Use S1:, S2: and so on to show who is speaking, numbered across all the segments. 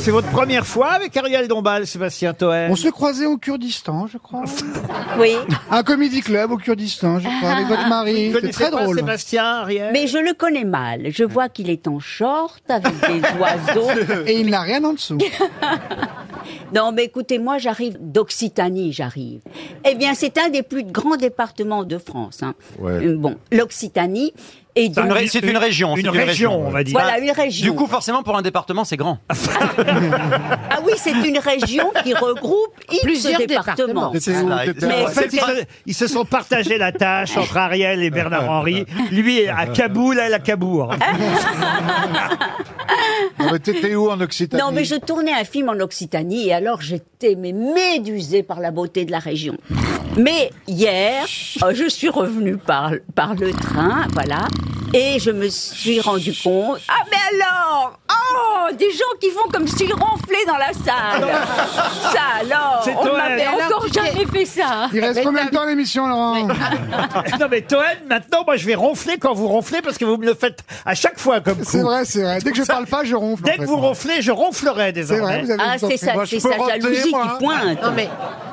S1: c'est votre première fois avec Ariel Dombal, Sébastien Toen.
S2: On se croisait au Kurdistan, je crois.
S3: Oui,
S2: Un comédie club au Kurdistan, je crois, avec votre mari.
S1: Vous
S2: C'est très
S1: connaissez pas
S2: drôle.
S1: Sébastien, Ariel
S3: mais je le connais mal. Je vois qu'il est en short avec des oiseaux.
S2: Et il n'a rien en dessous.
S3: Non, mais écoutez, moi j'arrive d'Occitanie, j'arrive. Eh bien, c'est un des plus grands départements de France. hein. Euh, Bon, l'Occitanie est
S1: Ça
S4: Une
S3: donc
S4: ré- C'est une région.
S1: Bah, Une
S4: c'est
S1: région, on va dire.
S3: voilà une région.
S4: Du coup, forcément, pour un département, c'est grand.
S3: ah oui, c'est une région qui regroupe X
S5: Plusieurs
S3: départements. Hein.
S5: départements.
S6: Ah,
S3: Mais
S1: En fait, ils se, ils se sont partagé la tâche entre Ariel et Bernard Henry. Lui est à Kaboul, elle à Kabour.
S6: Non, mais t'étais où en Occitanie
S3: Non, mais je tournais un film en Occitanie et alors j'étais mais médusée par la beauté de la région. Mais hier, euh, je suis revenue par, par le train, voilà, et je me suis rendu compte. Ah, mais alors Oh Des gens qui font comme s'ils ronflaient dans la salle Ça alors
S1: C'est
S3: On
S1: Toen.
S3: m'avait
S1: Alors,
S3: encore jamais fait ça
S2: Il reste
S5: Mais
S2: combien de
S5: t'as-
S2: temps à l'émission, Laurent
S1: Non mais Toen, maintenant, moi je vais ronfler quand vous ronflez parce que vous me le faites à chaque fois comme
S2: C'est
S1: coup.
S2: vrai, c'est vrai. Dès que je parle pas, je ronfle. en
S1: Dès que
S2: fait.
S6: hein.
S1: vous ronflez, je ronflerai
S2: C'est
S1: désormais.
S2: vrai, vous avez
S3: Ah,
S2: raison.
S3: c'est ça,
S6: Moi, je
S3: c'est
S6: peux
S3: sa
S6: rentrer,
S3: jalousie
S6: moi, hein.
S3: qui pointe
S5: Non mais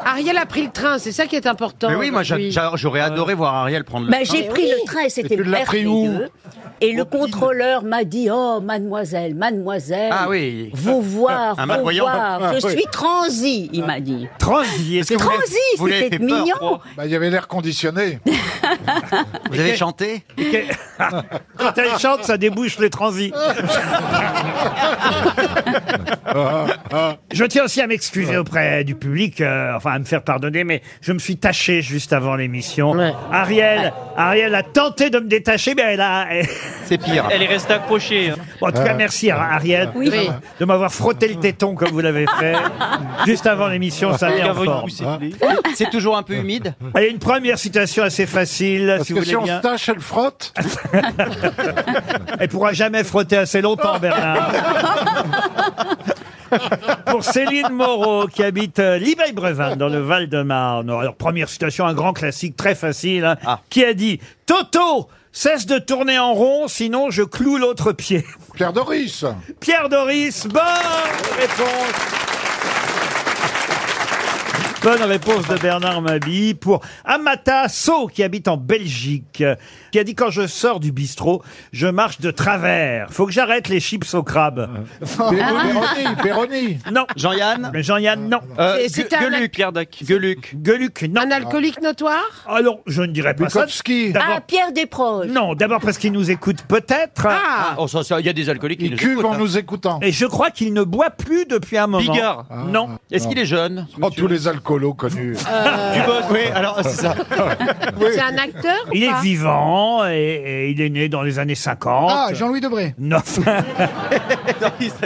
S5: Ariel a pris le train, c'est ça qui est important.
S4: Mais oui, moi, j'a-
S5: Oui.
S4: j'a- j'aurais adoré voir Ariel prendre le.
S3: Bah, j'ai pris le train et c'était
S6: tu l'as pris où
S3: merveilleux. Et le contrôleur m'a dit Oh, mademoiselle, mademoiselle,
S4: Ah oui.
S3: vous voir,
S4: Un
S3: vous
S4: malvoyant.
S3: voir,
S6: Ah,
S3: je
S6: oui.
S3: suis transi, il m'a dit.
S1: Transi, est-ce que vous-
S3: Transi,
S4: vous l'avez
S3: c'était
S4: fait peur, je
S3: mignon.
S4: crois.
S6: Bah, il y avait l'air conditionné.
S4: Vous avez chanté
S1: quand elle chante, ça débouche les transis. Je tiens aussi à m'excuser auprès du public, euh, enfin à me faire pardonner, mais je me suis taché juste avant l'émission.
S5: Ouais.
S1: Ariel, Ariel a tenté de me détacher, mais elle a.
S4: C'est pire.
S7: Elle est restée
S8: hein.
S7: accrochée.
S1: Bon, en tout
S6: Ah.
S1: cas, merci à Ariel
S3: Oui.
S5: Oui.
S1: de m'avoir frotté le téton comme vous l'avez fait juste avant l'émission. Ça met en forme.
S4: C'est toujours un peu humide.
S1: Allez, une première citation assez facile,
S6: Parce
S1: si vous
S6: que
S1: voulez
S6: si on
S1: bien.
S6: se tâche, elle frotte.
S1: Elle pourra jamais frotter assez longtemps, Bernard. Pour Céline Moreau, qui habite Libeil-Brevin, dans le Val-de-Marne. Alors, première citation, un grand classique très facile, hein,
S4: Ah.
S1: qui a dit « Toto, cesse de tourner en rond, sinon je cloue l'autre pied.
S6: Pierre Doris. »
S1: Pierre Doris, bonne réponse Bonne réponse de Bernard Mabille pour Amata So, qui habite en Belgique, euh, qui a dit Quand je sors du bistrot, je marche de travers. Faut que j'arrête les chips au crabe.
S6: Péroni, Péroni.
S1: Non.
S4: Jean-Yann
S1: Mais Jean-Yann,
S6: Ah,
S1: non.
S4: euh,
S5: Et c'est
S4: Gue-
S5: un-
S4: Gueuluc.
S7: Pierre Dac.
S4: Gueuluc.
S1: Gueluc, non.
S5: Un alcoolique notoire
S1: Alors, je ne dirais pas ça.
S6: Bukowski.
S1: D'abord-
S3: Ah, Pierre Desproges.
S1: Non, d'abord parce qu'il nous écoute peut-être.
S5: Ah,
S4: Ah, oh, ça, ça, il y a des alcooliques qui
S6: Il
S4: nous
S6: cuve
S4: écoutent,
S6: en
S4: hein.
S6: nous écoutant.
S1: Et je crois qu'il ne boit plus depuis un moment.
S7: Bigard.
S1: Non.
S4: Est-ce qu'il est jeune
S6: Ah, Oh, tous les alcoolos connus.
S5: Euh,
S3: Euh,
S4: Du boss. Oui, alors c'est ça.
S5: Ah. c'est un acteur ou
S1: Il est
S5: pas
S1: vivant et, et il est né dans les années 50.
S2: Ah, Jean-Louis Debré.
S1: Non.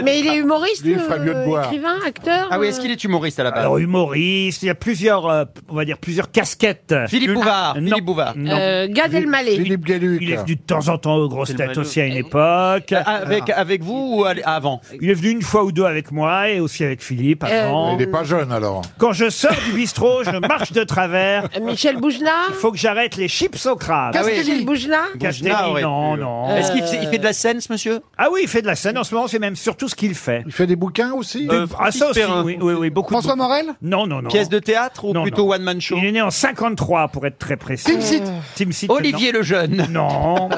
S5: Mais il est humoriste,
S6: Lui, il ferait mieux de
S5: euh,
S6: boire.
S5: écrivain, acteur
S4: Ah oui, est-ce
S5: euh,
S4: qu'il est humoriste à la base
S1: Alors humoriste, il y a plusieurs, euh, on va dire plusieurs casquettes.
S4: Philippe Bouvard.
S1: Non.
S4: Philippe Bouvard.
S1: Non.
S5: euh, Gad Elmaleh.
S6: Philippe Gueluc.
S1: Il est venu de temps en temps aux grosses
S7: Philippe
S1: têtes
S7: Malou.
S1: aussi à une époque.
S4: Euh, Avec, avec vous ou à- avant
S1: Il est venu une fois ou deux avec moi et aussi avec Philippe
S5: Euh,
S1: avant.
S6: Il n'est pas jeune alors.
S1: Quand je sors du bistrot, je marche de travers.
S5: Euh, Michel Bougenat
S1: Faut que j'arrête les chips au crabe.
S4: Ah oui.
S5: Michel Bougenat
S1: Castelli,
S4: Bougenat aurait
S6: Euh,
S1: non,
S4: pu.
S1: non.
S4: Euh, Est-ce qu'il fait, il fait de la scène, ce monsieur
S1: Ah oui, il fait de la scène en ce moment, c'est même surtout ce qu'il fait.
S6: Il fait des bouquins aussi
S7: Euh,
S1: Ah ça aussi,
S7: Perrin.
S1: oui, oui, oui, beaucoup. de-
S2: François Morel
S1: Non, non, non.
S4: Pièce de théâtre ou
S1: Non,
S4: plutôt
S1: non.
S4: one-man show
S1: Il est né en 53, pour être très précis.
S2: Tim Sit.
S1: Tim Sit,
S4: Olivier le jeune.
S1: Non,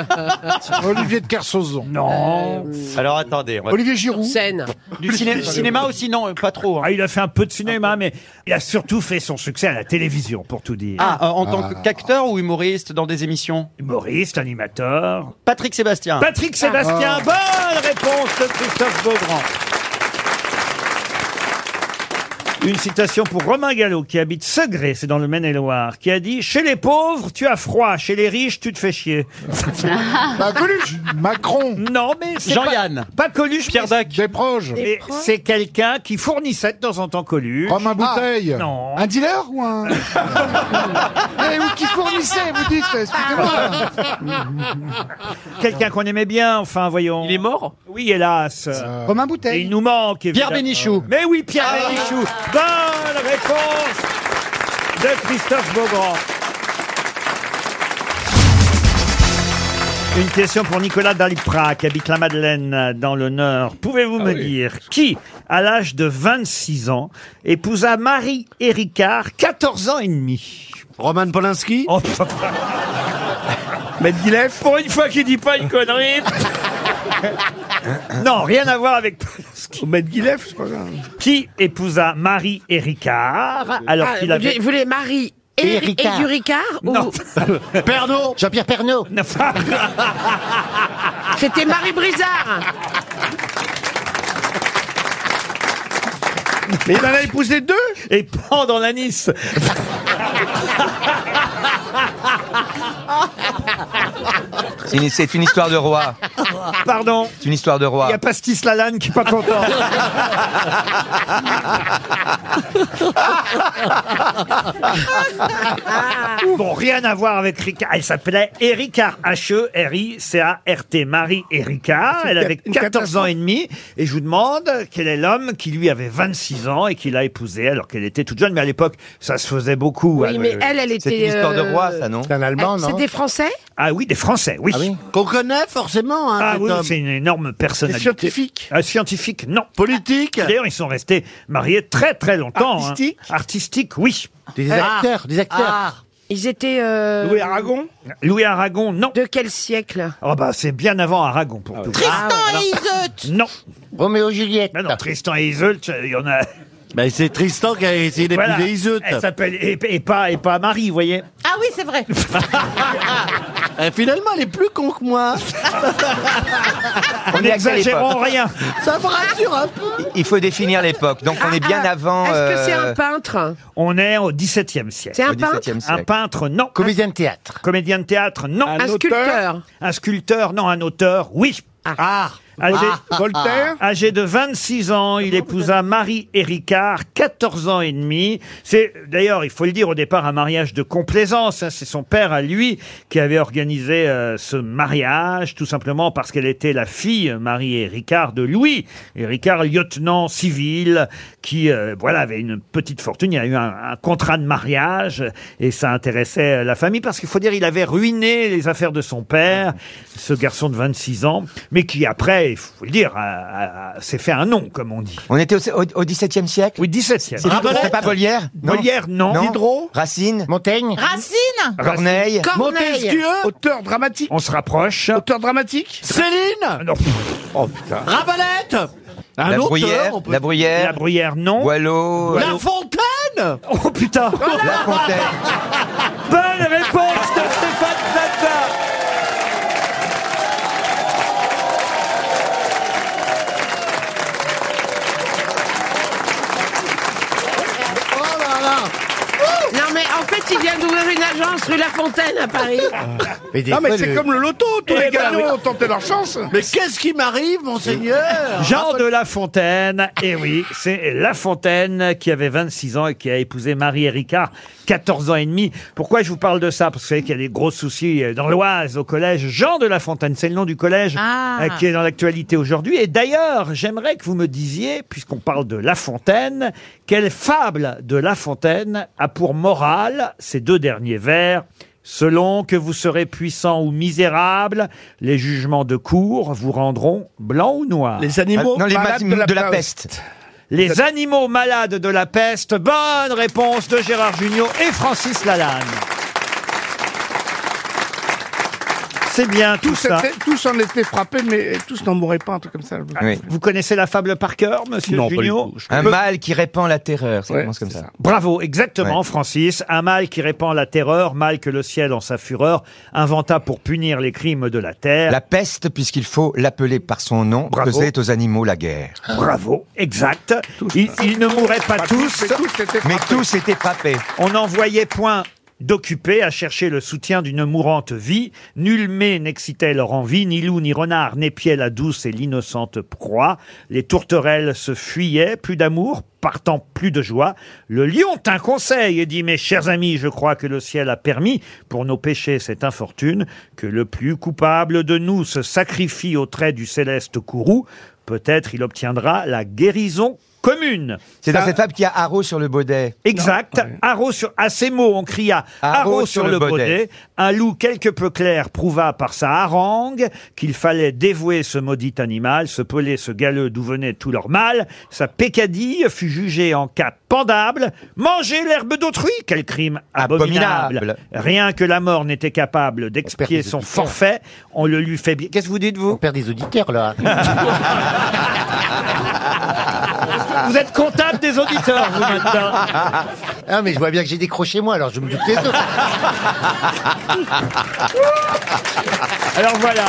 S6: Olivier de Carsozon.
S1: non. non.
S4: Alors attendez, on va-
S2: Olivier Giroud.
S5: Scène.
S4: du ciné- cinéma aussi non, pas trop. hein.
S1: Ah, il a fait un peu de cinéma, mais il a surtout fait son succès à la télévision, pour tout dire.
S4: Ah, euh, en tant que- qu'acteur ou humoriste dans des émissions
S1: Humoriste, animateur.
S4: Patrick Sébastien. Ah.
S1: Patrick Sébastien,
S9: Ah.
S1: bonne réponse de Christophe Beaugrand.
S6: Ah.
S1: Une citation pour Romain Gallo, qui habite Segré, c'est dans le Maine-et-Loire, qui a dit « Chez les pauvres, tu as froid. Chez les riches, tu te fais chier.
S6: Bah, Coluche. Macron. »
S1: Non, mais c'est
S4: Jean-Yann.
S1: pas, pas Coluche,
S7: Pierre
S1: mais-
S7: Dac.
S6: Des proches.
S1: mais c'est quelqu'un qui fournissait de temps en temps Coluche.
S6: Romain Bouteille.
S1: Ah, Non.
S2: Un dealer ou un. Eh, ou qui fournissait, vous dites, excusez-moi.
S1: Ah, Quelqu'un qu'on aimait bien, enfin, voyons.
S7: Il est mort
S1: Oui, hélas. Euh, Et
S2: Romain
S1: il
S2: Bouteille.
S1: nous manque.
S4: Pierre
S1: évidemment.
S4: Bénichou. Ah.
S1: Mais oui, Pierre Bénichou. Bonne réponse de Christophe Beaugrand. Une question pour Nicolas Dalipra, qui habite la Madeleine, dans le Nord. Pouvez-vous me dire qui, à l'âge de 26 ans, épousa Marie Éricard, 14 ans et demi Roman Polanski Medvedev Pour une fois qu'il dit pas une connerie Non, rien à voir avec Polanski. Medvedev, je crois. Qui épousa Marie Éricard alors
S5: Ah,
S1: qu'il avait...
S5: Vous voulez Marie et, et du Ricard ou-
S1: Non. Pernod Jean-Pierre Pernod
S5: C'était Marie Brizard
S1: Mais il en a épousé deux Et pendant la Nice
S4: C'est une, c'est une histoire de roi.
S1: Pardon
S4: C'est une histoire de roi.
S1: Il y a Pastis Lalanne qui est pas content. bon, rien à voir avec Ricard. Elle s'appelait Erika E H-E-R-I-C-A-R-T. Marie Erika. Elle avait 14 ans et demi. Et je vous demande quel est l'homme qui lui avait 26 ans et qui l'a épousée alors qu'elle était toute jeune. Mais à l'époque, ça se faisait beaucoup. hein,
S5: Oui, mais elle, elle était. euh, elle- C'était français
S1: Ah oui, des Français, oui.
S7: Qu'on connaît forcément. Hein,
S1: Ah
S7: cet
S1: oui,
S7: homme.
S1: c'est une énorme personnalité. Scientifique Scientifique, non. Politique D'ailleurs, ils sont restés mariés très très longtemps. Artistique Artistique, oui. Des
S5: acteurs, des acteurs. Ah. Ils étaient. euh,
S1: Louis Aragon, non.
S5: De quel siècle
S1: Oh bah c'est bien avant Aragon pour tout. Tristan
S5: et
S1: Isolde Non. Roméo Juliette Non, Tristan et Isolde, il y en a...
S4: Ben,
S1: Bah c'est Tristan qui a essayé
S7: d'épouser Isolde.
S1: Elle s'appelle... Et, et pas, et pas Marie, vous voyez
S10: Ah oui, c'est vrai.
S7: Eh, finalement, elle est plus con que moi.
S1: On
S4: n'exagérons rien.
S7: Ça me rassure un peu.
S4: Il faut définir l'époque. Donc on est bien avant.
S5: Ah, Est-ce que c'est
S4: euh,
S5: un peintre
S1: Hein On est au XVIIe siècle.
S5: C'est un Au peintre XVIIe siècle.
S1: Un peintre, non. Comédien de théâtre. Comédien de théâtre, non.
S5: Un Un auteur sculpteur.
S1: Un sculpteur, non. Un auteur, oui. Ah. Âgé,
S2: Ah. Voltaire.
S1: Âgé de 26 ans, il épousa Marie Éricard, 14 ans et demi. C'est d'ailleurs, il faut le dire, au départ un mariage de complaisance. hein. C'est son père à lui qui avait organisé euh, ce mariage, tout simplement parce qu'elle était la fille euh, Marie Éricard de Louis Éricard, lieutenant civil, qui euh, voilà avait une petite fortune. Il y a eu un, un contrat de mariage et ça intéressait euh, la famille parce qu'il faut dire, il avait ruiné les affaires de son père, ce garçon de 26 ans, mais qui après, il faut le dire, a- a- a- s'est fait un nom, comme on dit.
S4: On était au, au- au XVIIe siècle
S1: Oui, XVIIe
S4: C'est
S1: Rabelais
S4: c'est pas Molière
S1: Molière, non. Diderot
S4: Racine Montaigne
S10: Racine
S4: Corneille
S2: Montesquieu. Auteur dramatique.
S1: On se rapproche.
S2: Auteur dramatique.
S7: Céline.
S1: Non.
S7: Oh putain. Ravalette. Un
S4: La
S7: auteur,
S4: Bruyère,
S7: on peut-
S4: La Bruyère La
S1: Bruyère, Oh, non
S4: Boileau
S7: La Fontaine.
S1: Oh putain.
S4: La Fontaine
S1: Bonne réponse de Stéphane Plaza.
S7: Oh
S5: Non, mais en fait, il vient d'ouvrir une agence rue La Fontaine à Paris.
S7: Ah.
S2: Non, mais c'est comme le loto, tous
S1: Eh
S2: les
S1: ben
S2: gagnants
S1: oui.
S2: ont tenté leur chance.
S7: Mais qu'est-ce qui m'arrive, monseigneur
S1: Jean de La Fontaine, et oui, c'est La Fontaine qui avait 26 ans et qui a épousé Marie Ricard, 14 ans et demi. Pourquoi je vous parle de ça Parce que vous savez qu'il y a des gros soucis euh, dans l'Oise au collège. Jean de La Fontaine, c'est le nom du collège
S10: Ah.
S1: euh, qui est dans l'actualité aujourd'hui. Et d'ailleurs, j'aimerais que vous me disiez, puisqu'on parle de La Fontaine, quelle fable de La Fontaine a pour morale ces deux derniers vers Selon que vous serez puissant ou misérable, les jugements de cour vous rendront blanc ou noir.
S2: Les animaux
S4: Ah, non, les
S2: malades
S4: ma-
S2: de la,
S4: de la
S2: peste.
S1: Les animaux malades de la peste. Bonne réponse de Gérard Junior et Francis Lalanne. C'est bien tout
S2: Tous,
S1: ça.
S2: étaient- tous en étaient frappés, mais tous n'en mourraient pas, un truc comme ça.
S4: Oui.
S1: Ah, Vous connaissez la fable par cœur, monsieur
S2: Non, pas du
S1: Junio
S2: tout. Je
S4: Un
S2: peux-
S4: mâle qui répand la terreur, ça
S2: Ouais,
S4: commence comme ça.
S1: Bravo, exactement, Francis. Un mal qui répand la terreur, mal que le ciel en sa fureur inventa pour punir les crimes de la terre.
S4: La peste, puisqu'il faut l'appeler par son nom,
S1: Bravo.
S4: faisait aux animaux la guerre.
S2: Ah.
S1: Bravo, exact. Ils, ils ne mourraient pas tous.
S2: Mais tous étaient
S4: Mais
S2: frappés.
S4: tous étaient frappés.
S1: On n'envoyait point d'occupés à chercher le soutien d'une mourante vie. Nul mets n'excitait leur envie, ni loup ni renard n'épiait la douce et l'innocente proie. Les tourterelles se fuyaient, plus d'amour, partant plus de joie. Le lion tint conseil et dit, mes chers amis, je crois que le ciel a permis pour nos péchés cette infortune, que le plus coupable de nous se sacrifie au trait du céleste courroux. Peut-être il obtiendra la guérison commune.
S11: C'est dans cette fable qu'il y a Haro sur le baudet.
S1: Exact. Haro sur, à ces mots, on cria Haro sur, le baudet. Un loup quelque peu clair prouva par sa harangue qu'il fallait dévouer ce maudit animal, ce pelé, ce galeux d'où venait tout leur mal. Sa pécadille fut jugée en cas pendable. Manger l'herbe d'autrui, quel crime abominable.
S11: Abominable.
S1: Rien que la mort n'était capable d'expier son forfait, on le lui fait bien. Qu'est-ce que vous dites, vous
S12: perd des auditeurs là.
S2: Ah.
S1: Vous êtes comptable des auditeurs, vous, maintenant.
S12: Ah mais je vois bien que j'ai décroché moi, alors je me doute des autres.
S1: Alors voilà.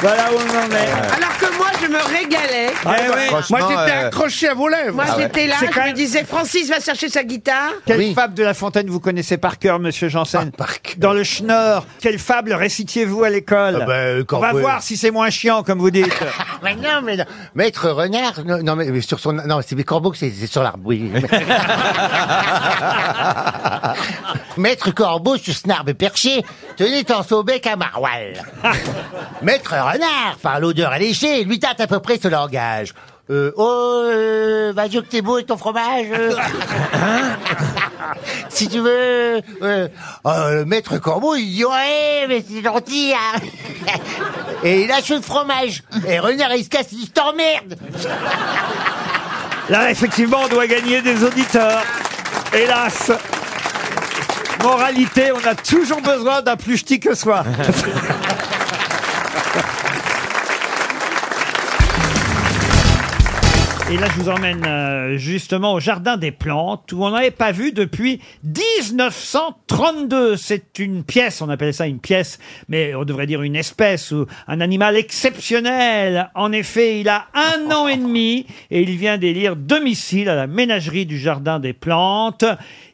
S1: Voilà où on en est.
S12: Euh,
S9: Alors que moi, je me régalais.
S13: Ah, bah,
S1: Eh oui.
S11: Franchement, euh,
S14: accroché à vos lèvres.
S9: Moi, j'étais là,
S1: C'est quand
S9: je me
S1: même-
S9: disais, Francis va chercher sa guitare.
S1: Quelle
S12: Oui. Ah,
S1: fable de La Fontaine vous connaissez par cœur, monsieur Janssen Dans le Schnorr, quelle fable récitiez-vous à l'école
S12: Ah ben,
S1: On va
S12: Corbeil.
S1: voir si c'est moins chiant, comme vous dites.
S12: Mais non, mais non. Maître Renard, non, non, mais sur son, non, c'est Corbeau, c'est c'est sur l'arbre, oui. Maître Corbeau, sur ce narbe perché, tenait en son bec à maroilles. Maître Renard, par l'odeur alléchée, lui tâte à peu près ce langage. Euh, oh, euh, vas-y que t'es beau et ton fromage. euh. si tu veux. euh, euh, le maître Corbeau, il dit Ouais, mais c'est gentil, hein. Et il lâche le fromage. Et Renard, il se casse, il dit Je t'emmerde.
S1: Là, effectivement, on doit gagner des auditeurs. Hélas Moralité, on a toujours besoin d'un plus ch'ti que soi. Et là, je vous emmène euh, justement au Jardin des Plantes, où on n'avait pas vu depuis 1932. C'est une pièce, on appelle ça une pièce, mais on devrait dire une espèce, ou un animal exceptionnel. En effet, il a un an et demi, et il vient d'élire domicile à la ménagerie du Jardin des Plantes.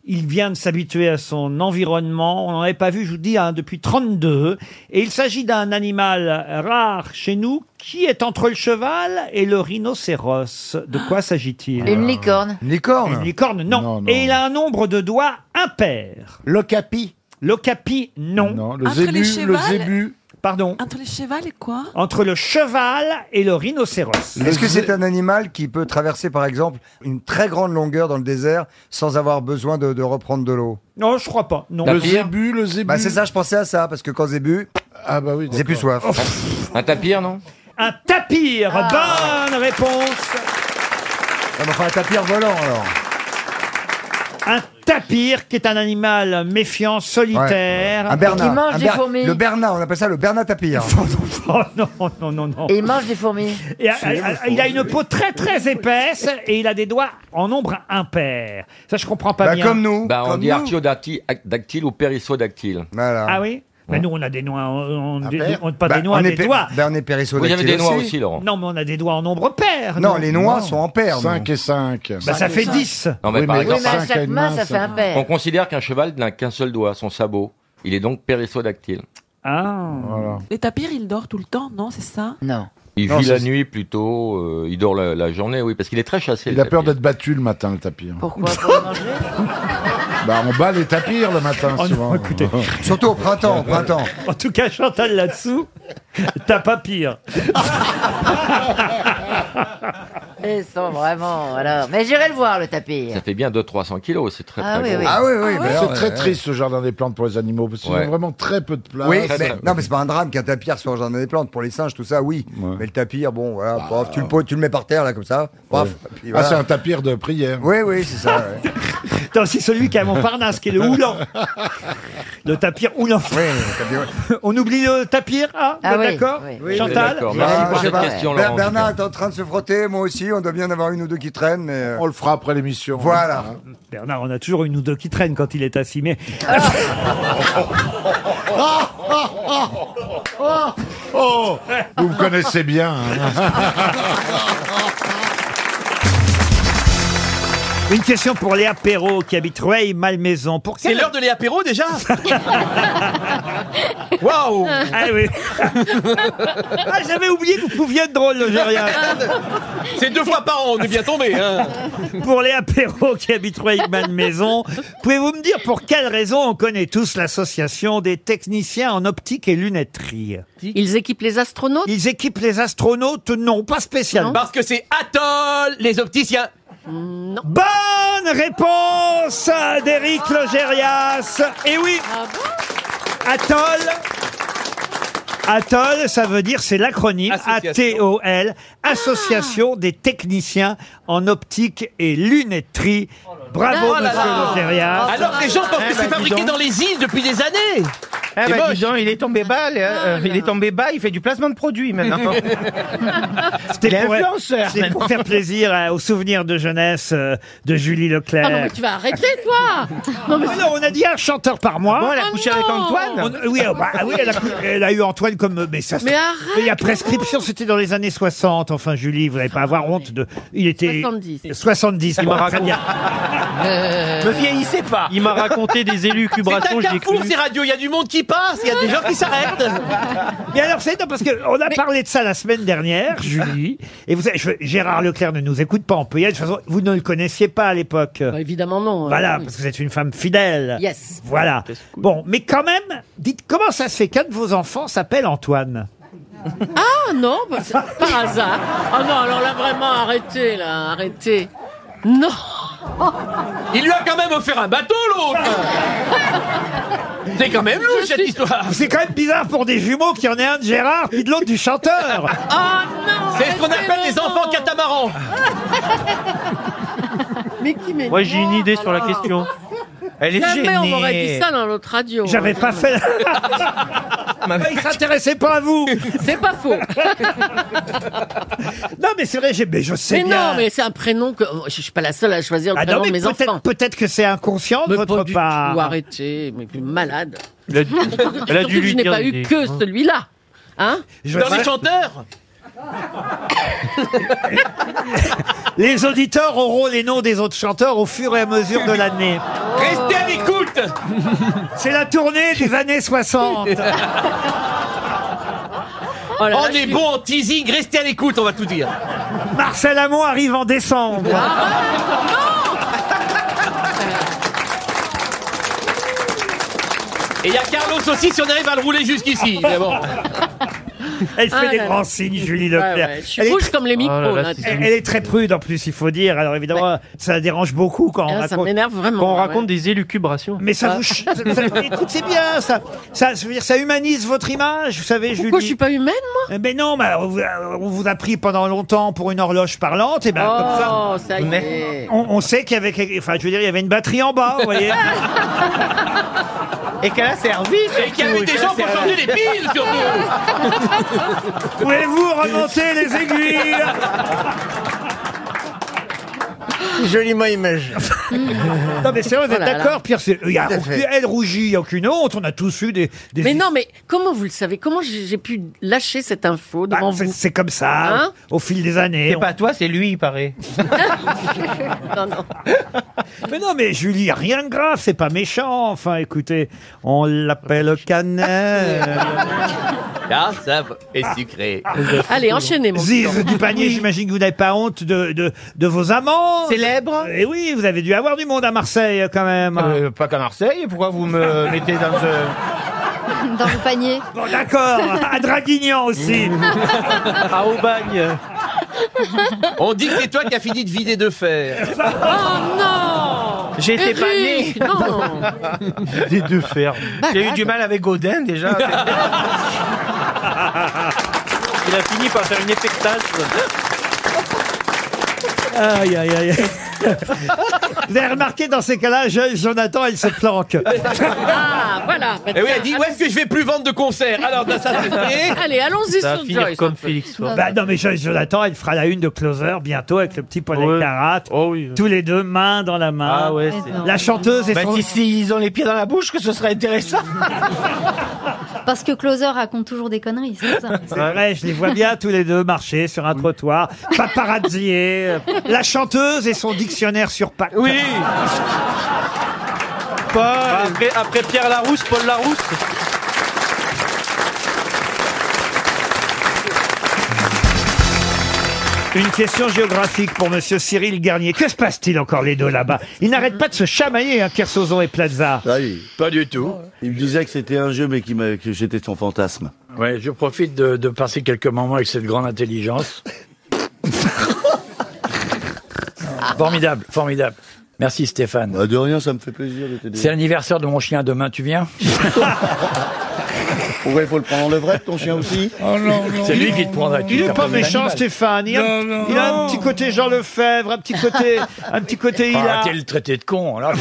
S1: Il vient de s'habituer à son environnement. On n'en avait pas vu, je vous dis, hein, depuis 32. Et il s'agit d'un animal rare chez nous qui est entre le cheval et le rhinocéros. De quoi s'agit-il
S15: Une licorne.
S11: Une licorne.
S1: Une licorne, non.
S14: Non, non.
S1: Et il a un nombre de doigts impair.
S14: Locapi.
S1: L'ocapi, non.
S14: Non, le
S15: Entre les
S14: zébu, le
S15: chevals.
S14: zébu.
S1: Pardon.
S15: Entre les chevals et quoi
S1: Entre le cheval et le rhinocéros.
S6: Est-ce que c'est un animal qui peut traverser, par exemple, une très grande longueur dans le désert sans avoir besoin de, de reprendre de l'eau
S1: Non, je crois pas. Non.
S14: Le zébu, le zébu.
S6: Bah c'est ça, je pensais à ça, parce que quand Zébu,
S14: Ah bah oui.
S6: j'ai plus soif.
S1: Oh,
S11: Un tapir, non
S1: Un tapir.
S15: Ah.
S12: Ah.
S1: Bonne réponse.
S6: Ah, mais enfin, un tapir volant, alors.
S1: Un tapir qui est un animal méfiant, solitaire.
S6: Un Bernard.
S15: Qui mange
S6: un
S15: des fourmis.
S6: Le Bernard, on appelle ça le Bernard tapir.
S1: Oh non, non, non, non.
S15: Et il mange des fourmis.
S1: Et a- a- a- il a une peau très très épaisse et il a des doigts en nombre impair. Ça, je comprends pas
S6: Bah,
S1: bien.
S6: comme nous. comme nous.
S11: artiodactyle ou périssodactyle.
S6: Voilà.
S1: Ah oui Bah, Nous, on a des noix, on, on- des- on- pas
S6: Bah,
S1: des noix,
S6: on
S1: des
S6: est pé-
S1: doigts.
S6: bah, on est périssodactyle
S11: Laurent.
S1: Non, mais on a des doigts en nombre pair.
S6: Non,
S1: nous.
S6: les noix sont en paire.
S14: 5 et 5.
S1: Bah, ça fait 10.
S11: Non,
S14: Oui, mais-
S15: Oui, mais à
S14: cinq à
S15: chaque
S14: une
S15: main,
S14: main,
S15: ça
S14: ça
S15: fait un
S11: On
S15: paire.
S11: considère qu'un cheval n'a qu'un seul doigt, son sabot. Il est donc périssodactyle.
S1: Ah.
S15: Les tapirs, ils dorment tout le temps, non C'est ça
S12: Non.
S11: Il
S14: Non,
S11: vit la
S14: c'est-
S11: nuit plutôt, euh, il dort la, la journée, oui, parce qu'il est très chassé.
S14: Il
S11: le
S14: a peur
S11: tapir.
S14: d'être battu le matin, le tapir.
S15: Pourquoi Pour manger
S14: Bah, on bat les tapirs le matin,
S1: Oh
S14: souvent.
S1: non, écoutez.
S6: nous. Surtout au printemps, au printemps.
S1: En tout cas, Chantal, là-dessous, t'as pas pire.
S15: Ils sont vraiment. Alors. Mais j'irai le voir, le tapir.
S11: Ça fait bien 200-300 kilos, c'est très
S15: Ah
S11: très
S15: oui,
S11: gros.
S15: oui.
S6: Ah oui, oui. bah,
S14: C'est
S6: alors,
S14: très
S6: ouais.
S14: triste ce jardin des plantes pour les animaux parce qu'ils
S11: Ouais.
S14: ont vraiment très peu de place.
S6: Oui,
S11: très
S6: mais,
S11: bien.
S6: non, mais c'est pas un drame qu'un tapir soit au jardin des plantes. Pour les singes, tout ça, oui. Mais le tapir, bon, voilà, paf, tu le poses, tu le mets par terre, là, comme ça. Paf, puis
S14: Bah, Ah,
S6: voilà.
S14: c'est un tapir de prière.
S6: Oui, oui, c'est ça. ouais.
S1: T'as aussi celui qui est à Montparnasse, qui est le houlan. Le tapir houlan.
S6: Oui, le tapir, oui.
S1: On oublie le tapir, hein
S15: Ah
S1: Vous êtes
S15: oui,
S1: D'accord
S15: oui.
S1: Chantal
S11: D'accord,
S6: Ah,
S11: merci
S6: je
S11: pour
S6: sais
S11: cette
S6: pas.
S11: question,
S6: Ber-
S11: Laurent.
S6: Bernard est en train de se frotter, moi aussi, on doit bien en avoir une ou deux qui traînent, mais. euh,
S14: On le fera après l'émission.
S6: Voilà.
S1: Bernard, on a toujours une ou deux qui traînent quand il est assis, mais
S12: Ah,
S14: Oh, vous me connaissez bien. hein.
S1: une question pour Léa Perrault qui habite Rueil-Malmaison. Pour
S4: C'est
S1: quelle-
S4: l'heure de l'apéro déjà Waouh
S1: Ah oui. ah, j'avais oublié que vous pouviez être drôle, Logérien.
S4: C'est deux fois par an, on est bien tombé. Hein.
S1: Pour les apéros qui habiteraient une maison, pouvez-vous me dire pour quelle raison on connaît tous l'association des techniciens en optique et lunetterie
S15: Ils équipent les astronautes
S1: Ils équipent les astronautes Non, pas spécialement.
S4: Parce que c'est Atoll, les opticiens.
S1: Bonne réponse
S7: Ah.
S1: d'Éric Logérias. Et oui. Atoll. Atoll, ça veut dire, c'est l'acronyme ATOL,
S7: Ah.
S1: Association des techniciens en optique et lunetterie. Bravo,
S7: Oh là
S1: monsieur
S7: là.
S1: Logérias.
S7: Alors que les gens pensent
S8: Eh
S7: que
S8: ben,
S7: c'est fabriqué dans les îles depuis des années.
S8: Ah
S7: C'est
S8: bah
S7: moche. Ah,
S8: dis donc, il est tombé bas, le- euh, il est tombé bas, il fait du placement de produits maintenant. Il est
S1: pour-
S8: influenceur,
S1: c'était pour
S8: maintenant.
S1: faire plaisir euh, aux souvenirs de jeunesse euh, de Julie Leclerc.
S12: Ah non, mais tu vas arrêter, toi
S1: Non, mais non, on a dit un chanteur par mois.
S12: Ah bon, elle a Oh couché avec non Antoine
S1: On- oui, ah bah, ah oui, elle, a, cou- elle a eu Antoine comme. euh, Mais ça.
S12: Mais arrête
S1: mais il y a prescription, c'était dans les années 60. Enfin, Julie, vous n'allez pas avoir honte de. Il était.
S12: 70.
S1: 70,
S8: Il
S1: bon,
S8: m'a
S1: très
S8: raconté.
S1: bien.
S12: Euh.
S8: Ne vieillissez pas. Il m'a raconté des élucubrations.
S7: C'est un
S8: j'ai cru.
S7: carrefour, ces radios. Il y a du monde qui passe, il y a des gens qui s'arrêtent.
S1: Mais alors, c'est non, parce qu'on a parlé de ça la semaine dernière, Julie. Et vous savez, je- Gérard Leclerc ne nous écoute pas en peut y aller. De toute façon, vous ne le connaissiez pas à l'époque.
S12: Bah, évidemment, non. hein.
S1: Voilà, parce que vous êtes une femme fidèle.
S12: Yes.
S1: Voilà. Bon, mais quand même, dites, comment ça se fait qu'un de vos enfants s'appelle Antoine
S12: Ah non, bah, c'est par hasard. Ah non, alors là, vraiment, arrêtez, là, arrêtez. Non
S7: Il lui a quand même offert un bateau, l'autre. C'est quand même louche, cette histoire.
S1: C'est quand même bizarre pour des jumeaux qu'il y en ait un de Gérard puis de l'autre du chanteur.
S12: Ah non
S7: C'est ce qu'on appelle les enfants catamarans.
S12: Mais qui m'est
S8: Moi j'ai une idée sur la question. Elle est
S12: Ah. Jamais on
S8: gênée.
S12: m'aurait dit ça dans l'autre radio.
S8: J'avais pas fait
S1: Il s'intéressait pas à vous.
S12: C'est pas faux.
S1: Non, mais c'est vrai, j'ai- mais je sais
S12: mais
S1: bien.
S12: non, mais c'est un prénom que oh, je suis pas la seule à choisir le
S1: Ah
S12: prénom
S1: non, mais
S12: de mes
S1: peut-être- Ah.
S12: enfants.
S1: Peut-être que c'est inconscient de
S12: Mais pas
S1: votre
S12: du
S1: part.
S12: tout, arrêtez, mais plus malade.
S8: Elle a dû,
S12: Elle Surtout que je n'ai pas eu que celui-là. Hein
S1: Je Dans les sais.
S7: chanteurs
S12: Ah,
S1: Les auditeurs auront les noms des autres chanteurs au fur et à mesure de l'année.
S7: Restez à l'écoute.
S1: C'est la tournée des années 60.
S12: Oh là là,
S7: on
S12: je
S7: est
S12: suis-
S7: bon en teasing, restez à l'écoute, on va tout dire.
S1: Marcel Amont arrive en décembre.
S12: Ah.
S7: Et il y a Carlos aussi, si on arrive à le rouler jusqu'ici. Mais bon.
S1: Elle fait
S12: Ah
S1: des
S12: là
S1: grands
S12: là.
S1: signes, Julie
S12: Ouais,
S1: Leclerc.
S12: ouais, je suis
S1: Elle est
S12: rouge comme les micros.
S1: Oh là là,
S12: là,
S1: c'est- Elle elle est très prude en plus, il faut dire. Alors évidemment, ça la dérange beaucoup quand on
S12: Ah, ça
S1: raconte.
S12: m'énerve vraiment.
S8: Quand on
S12: ouais.
S8: raconte des élucubrations.
S1: Mais ça vous. ch- ça- ça- écoute, c'est bien, ça. Ça, je veux dire, ça humanise votre image, vous savez,
S12: Pourquoi je
S1: Julie.
S12: suis pas humaine, moi
S1: Eh Ben non, bah, on vous a- on vous a pris pendant longtemps pour une horloge parlante, et ben comme ça.
S12: Oh, ça y est.
S1: On, on sait qu'il y avait, quelque- enfin, je veux dire, il y avait une batterie en bas, vous voyez.
S8: Et qu'elle a servi.
S7: Et qu'il y avait des gens pour changer les piles, surtout.
S1: Pouvez-vous remonter les aiguilles
S8: Joliment imagé.
S1: Non, mais c'est vrai, vous êtes
S12: Oh là là.
S1: d'accord, Pierre. c'est- il y a-
S8: Tout à fait.
S1: elle rougit, il n'y a aucune honte. On a tous eu des. des-
S12: Mais non, mais comment vous le savez Comment j'ai j'ai pu lâcher cette info
S1: Bah,
S12: devant
S1: c'est-
S12: vous
S1: c'est comme ça,
S12: Hein
S1: au fil des années.
S8: C'est pas toi, c'est lui, il paraît.
S12: Non, non.
S1: Mais non, mais Julie, rien de grave, c'est pas méchant. Enfin, écoutez, on l'appelle Canel.
S4: Là, ça est sucré.
S12: Allez, enchaînez, mon
S1: Ziz du panier, j'imagine que vous n'avez pas honte de, de, de vos amants.
S8: Célèbre.
S1: Et oui, vous avez dû avoir du monde à Marseille quand même.
S8: Euh, pas qu'à Marseille. Pourquoi vous me mettez dans ce
S16: Dans le panier.
S1: Bon, d'accord, à Draguignan aussi.
S8: à Aubagne
S7: On dit que c'est toi qui as fini de vider de fer.
S12: Oh non
S8: J'étais pas né.
S12: Eric, Non
S8: Des deux fers. J'ai eu du mal avec Godin déjà. Il a fini par faire une effectasse.
S1: Aïe, aïe, aïe. Vous avez remarqué dans ces cas-là, je- Jonathan, elle se planque.
S12: Ah, voilà
S7: Et oui, elle dit, où est-ce que je vais plus vendre de concerts Alors, ben, ça, c'est fait.
S12: Allez, allons-y
S8: Ça
S12: sur
S8: va finir
S12: Joyce.
S8: comme Félix Faure.
S1: Bah non, mais je- Jonathan, elle fera la une de Closer bientôt avec le petit Paul
S8: Ouais.
S1: Elkarat.
S8: Oh oui.
S1: Tous les deux, main dans la main.
S8: Ah ouais. c'est-
S1: La chanteuse et
S8: Bah,
S1: son...
S8: si, si ils ont les pieds dans la bouche, que ce serait intéressant.
S16: Parce que Closer raconte toujours des conneries, c'est pour ça.
S1: C'est vrai, je les vois bien tous les deux marcher sur un trottoir, paparazzier. euh, La chanteuse et son dictionnaire sur pack.
S7: Oui.
S8: Après, après Pierre Larousse, Paul Larousse.
S1: Une question géographique pour Monsieur Cyril Garnier. Que se passe-t-il encore les deux là-bas Ils n'arrêtent pas de se chamailler, hein, Kersozon et Plaza.
S15: Pas du tout. Oh, Il me disait que c'était un jeu, mais qu'il m'a- que j'étais son fantasme.
S11: Ouais, je profite de, de passer quelques moments avec cette grande intelligence.
S14: Formidable, formidable. Merci Stéphane.
S15: Bah, de rien, ça me fait plaisir de t'aider.
S14: C'est l'anniversaire de mon chien demain, tu viens
S15: Ouais, il faut le prendre en levrette, ton chien aussi.
S1: Oh
S14: C'est lui qui te prendra. tu
S1: Il
S14: lui
S1: n'est pas
S14: prends de
S1: méchant,
S14: l'animal.
S1: Stéphane. Il a, un-
S14: Non, non,
S1: il a
S14: non.
S1: un petit côté Jean Lefebvre, un petit côté, un petit côté il
S14: Ah,
S1: a. Ah,
S14: arrêtez de le traité de con. alors.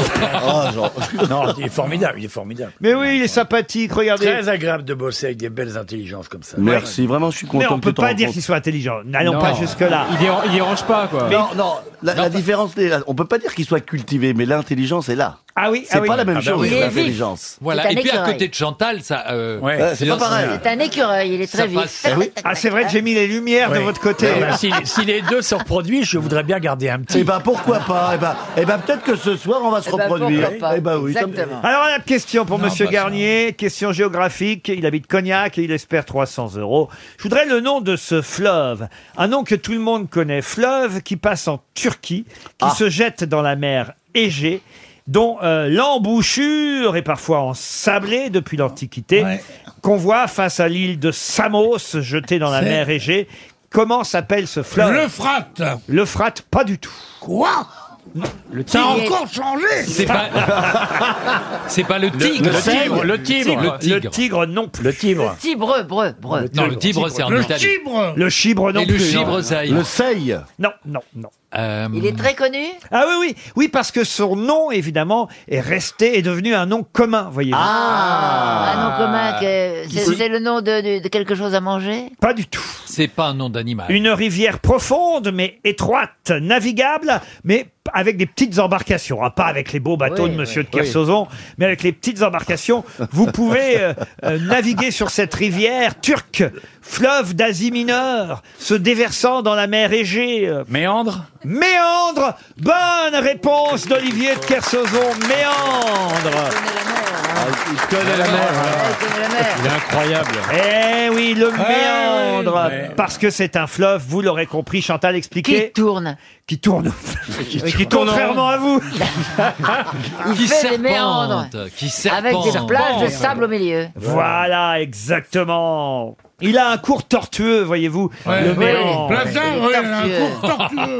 S14: non, il est formidable, il est formidable.
S1: Mais oui, il est sympathique. Regardez.
S14: Très agréable de bosser avec des belles intelligences comme ça.
S15: Merci, vraiment, je suis content
S1: Mais on
S15: que
S1: peut
S15: tu t'en
S1: pas dire
S15: rencontres.
S1: qu'il soit intelligent. N'allons Ah pas jusque là.
S15: dérange pas, quoi.
S1: Mais-
S15: Non, non, la, la différence, c'est là, on peut pas dire qu'il soit cultivé, mais l'intelligence est là.
S1: Ah oui,
S15: C'est pas la même chose, l'intelligence.
S13: Voilà.
S17: C'est un
S13: Et puis à
S17: écureuil.
S13: côté de Chantal, ça. euh,
S15: Ouais, c'est pas pareil.
S17: C'est un écureuil, il est très
S13: Ça
S17: vif.
S13: passe. Ah oui.
S1: Ah, c'est vrai que j'ai mis les lumières de
S14: Oui.
S1: votre côté.
S14: Eh ben, si, si les deux se reproduisent, je voudrais bien garder un petit.
S15: Eh ben pourquoi pas Eh ben, eh ben peut-être que ce soir on va se
S14: Eh ben,
S15: reproduire.
S14: pourquoi pas.
S15: Eh ben oui. ça me-
S14: Exactement.
S1: Alors, la question pour
S14: Non,
S1: Monsieur
S14: bah, ça-
S1: Garnier, question géographique. Il habite Cognac et il espère 300 euros. Je voudrais le nom de ce fleuve, un nom que tout le monde connaît, fleuve qui passe en Turquie, qui
S15: Ah.
S1: se jette dans la mer Égée, dont euh, l'embouchure est parfois ensablée depuis l'Antiquité, qu'on voit face à l'île de Samos jetée dans la
S9: C'est-
S1: mer Égée. Comment s'appelle ce fleuve
S9: L'Euphrate.
S1: L'Euphrate, pas du tout.
S9: Quoi
S1: Le
S9: Ça a encore changé
S13: C'est pas- C'est pas le
S1: Le-
S13: tigre.
S1: le tigre, le tigre.
S13: Le tigre.
S1: Le tigre non plus. Le tigre.
S17: Tibre, breu, breu.
S13: Non, le tigre, c'est en
S1: Le
S13: Italie.
S1: chibre. Le chibre non
S13: Et le
S1: plus.
S13: chibre, ça y est. Le
S15: seille.
S1: Non, non, non.
S17: Il est très connu
S1: Ah oui, oui, oui, parce que son nom, évidemment, est resté, est devenu un nom commun, voyez-vous.
S17: Ah, Un nom commun, que-
S1: Qui
S17: c'est
S1: se-
S17: c'est le nom de, de- de quelque chose à manger
S1: Pas du tout.
S13: C'est pas un nom d'animal.
S1: Une rivière profonde, mais étroite, navigable, mais p- avec des petites embarcations. Ah, pas avec les beaux bateaux
S13: Oui,
S1: de Monsieur
S13: oui,
S1: de Kersauzon, mais avec les petites embarcations, vous pouvez euh, euh, naviguer sur cette rivière turque, fleuve d'Asie mineure, se déversant dans la mer Égée.
S14: Méandre
S1: Méandre Bonne réponse d'Olivier de Kersauzon, méandre
S14: Il connaît la mer. hein. Il est incroyable.
S1: Eh oui, le méandre
S14: ouais.
S1: Parce que c'est un fleuve, vous l'aurez compris, Chantal expliquez.
S17: Qui tourne
S1: Qui tourne.
S17: Qui tourne en
S1: Contrairement
S17: rond.
S1: à vous.
S17: Il
S13: Qui
S17: fait des
S13: serpente.
S17: méandres
S13: Qui
S17: avec
S13: serpente.
S17: des plages de sable au milieu.
S1: Voilà, exactement. Il a un cours tortueux, voyez-vous,
S9: Ouais.
S1: le
S9: Oui.
S1: méandre.
S9: Platin, oui, un cours tortueux.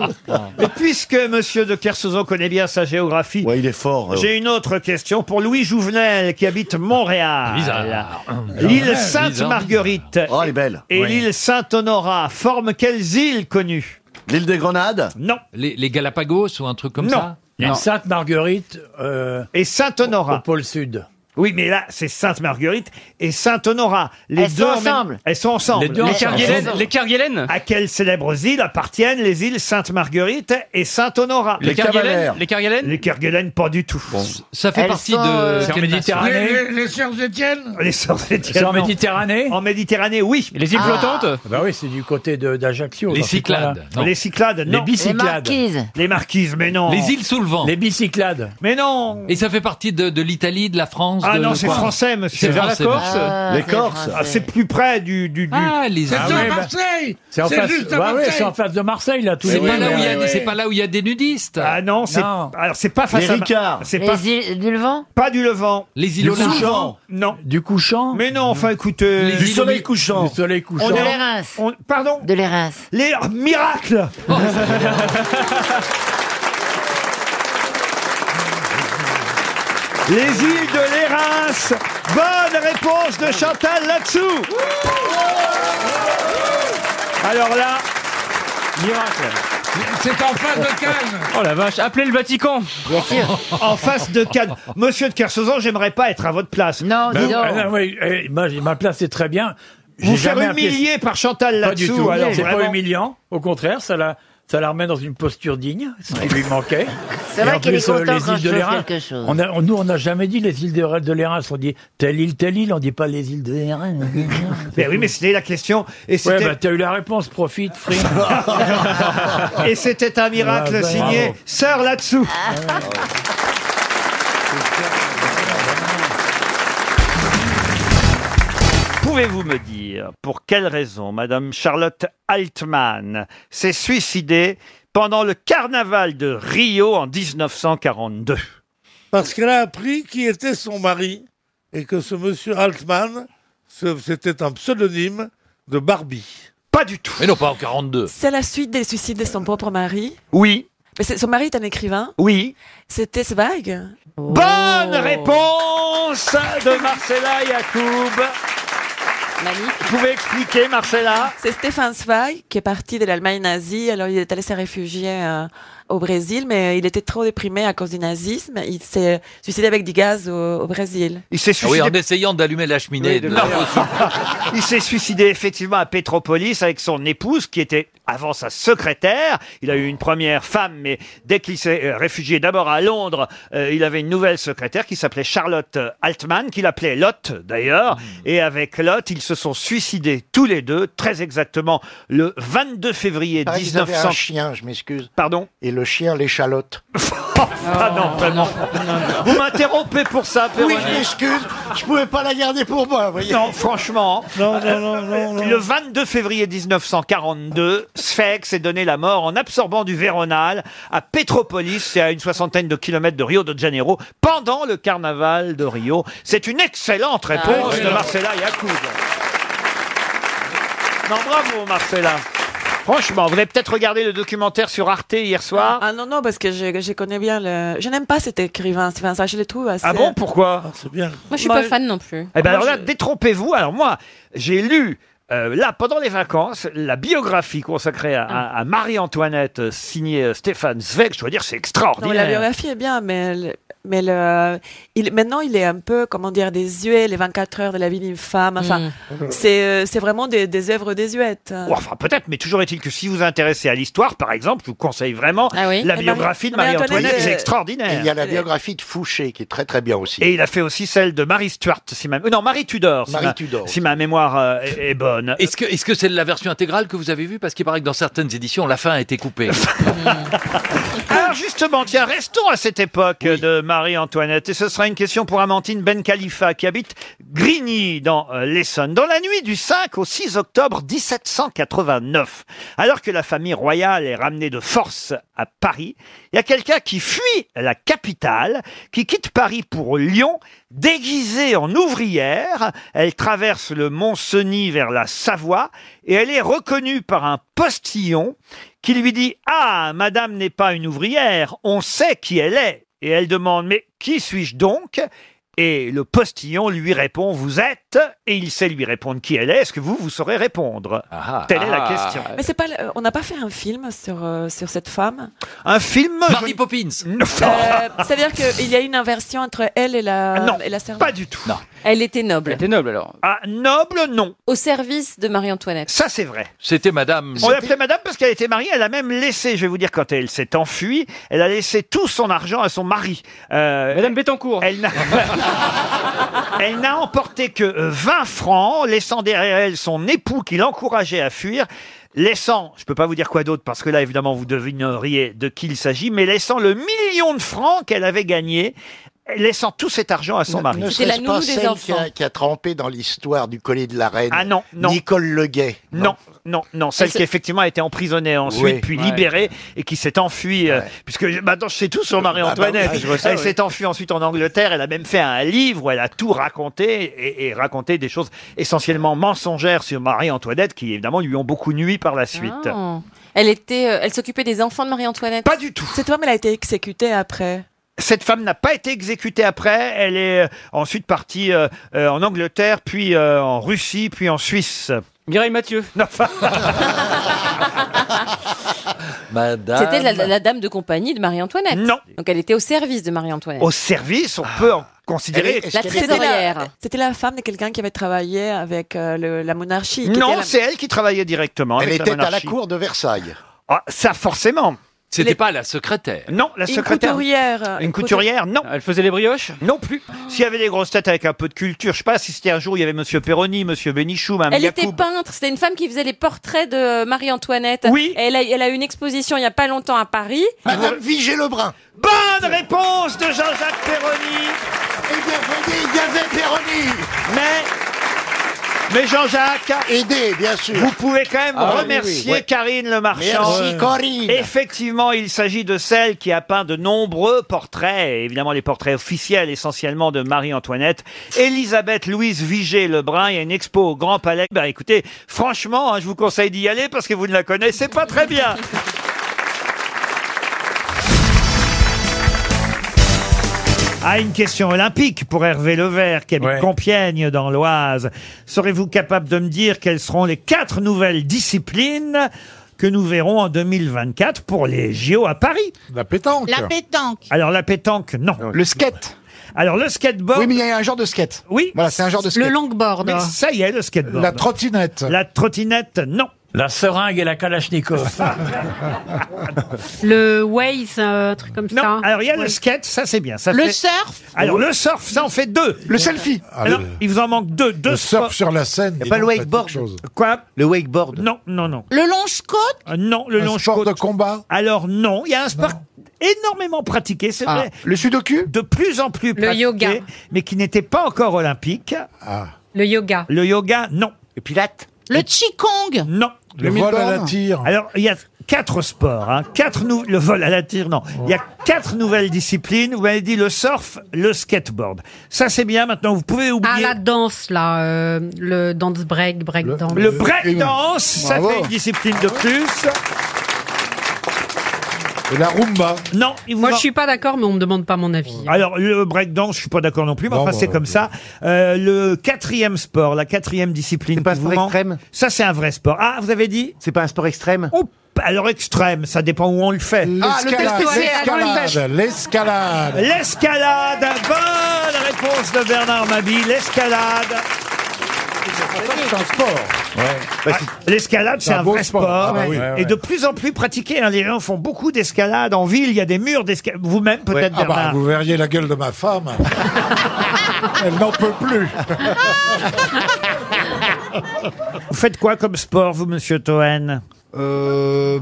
S1: Et puisque Monsieur de Kersauzon connaît bien sa géographie,
S15: il est fort. euh. ouais.
S1: j'ai une autre question pour Louis Jouvenel qui habite Montréal.
S15: Bizarre.
S1: Ah L'île
S15: Bizarre.
S13: hein.
S1: Sainte-Marguerite
S15: Oh, elle est belle.
S1: et
S15: Oui.
S1: l'île Saint-Honorat forment quelles îles connues
S15: L'île des Grenades
S1: Non.
S13: Les, les Galapagos ou un truc comme
S1: Non.
S13: ça
S14: Il y a
S1: Non.
S14: une Sainte Marguerite
S1: et Saint-Honorat.
S14: au, au pôle sud.
S1: Oui, mais là, c'est Sainte-Marguerite et Sainte-Honorat. Les
S14: Elles
S1: deux
S14: sont
S1: en même-
S14: ensemble.
S1: Elles sont ensemble.
S14: Les deux Les ensemble. Kerguelen-
S1: Les Kerguelen À quelles célèbres îles appartiennent les îles Sainte-Marguerite et Sainte-Honorat
S14: Les Les Kerguelen Cavalaires. Les
S1: Kerguelen Les Kerguelen, pas du tout.
S13: Ça fait Elles partie sont, de- euh,
S14: C'est en
S13: quelle nation
S14: Méditerranée.
S9: Les, les sœurs Étienne
S1: Les sœurs Étienne,
S14: C'est en
S1: non.
S14: Méditerranée
S1: En Méditerranée, oui.
S14: Les
S9: îles Ah. flottantes
S14: Bah oui, c'est du côté de- d'Ajaccio.
S13: Les
S14: dans ces
S13: Cyclades,
S14: coins-là.
S13: non.
S1: Les Cyclades, non.
S14: Les bicyclades.
S17: Les marquises.
S1: Les marquises, mais non.
S13: Les îles sous le vent.
S14: Les bicyclades.
S1: Mais non
S13: Et ça fait partie de, de l'Italie, de la France
S1: Ah
S13: de-
S1: non,
S13: de
S1: c'est
S13: quoi
S1: français, monsieur.
S13: C'est vers la Corse
S17: Ah,
S15: Les Corses.
S1: Ah, c'est plus près du... du, du-
S13: Ah, les
S9: C'est
S13: îles.
S9: en
S14: oui, bah,
S9: Marseille
S14: C'est en,
S9: C'est
S14: face...
S9: juste à
S14: bah oui,
S9: Marseille.
S14: c'est en face de Marseille, là, tous
S13: C'est
S14: les
S13: pas, là où il y a
S14: oui,
S13: des-
S14: oui.
S13: c'est pas là où il y a des nudistes.
S1: Ah non, c'est...
S14: Non.
S1: Alors, c'est pas face
S15: Les
S1: à... Ma-
S15: Ricards.
S1: C'est pas...
S17: Les îles du Levant
S1: pas du Levant.
S13: Les îles
S14: Du
S13: au large.
S14: couchant.
S1: Non.
S14: Du couchant.
S1: Mais non, enfin, euh, écoutez...
S14: Les
S15: Du
S14: îles
S15: soleil
S14: au-
S15: couchant.
S14: Du soleil couchant.
S1: On
S17: De
S1: est-
S17: l'Érins.
S1: on- Pardon
S17: De l'Érins.
S1: Les oh, miracles Les îles de l'Érins Bonne réponse de Chantal là-dessous Alors là, miracle.
S9: C'est en face de Cannes
S14: Oh la vache, appelez le Vatican.
S17: Bien sûr.
S1: En face de Cannes. Monsieur de Kersauzon, j'aimerais pas être à votre place.
S17: Non,
S14: Ben,
S17: Oh, dis donc.
S14: ah non, oui, eh, ma, ma place est très bien.
S1: Vous
S14: J'ai
S1: faire
S14: jamais appelé-
S1: humilier par Chantal
S14: Pas du
S1: là-dessous,
S14: tout.
S1: alors
S14: C'est pas
S1: vraiment.
S14: humiliant. Au contraire, ça la, ça la remet dans une posture digne, ce qui lui manquait.
S17: C'est
S14: Et
S17: vrai
S14: en
S17: qu'il est
S14: plus, euh,
S17: content
S14: les
S17: quand
S14: îles
S17: je
S14: de
S17: fais
S14: l'Hérin,
S17: quelque chose.
S14: on a- on- nous, on n'a jamais dit les îles de, de l'Hérin. On dit telle île, telle île. On dit pas les îles de l'Hérin.
S1: Mais Ben oui, mais c'était la question. Et c'était...
S14: ouais, bah, t'as eu la réponse. Profite, free.
S1: Et c'était un miracle
S14: Ah, bah,
S1: signé
S14: bravo.
S1: Sœur là-dessous. Pouvez-vous me dire pour quelle raison Madame Charlotte Altman s'est suicidée pendant le carnaval de Rio en 1942
S9: Parce qu'elle a appris qui était son mari et que ce monsieur Altman, ce- c'était un pseudonyme de Barbie.
S1: Pas du tout.
S13: Mais non, pas en 42.
S18: C'est la suite des suicides de son propre mari.
S1: Oui.
S15: Mais c'est- son mari est un écrivain
S1: Oui. Oh.
S15: C'était Zweig
S1: Bonne réponse de Marcella Yacoub. Vous pouvez expliquer, Marcella
S15: C'est Stéphane Zweig qui est parti de l'Allemagne nazie. Alors, il est allé se réfugier euh, au Brésil, mais il était trop déprimé à cause du nazisme. Il s'est suicidé avec du gaz au, au Brésil.
S1: Il s'est
S15: suicidé-
S7: Ah oui, en essayant d'allumer la cheminée. de
S1: Non. Il s'est suicidé effectivement à Petropolis avec son épouse qui était avant sa secrétaire. Il a eu une première femme, mais dès qu'il s'est euh, réfugié d'abord à Londres, euh, il avait une nouvelle secrétaire qui s'appelait Charlotte euh, Altman, qu'il appelait Lotte d'ailleurs. Et avec Lotte, ils se sont suicidés tous les deux, très exactement le 22 février
S12: Ah, ils avaient
S1: 1900.
S12: un chien, je m'excuse.
S1: Pardon
S12: Et le chien, l'échalote.
S1: Ah non, vraiment. Vous m'interrompez pour ça,
S12: Oh. Oui,
S1: Péronique.
S12: je m'excuse. Je pouvais pas la garder pour moi, vous voyez.
S1: Non, franchement.
S12: non, non, non,
S15: Mmh.
S12: non.
S1: Le 22 février 1942, Sfex s'est donné la mort en absorbant du Véronal à Petropolis, c'est à une soixantaine de kilomètres de Rio de Janeiro, pendant le carnaval de Rio. C'est une excellente
S15: Ah
S1: réponse de Marcella Yacoub. Non, bravo Marcella. Franchement, vous avez peut-être regardé le documentaire sur Arte hier soir.
S15: Ah non, non, parce que je, je connais bien le... Je n'aime pas cet écrivain, Stéphane Zweig, je le trouve assez...
S1: Ah bon, pourquoi C'est bien.
S15: Moi, je suis Moi, pas je- fan non plus.
S1: Eh ben alors
S15: Ah, Moi,
S1: là, détrompez-vous. Alors moi, j'ai lu. euh, là, pendant les vacances, la biographie consacrée à, à- à Marie-Antoinette, euh, signée euh, Stéphane Zweig, je dois dire, c'est
S15: Non, la
S1: extraordinaire.
S15: biographie est bien, mais, le- mais le, il, maintenant, il est un peu, comment dire, désuet, les 24 heures de la vie d'une femme. Enfin, c'est euh, c'est vraiment des, des œuvres désuètes.
S1: Ou Oh, enfin, peut-être, mais toujours est-il que si vous vous intéressez à l'histoire, par exemple, je vous conseille vraiment la
S12: Ah Et
S1: biographie de
S12: Marie-
S1: Marie-Antoinette,
S12: Marie-Antoinette,
S1: c'est
S12: euh,
S1: extraordinaire.
S12: et Il y a la biographie de Fouché qui est très très bien aussi.
S1: Et il a fait aussi celle de Marie Stuart, si ma... euh, non Marie Tudor, si,
S12: Marie
S1: ma...
S12: Tudor.
S1: si ma mémoire euh, est, est bonne.
S7: Est-ce que est-ce que c'est la version intégrale que vous avez vue Parce qu'il paraît que dans certaines éditions, la fin a été coupée.
S1: Alors Ah, justement, tiens, restons à cette époque de Marie-Antoinette. Et ce sera une question pour Amantine Ben Khalifa, qui habite Grigny, dans euh, l'Essonne. Dans la nuit du 5 au 6 octobre 1789, alors que la famille royale est ramenée de force à Paris, il y a quelqu'un qui fuit la capitale, qui quitte Paris pour Lyon, déguisée en ouvrière. Elle traverse le Mont-Cenis vers la Savoie, et elle est reconnue par un postillon qui lui dit Ah, madame n'est pas une ouvrière, on sait qui elle est. Et elle demande Mais qui suis-je donc Et le postillon lui répond Vous êtes. Et il sait lui répondre qui elle est. Est-ce que vous, vous saurez répondre Telle est la
S15: Ah.
S1: question.
S15: Mais c'est pas, le- on n'a pas fait un film sur, euh, sur cette femme.
S1: Un film.
S15: Mary
S7: Poppins.
S1: Ah,
S15: Euh, C'est-à-dire qu'il y a une inversion entre elle et la,
S1: Non,
S15: et la servante.
S1: Pas du tout.
S19: Elle était noble.
S1: était noble alors. Ah, noble, non.
S19: Au service de Marie-Antoinette.
S1: Ça, c'est vrai.
S7: C'était
S12: Hmm.
S7: Madame.
S1: On l'appelait madame parce qu'elle était mariée. Elle a même laissé, je vais vous dire, quand elle s'est enfuie, elle a laissé tout son argent à son mari. madame Bettencourt. Elle n'a, elle n'a emporté que euh, 20 francs, laissant derrière elle son époux qui l'encourageait à fuir. Laissant, je peux pas vous dire quoi d'autre parce que là évidemment vous devineriez de qui il s'agit, mais laissant le million de francs qu'elle avait gagné, laissant tout cet argent à son mari.
S12: Ne serait-ce pas celle qui a, qui a trempé dans l'histoire du collier de la reine.
S1: Ah non, non.
S12: Nicole Leguet.
S1: Non, non, non. Celle
S12: Elle se-
S1: qui effectivement a été emprisonnée ensuite,
S12: Oui.
S1: puis
S12: Ouais.
S1: libérée, et qui s'est enfuie, euh, puisque maintenant je sais tout sur Marie-Antoinette.
S12: Ah bah oui, je vois ça,
S1: elle
S12: oui.
S1: s'est enfuie ensuite en Angleterre, elle a même fait un livre où elle a tout raconté, et, et raconté des choses essentiellement mensongères sur Marie-Antoinette, qui évidemment lui ont beaucoup nui par la suite.
S19: Ah. Elle était, euh, elle s'occupait des enfants de Marie-Antoinette.
S1: Pas du tout.
S19: Cette femme, elle a été exécutée après.
S1: Cette femme n'a pas été exécutée après, elle est euh, ensuite partie euh, euh, en Angleterre, puis euh, en Russie, puis en Suisse. Mireille Mathieu. Madame.
S19: C'était la, la dame de compagnie de Marie-Antoinette.
S1: Non.
S19: Donc elle était au service de Marie-Antoinette.
S1: Au service,
S12: Ah.
S1: on peut en considérer.
S19: La trésorière.
S15: C'était la femme de quelqu'un qui avait travaillé avec euh, le- la monarchie. qui était
S1: Non,
S15: la-
S1: c'est elle qui travaillait directement.
S12: Elle
S1: avec
S12: était à la
S1: monarchie.
S12: cour de Versailles.
S1: Ah, ça, forcément.
S7: C'était pas la secrétaire.
S1: Non, la
S7: Une
S1: secrétaire.
S7: couturière.
S1: Une couturière, non. Elle faisait les brioches Non plus. S'il y avait des grosses têtes avec un peu de culture, je sais pas si c'était un jour, il y avait Monsieur Perroni, Monsieur Bénichou, Mme
S19: Elle était peintre, c'était une femme qui faisait les portraits de Marie-Antoinette.
S1: Oui.
S19: Elle a, elle a eu une exposition il n'y a pas longtemps à Paris.
S12: Madame Vigée Lebrun.
S1: Bonne réponse de Jean-Jacques Perroni.
S12: Eh bien, vous dites, il y avait Perroni.
S1: Mais. Mais Jean-Jacques,
S12: aidez, bien sûr.
S1: Vous pouvez quand même
S12: Ah oui,
S1: remercier
S12: oui, oui.
S1: Karine Le Marchand.
S12: Merci, Corinne.
S1: Effectivement, il s'agit de celle qui a peint de nombreux portraits, et évidemment les portraits officiels essentiellement de Marie-Antoinette. Elisabeth Louise Vigée Lebrun, il y a une expo au Grand Palais. Bah écoutez, franchement, hein, je vous conseille d'y aller parce que vous ne la connaissez pas très bien. Ah, une question olympique pour Hervé Levert, qui habite Compiègne dans l'Oise. Serez-vous capable de me dire quelles seront les quatre nouvelles disciplines que nous verrons en 2024 pour les JO à Paris La pétanque.
S3: La pétanque.
S1: Alors la pétanque, non. Le skate. Alors le skateboard. Oui, mais il y a un genre de skate. Oui. Voilà, c'est un genre de skate.
S3: Le longboard.
S1: Mais ça y est, le skateboard.
S6: La
S1: trottinette. La trottinette, non.
S14: La seringue et la kalachnikov.
S3: Le Waze, euh, un truc comme ça.
S1: Alors il y a le skate, ça c'est bien. Ça
S3: Le
S1: fait-
S3: surf
S1: Alors le surf, ça en fait deux. Le selfie. Alors,
S6: Ah, le-
S1: il vous en manque deux. deux
S6: Le surf sur la
S1: scène.
S6: Y a dis pas le donc, faites wakeboard quelque chose.
S1: Quoi Le wakeboard. Non, non, non.
S3: Le longe-côte
S1: Euh, non, le
S6: Un
S1: long sport de combat. Alors non, il y a un sport énormément pratiqué, c'est
S6: Ah.
S1: vrai. Le sudoku De plus en plus pratiqué,
S3: yoga.
S1: mais qui n'était pas encore olympique.
S6: Ah.
S3: Le yoga.
S1: Le yoga, non. Le pilate
S3: Le qigong
S1: Non.
S3: Le vol à la
S1: tire. Alors, il y a quatre sports. Hein, quatre nou- le vol à la tire, non. Il y a quatre nouvelles disciplines. Vous m'avez dit le surf, le skateboard. Ça, c'est bien. Maintenant, vous pouvez oublier...
S3: Ah, la danse, là. euh, le dance break, break dance.
S1: Le breakdance, ça fait Ah, une discipline de plus. Et la rumba. Non, il vous
S3: Moi,
S1: en-
S3: je suis pas d'accord, mais on me demande pas mon avis.
S1: Alors, le breakdance, je suis pas d'accord non plus, mais
S3: Non,
S1: enfin,
S3: bah,
S1: c'est comme ça. Euh, le quatrième sport, la quatrième discipline. C'est pas un sport extrême Ça, c'est un vrai sport. Ah, vous avez dit C'est pas un sport extrême Alors, extrême, ça dépend où on le fait.
S6: l'escalade, l'escalade.
S1: L'escalade, bonne réponse de Bernard Mabille, l'escalade.
S6: C'est un sport.
S1: Ah, L'escalade, c'est
S6: C'est un
S1: un,
S6: beau
S1: vrai sport.
S6: sport. Ah bah oui.
S1: Et de plus en plus pratiqué. hein. Les gens font beaucoup d'escalade. En ville, il y a des murs d'escalade. Vous-même, peut-être,
S6: Ah bah,
S1: Bernard.
S6: vous verriez la gueule de ma femme. Elle n'en peut plus.
S1: Vous faites quoi comme sport, vous, monsieur Toen
S2: Euh,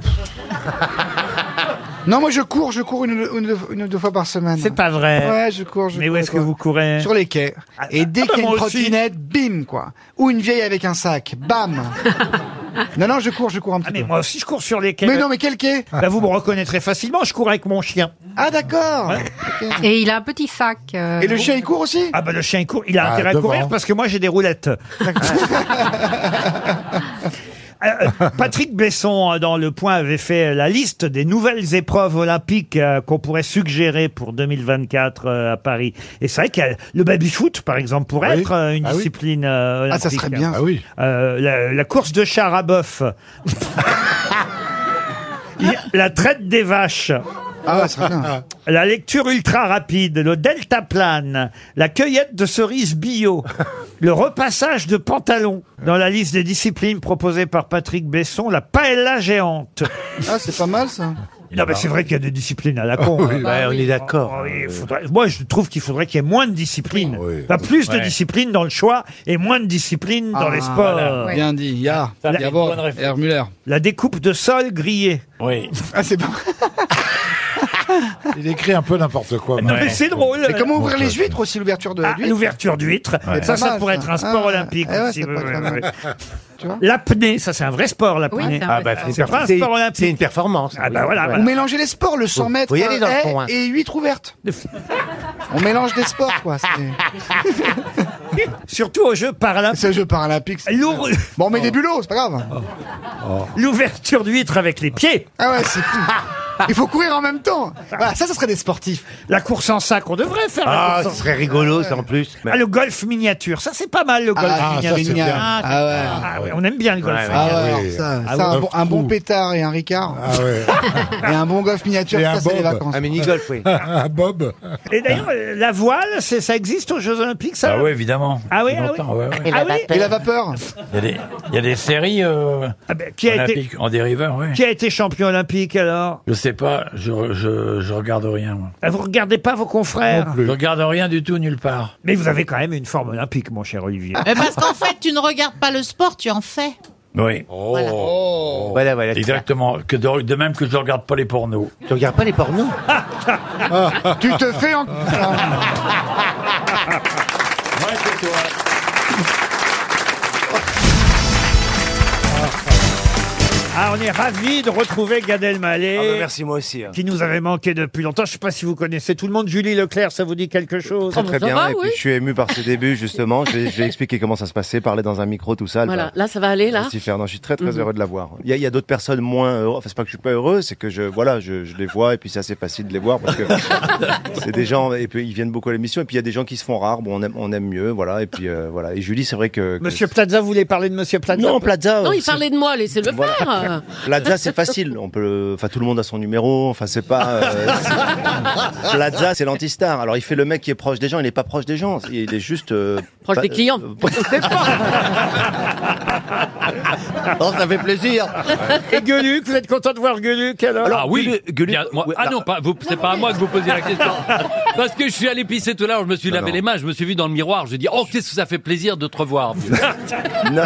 S2: Non, moi je cours, je cours une, une- une ou deux fois par semaine.
S1: C'est pas vrai.
S2: Ouais, je cours. Je
S1: Mais où
S2: cours,
S1: est-ce que
S2: quoi.
S1: vous courez
S2: Sur les quais. Et dès
S1: ah bah
S2: qu'il y a
S1: moi
S2: une
S1: aussi.
S2: trottinette, bim, quoi. Ou une vieille avec un sac, bam. non, non, je cours, je cours un petit peu.
S1: Ah, Mais moi aussi, je cours sur les quais.
S2: Mais non, mais quel quai
S1: Bah, vous me reconnaîtrez facilement, je cours avec mon chien.
S2: Ah, d'accord.
S3: Et il a un petit sac. euh,
S2: Et le chien, il court aussi
S1: Ah bah le chien il court, il a
S2: Ah,
S1: intérêt
S2: devant.
S1: à courir parce que moi j'ai des roulettes. Euh, euh, Patrick Besson, euh, dans Le Point, avait fait la liste des nouvelles épreuves olympiques euh, qu'on pourrait suggérer pour 2024 euh, à Paris. Et c'est vrai que euh, le baby-foot, par exemple, pourrait
S6: Oui.
S1: être euh, une
S6: Ah oui.
S1: discipline euh,
S6: Ah,
S1: olympique.
S6: ça serait bien. Ah oui.
S1: Euh, la, la course de char à bœuf. Il y a la traite des vaches.
S2: Ah, ça serait bien.
S1: La lecture ultra rapide, le delta plane, la cueillette de cerises bio, le repassage de pantalons. Dans la liste des disciplines proposées par Patrick Besson, la paella géante.
S2: Ah, c'est pas mal ça.
S1: Non, mais c'est vrai qu'il y a des disciplines à la con.
S2: Ah oui,
S1: hein.
S2: bah
S1: Ah
S2: on
S1: oui.
S2: est d'accord.
S1: Ah oui, il faudrait- Moi, je trouve qu'il faudrait qu'il y ait moins de disciplines. Enfin, plus de
S2: Ouais.
S1: disciplines dans le choix et moins de disciplines dans
S2: Ah,
S1: les sports.
S2: voilà. Ouais. Bien dit, ya. Ça, c'est Yavor, une bonne réflexion. Hermuller.
S1: La découpe de sol grillée.
S14: Oui.
S2: Ah, c'est pas
S6: Il écrit un peu n'importe quoi.
S1: Non, mais c'est drôle.
S2: Et comment ouvrir les huîtres aussi, l'ouverture de
S1: Ah,
S2: l'huître
S1: l'ouverture d'huître.
S2: Ouais.
S1: Ça,
S2: Pas
S1: ça
S2: mal,
S1: pourrait
S2: ça.
S1: être un sport
S2: Ah,
S1: olympique.
S2: eh ouais,
S1: aussi.
S2: c'est pas
S1: Oui,
S2: très
S1: oui,
S2: mal.
S1: oui. L'apnée, ça c'est un vrai sport,
S2: Oui,
S1: l'apnée.
S2: c'est un vrai Ah, bah, sport.
S1: c'est pas un
S8: C'est-
S1: sport olympique. C'est une performance. Ah bah voilà.
S2: Ou
S1: voilà.
S2: mélanger les sports, le 100 mètres
S1: faut y aller dans le
S2: haie
S1: fond, hein.
S2: et huîtres ouvertes. On mélange des sports, quoi. c'est-
S1: Surtout aux Jeux paralympiques. Oh.
S2: C'est aux Jeux paralympiques. c'est- Bon, on met des bulots, c'est pas grave.
S13: Oh.
S1: L'ouverture d'huître avec les pieds.
S2: Ah ouais, c'est fou. Il faut courir en même temps. Voilà, ça, ça serait des sportifs.
S1: La course en sac, on devrait faire.
S5: Ah,
S1: la course en-
S8: Ah, rigolo, ça en plus.
S1: Ah, le golf miniature, ça c'est pas mal le golf
S2: Ah, ça, c'est
S1: miniature.
S2: bien. Ah ouais.
S1: ouais, on aime bien le golf.
S8: Ouais, ouais.
S2: Ah ouais,
S1: miniature.
S2: alors ça,
S1: Ah
S2: ça,
S1: ouais.
S2: un, bon, un bon pétard et un Ricard.
S1: Ah
S2: et un bon golf miniature,
S6: Et
S2: ça,
S6: un
S2: c'est les
S6: bob.
S2: vacances.
S8: Un mini-golf, oui.
S6: Un bob.
S1: Et d'ailleurs, euh, la voile, c'est- ça existe aux Jeux Olympiques, ça
S14: Ah oui, évidemment.
S1: Ah oui,
S14: Depuis
S1: ah oui.
S14: longtemps, ouais, ouais.
S1: Ah oui
S2: Et la vapeur
S14: Il y a des, il y a des séries euh,
S1: Ah ben, qui a été-
S14: olympiques en dériveur, oui.
S1: Qui a été champion olympique alors
S14: Je sais pas, je, je, je regarde rien. moi.
S1: Ah, Vous regardez pas vos confrères
S14: Je regarde rien du tout nulle part.
S1: Mais vous avez quand même une forme olympique, mon cher Olivier.
S8: Ah ben.
S3: Mais Eh, parce qu'en fait, tu ne regardes pas le sport, tu en fais.
S14: Oui.
S8: Voilà, voilà.
S14: Exactement. Que de, de même que je ne regarde pas les pornos.
S8: Tu regardes pas les pornos
S1: Ah,
S2: Ah, Tu te fais en...
S1: Ah, on est ravis de retrouver Gad Elmaleh.
S5: Ah bah merci, moi aussi, hein.
S1: Qui nous avait manqué depuis longtemps. Je sais pas si vous connaissez tout le monde. Julie Leclerc, ça vous dit quelque chose
S5: Très, très bien. et puis, je suis ému par ses débuts, justement. Je vais, je vais expliquer comment ça se passait, parler dans un micro, tout ça. elle
S9: Voilà,
S5: va-
S9: là ça va aller, là
S5: Merci, Fernand. Je suis très, très
S9: Mhm.
S5: heureux de la voir. Il y a, il y a d'autres personnes moins heureuses. Enfin, c'est pas que je suis pas heureux, c'est que je, voilà, je, je les vois et puis c'est assez facile de les voir parce que c'est des gens, et puis ils viennent beaucoup à l'émission. Et puis, il y a des gens qui se font rares. Bon, on aime, on aime mieux, voilà. Et puis, euh, voilà. Et Julie, c'est vrai que. que-
S1: Monsieur Plaza, vous voulez parler de Monsieur Ah, Plaza
S5: Non, Plaza.
S9: Non, il
S5: c'est-
S9: parlait de moi, laissez-le
S5: Voilà.
S9: faire
S5: Plaza, c'est facile. On peut, enfin, tout le monde a son numéro. Enfin, c'est pas. euh, c'est- Plaza, c'est l'antistar. Alors, il fait le mec qui est proche des gens. Il n'est pas proche des gens. Il est juste euh,
S9: Proche
S5: pas-
S9: des clients.
S5: Oh, ça fait plaisir.
S1: Et Gueluc, vous êtes content de voir Gueluc alors
S7: ah oui, bien, moi- ah non, pas, vous, c'est pas à moi que vous posez la question. Parce que je suis allé pisser tout à l'heure, je me suis lavé les mains, je me suis vu dans le miroir, j'ai dit oh qu'est-ce que ça fait plaisir de te revoir.
S5: non,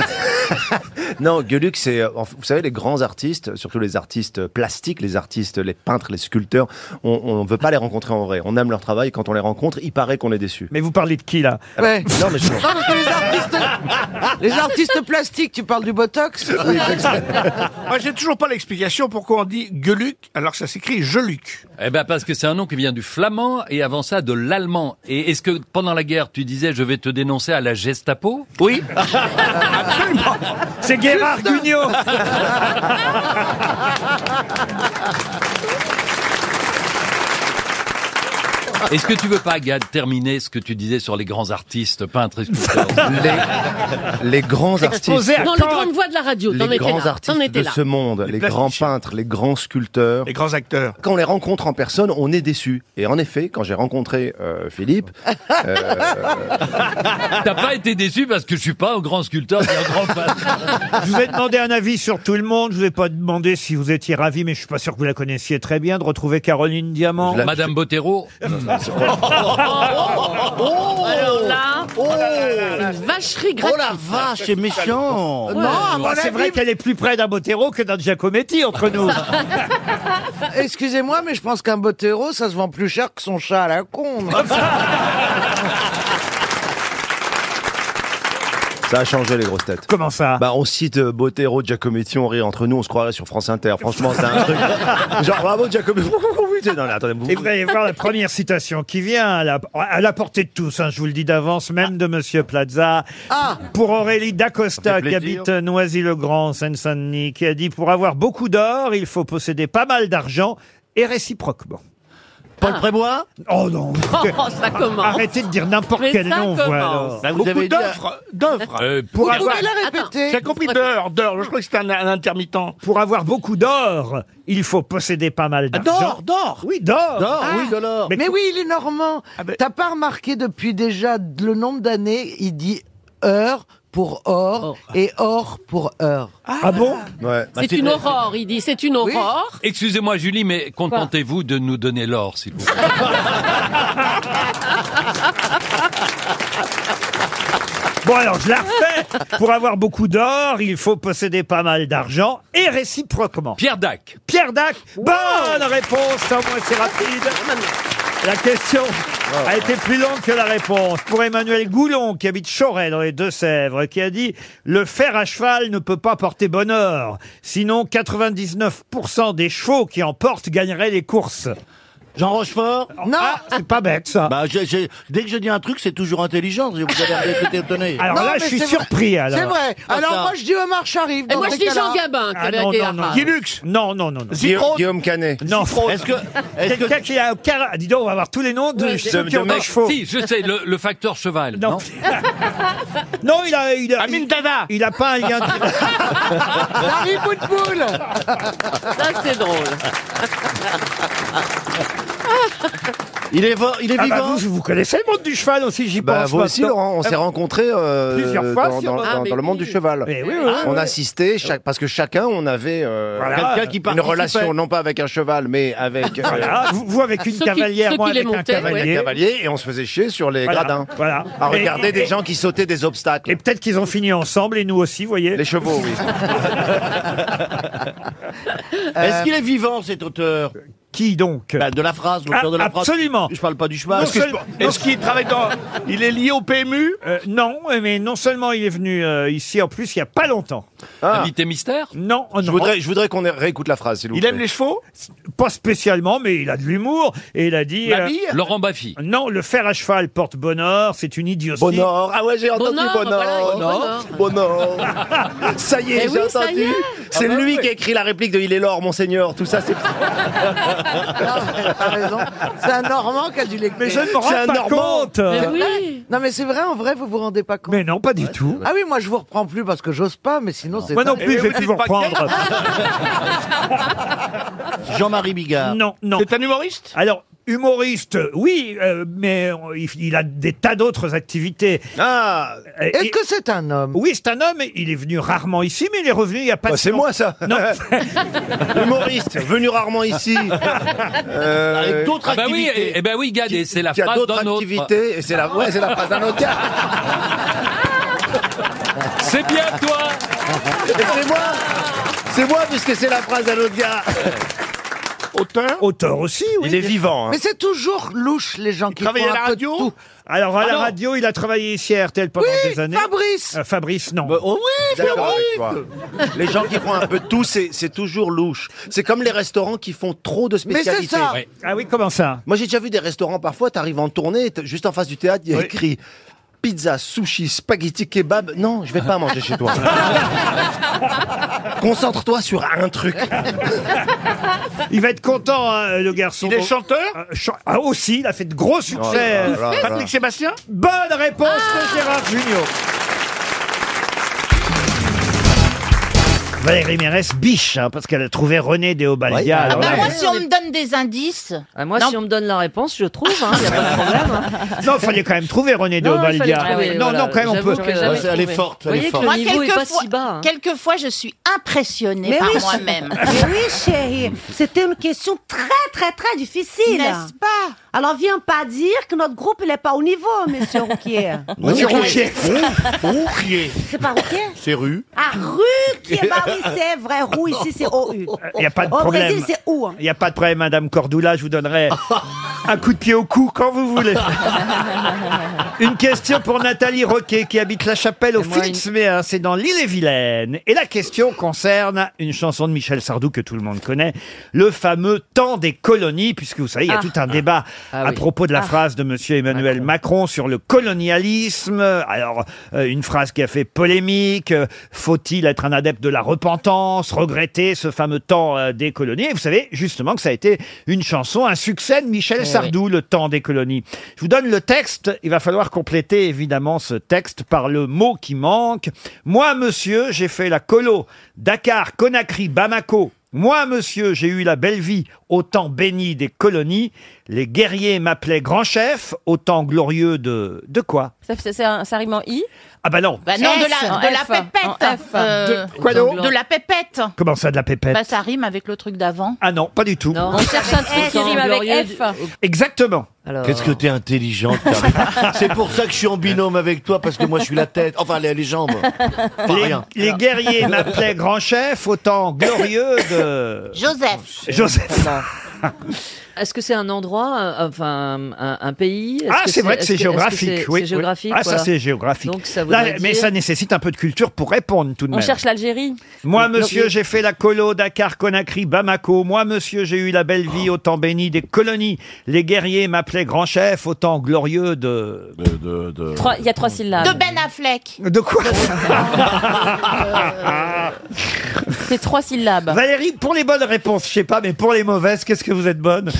S5: non Gueluc, c'est, euh, en- vous savez, les grands artistes, surtout les artistes plastiques, les artistes, les peintres, les sculpteurs, on ne veut pas les rencontrer en vrai. On aime leur travail. Quand on les rencontre, il paraît qu'on est déçu.
S1: Mais vous parlez de qui là
S17: Ouais.
S5: Non, mais je...
S17: Non, parce que les artistes, les artistes plastiques, tu parles du Botox
S7: Moi j'ai toujours pas l'explication pourquoi on dit Gueluc alors que ça s'écrit Jeluc. Eh ben parce que c'est un nom qui vient du flamand et avant ça de l'allemand. Et est-ce que pendant la guerre tu disais je vais te dénoncer à la Gestapo Oui.
S1: C'est Gérard Gugnot
S14: Hein.
S7: Est-ce que tu veux pas, Gad, terminer ce que tu disais sur les grands artistes, peintres et sculpteurs
S5: les, les grands artistes.
S9: Dans les grandes voix de la radio, t'en
S5: les
S9: étais
S5: grands
S9: là. T'en
S5: artistes
S9: étais
S5: de
S9: là.
S5: ce monde, les, grands peintres, les grands sculpteurs, les grands acteurs. Quand on les rencontre en personne, on est déçu. Et en effet, quand j'ai rencontré euh, Philippe, euh,
S20: Ah.
S7: T'as pas été déçu parce que je suis pas un grand sculpteur, mais un grand peintre.
S1: Je vous ai demandé un avis sur tout le monde. Je vous ai pas demandé si vous étiez ravi, mais je suis pas sûr que vous la connaissiez très bien, de retrouver Caroline Diamant.
S7: Madame Bottero.
S12: Oh,
S9: Alors là, une vacherie
S12: Oh,
S9: gratuite.
S1: Non, Bah, c'est vrai qu'elle est plus près d'un Botero que d'un Giacometti entre nous.
S17: Excusez-moi, mais je pense qu'un Bottero, ça se vend plus cher que son chat à la con.
S5: ça a changé les grosses têtes.
S1: Comment ça
S5: Bah on cite euh, Bottero, Giacometti, on rit entre nous, on se croirait sur France Inter. Franchement, c'est un truc. Genre bravo Giacometti. non, mais attendez, vous-
S1: Et vous allez voir la première citation qui vient à la, à la portée de tous, hein, je vous le dis d'avance, même de Monsieur Plaza.
S9: Ah.
S1: Pour Aurélie
S5: Ça
S1: Dacosta,
S5: fait
S1: qui
S5: plaisir.
S1: habite Noisy-le-Grand, en Seine-Saint-Denis, qui a dit Pour avoir beaucoup d'or, il faut posséder pas mal d'argent, et réciproquement. Paul Prébois Oh non
S9: Ah. Oh, ça commence.
S1: Arrêtez de dire n'importe
S9: Mais
S1: quel
S9: ça
S1: nom,
S9: commence.
S1: voilà.
S9: Bah, vous Beaucoup avez dit-
S21: d'offres, d'offres.
S1: pour
S21: Vous
S1: avoir...
S21: pouvez la répéter
S1: J'ai
S21: compris, d'heures,
S1: Euh, d'or. Je crois que c'était un, intermittent. Pour avoir beaucoup d'or, il faut posséder pas mal d'argent.
S17: d'or, d'or
S1: Oui, Ah, Ah, d'or
S17: Ah. Mais, oui, il est normand. T'as pas remarqué depuis déjà le nombre d'années, il dit heure pour or et or pour heure. Bah,
S1: Ah, bon
S9: C'est une aurore, il dit. C'est une aurore.
S7: Bah, Excusez-moi, Julie, mais contentez-vous de nous donner l'or, s'il vous plaît.
S1: Bon alors je la refais. Pour avoir beaucoup d'or, il faut posséder pas mal d'argent et réciproquement.
S7: Pierre Dac.
S1: Pierre Dac. Bonne réponse. Au moins c'est rapide. La question
S7: Oh.
S1: a été plus longue que la réponse. Pour Emmanuel Goulon, qui habite Choret dans les Deux-Sèvres, qui a dit « Le fer à cheval ne peut pas porter bonheur. Sinon, 99% des chevaux qui en portent gagneraient les courses. »
S12: Jean Rochefort
S1: Non C'est pas bête, ça.
S12: Bah, j'ai- j'ai- Dès que je dis un truc, c'est toujours intelligent. Vous avez l'air d'être étonné.
S1: Alors là, je suis surpris. Alors.
S17: C'est vrai. Alors moi, je dis Omar Sharif.
S9: Et
S17: dans
S9: moi,
S17: ces
S9: je dis
S17: cas-là.
S9: Jean Gabin. qui
S1: Ah
S9: avait
S1: non,
S9: été
S1: non,
S9: à
S1: non.
S9: Harvard.
S1: Non, non, non, non.
S5: Guillaume, Guillaume Canet.
S1: Non,
S5: Est-ce que- est-ce que-
S1: quelqu'un qui a un car- Dis donc, on va avoir tous les noms de ceux qui ont des chevaux.
S7: Si, je sais, le, le facteur cheval. Non.
S1: Non, il a, il a, il, il a pas un lien.
S17: Larry Boutboul
S9: Ça, c'est drôle.
S5: Il est, vo- il est
S1: Ah bah
S5: vivant.
S1: vous, vous connaissez le monde du cheval aussi, j'y
S5: Bah,
S1: pense.
S5: vous aussi,
S1: maintenant.
S5: Laurent, on s'est
S1: Ah,
S5: rencontrés euh,
S1: Plusieurs fois,
S5: dans,
S1: sûrement.
S5: dans-
S1: Ah,
S5: dans
S1: mais
S5: le monde du cheval.
S1: Mais oui, oui, oui,
S5: on
S1: oui.
S5: assistait, chaque, parce que chacun, on avait euh,
S1: Voilà. Quelqu'un qui
S5: une
S1: participait.
S5: relation, non pas avec un cheval, mais avec... euh,
S1: Voilà, vous, vous avec une
S5: Ceux qui-
S1: cavalière,
S5: ceux
S1: moi
S5: qui les
S1: avec un
S5: montaient,
S1: cavalier.
S5: ouais. Cavalier, et on se faisait chier sur les gradins.
S1: Voilà.
S5: À regarder des gens
S1: qui sautaient des obstacles. Et peut-être qu'ils ont fini ensemble, et nous aussi, vous voyez. Les
S5: chevaux, oui.
S12: Est-ce qu'il est vivant, cet auteur
S1: Qui donc
S12: De la phrase, l'auteur
S1: Ah,
S12: de la phrase.
S1: absolument.
S12: Je parle pas du cheval.
S1: Non seulement-
S12: Est-ce qu'il travaille dans...
S1: Il est lié au PMU Non, mais non seulement il est venu euh, ici, en euh, plus, il y a pas longtemps.
S7: Invité mystère
S1: Non,
S5: Je voudrais, je voudrais qu'on réécoute la phrase, s'il vous
S1: Il
S5: plaît.
S1: aime les chevaux Pas spécialement, mais il a de l'humour. Et il a dit...
S5: La bille
S7: euh, Laurent Baffy.
S1: Non, le fer à cheval porte bonheur, c'est une idiotie.
S5: Bonheur. Ah ouais, j'ai entendu Bonheur, bonheur. voilà, il dit Bonheur. Ça y est,
S1: Eh
S5: j'ai
S1: oui, ça y
S5: entendu.
S1: est.
S5: C'est
S1: Ah bah
S5: lui
S1: oui.
S5: qui a écrit la réplique de Il est l'or, monseigneur. Tout ça, c'est.
S17: C'est un Normand qui a dû l'écrire.
S5: Mais je ne me rends C'est un pas Normand. compte. Mais
S1: oui.
S17: Non, mais c'est vrai, en vrai, vous vous rendez pas compte.
S1: Mais non, pas du tout.
S17: Ah oui, moi, je vous reprends plus parce que j'ose pas, mais sinon, c'est.
S1: Moi non
S17: ça.
S7: Eh,
S1: plus, je vais plus vous reprendre.
S7: hein
S12: Jean-Marie Bigard.
S1: Non, non. C'est un humoriste Alors, humoriste, oui, euh, mais euh, il, il a des tas d'autres activités. Ah
S17: Est-ce que c'est un homme
S1: Oui, c'est un homme. et Il est venu rarement ici, mais il est revenu il n'y a pas de
S5: Bah, c'est moi, ça
S1: Non.
S5: Humoriste, venu rarement ici. Euh,
S7: Avec d'autres Ah bah oui, activités. eh- eh ben oui, Gad, et c'est la
S5: Qui a
S7: phrase
S5: d'autres
S7: d'un autre.
S5: activités, et c'est la, ouais, c'est la phrase d'un autre gars.
S7: C'est bien toi
S5: Et C'est moi C'est moi, puisque c'est la phrase d'un autre gars.
S1: Auteur Auteur aussi, oui.
S5: Il est vivant, hein.
S17: Mais c'est toujours louche, les gens qui font
S1: travaillait à la
S17: un peu de tout.
S1: Alors, à
S17: Ah
S1: la
S17: non.
S1: radio, il a travaillé ici à RTL pendant
S17: Oui,
S1: des années.
S17: Fabrice.
S1: Euh, Fabrice, non.
S19: Bah, oh
S5: D'accord avec toi. Les gens qui font un peu de tout, c'est c'est toujours louche. C'est comme les restaurants qui font trop de
S1: Mais c'est
S5: spécialités.
S1: ça. Ouais. Ah oui, comment ça
S5: Moi, j'ai déjà vu des restaurants, parfois, t'arrives en tournée, t'es juste en face du théâtre, il y a écrit pizza, sushi, spaghetti, kebab. Non, je vais pas manger chez toi. Concentre-toi sur un truc.
S1: Il va être content, hein, le garçon.
S5: Il est
S1: chanteur Ah aussi, il a fait de gros succès.
S5: Oh là là là. Patrick
S1: Sébastien Bonne réponse de Gérard Junior. Valérie Mérès biche, hein, parce qu'elle a trouvé René Déobaldia.
S19: Ah,
S1: Alors
S3: Bah,
S19: bah,
S1: là,
S22: moi, si on me donne des indices.
S9: Ah,
S19: moi, si on me donne la réponse, je trouve. Hein, y a pas de problème.
S1: Non, fallait quand même trouver René
S19: Non, il fallait
S1: Deobaldia.
S19: trouver, Ah
S1: non,
S19: voilà,
S1: non, quand même, on
S19: j'avoue
S1: peut.
S19: que j'avais Ouais, elle est trouvé. forte, elle Vous est voyez que forte. le niveau est pas
S22: quelquefois-
S19: si bas, hein.
S22: Quelquefois, je suis impressionnée
S9: Mais
S22: par
S9: oui,
S22: moi-même.
S9: Mais oui, chérie, c'était une question très, très, très difficile.
S22: N'est-ce
S9: pas Alors, viens pas dire que notre groupe, il n'est pas au niveau, monsieur Rouquier.
S23: Monsieur Rouquier.
S22: Rouquier.
S9: C'est pas Rouquier
S23: C'est rue.
S9: Ah, Rouquier, bah oui, c'est vrai, Roux, ici, c'est OU.
S1: Il n'y a pas de
S9: Au
S1: problème.
S9: Brésil, c'est OU. hein.
S1: Il n'y a pas de problème, Madame Cordula, je vous donnerai un coup de pied au cou quand vous voulez. Une question pour Nathalie Roquet qui habite La Chapelle au Filsméa, c'est dans l'île-et-Vilaine. Et la question concerne une chanson de Michel Sardou que tout le monde connaît, le fameux temps des colonies, puisque vous savez, il y a
S24: Ah.
S1: tout un débat à propos de la
S24: Ah.
S1: phrase de Monsieur Emmanuel Macron. sur le colonialisme. Alors, euh, une phrase qui a fait polémique. Euh, Faut-il être un adepte de la repentance, regretter ce fameux temps euh, des colonies Et vous savez justement que ça a été une chanson, un succès de Michel
S24: Eh
S1: Sardou, le temps des colonies. Je vous donne le texte. Il va falloir compléter évidemment ce texte par le mot qui manque. Moi, monsieur, j'ai fait la colo. Dakar, Conakry, Bamako. Moi, monsieur, j'ai eu la belle vie au temps béni des colonies. Les guerriers m'appelaient grand chef au temps glorieux de... De quoi
S15: Ça, c'est- c'est un, ça rime en I
S1: Ah bah non.
S22: Bah non, de
S15: En
S22: la, de la
S15: F, en F.
S22: pépette. Euh,
S1: De quoi donc
S22: De la pépette.
S1: Comment ça, de la pépette
S22: Bah, ça rime avec le truc d'avant.
S1: Ah non, pas du tout.
S22: On cherche un truc qui rime avec F.
S1: Exactement.
S12: Qu'est-ce que t'es intelligente, Karine. C'est pour ça que je suis en binôme avec toi, parce que moi je suis la tête, enfin les, les jambes. Enfin,
S1: Les,
S12: rien.
S1: les guerriers m'appelaient grand chef au temps glorieux de...
S22: Joseph.
S1: Joseph.
S12: Ah.
S19: Est-ce que c'est un endroit, un- enfin un, un pays Est-ce
S1: Ah, c'est vrai que
S19: est-ce
S1: c'est
S19: est-ce
S1: géographique.
S19: c'est-
S1: oui,
S19: c'est
S1: oui.
S19: géographique.
S1: Ah,
S19: voilà.
S1: ça, c'est géographique.
S19: Donc ça
S1: Là,
S19: voudrait
S1: mais
S19: dire-
S1: ça nécessite un peu de culture pour répondre tout de
S15: On
S1: même.
S15: cherche l'Algérie.
S1: Moi,
S15: Donc,
S1: monsieur,
S15: le-
S1: j'ai fait la colo Dakar, Conakry, Bamako. Moi, monsieur, j'ai eu la belle vie au temps béni des colonies. Les guerriers m'appelaient grand chef au temps glorieux de... De,
S15: Trois- Il y a trois syllabes.
S22: De Ben Affleck.
S1: De quoi
S9: Ben
S15: C'est trois syllabes.
S1: Valérie, pour les bonnes réponses, je sais pas, mais pour les mauvaises, qu'est-ce que vous êtes bonne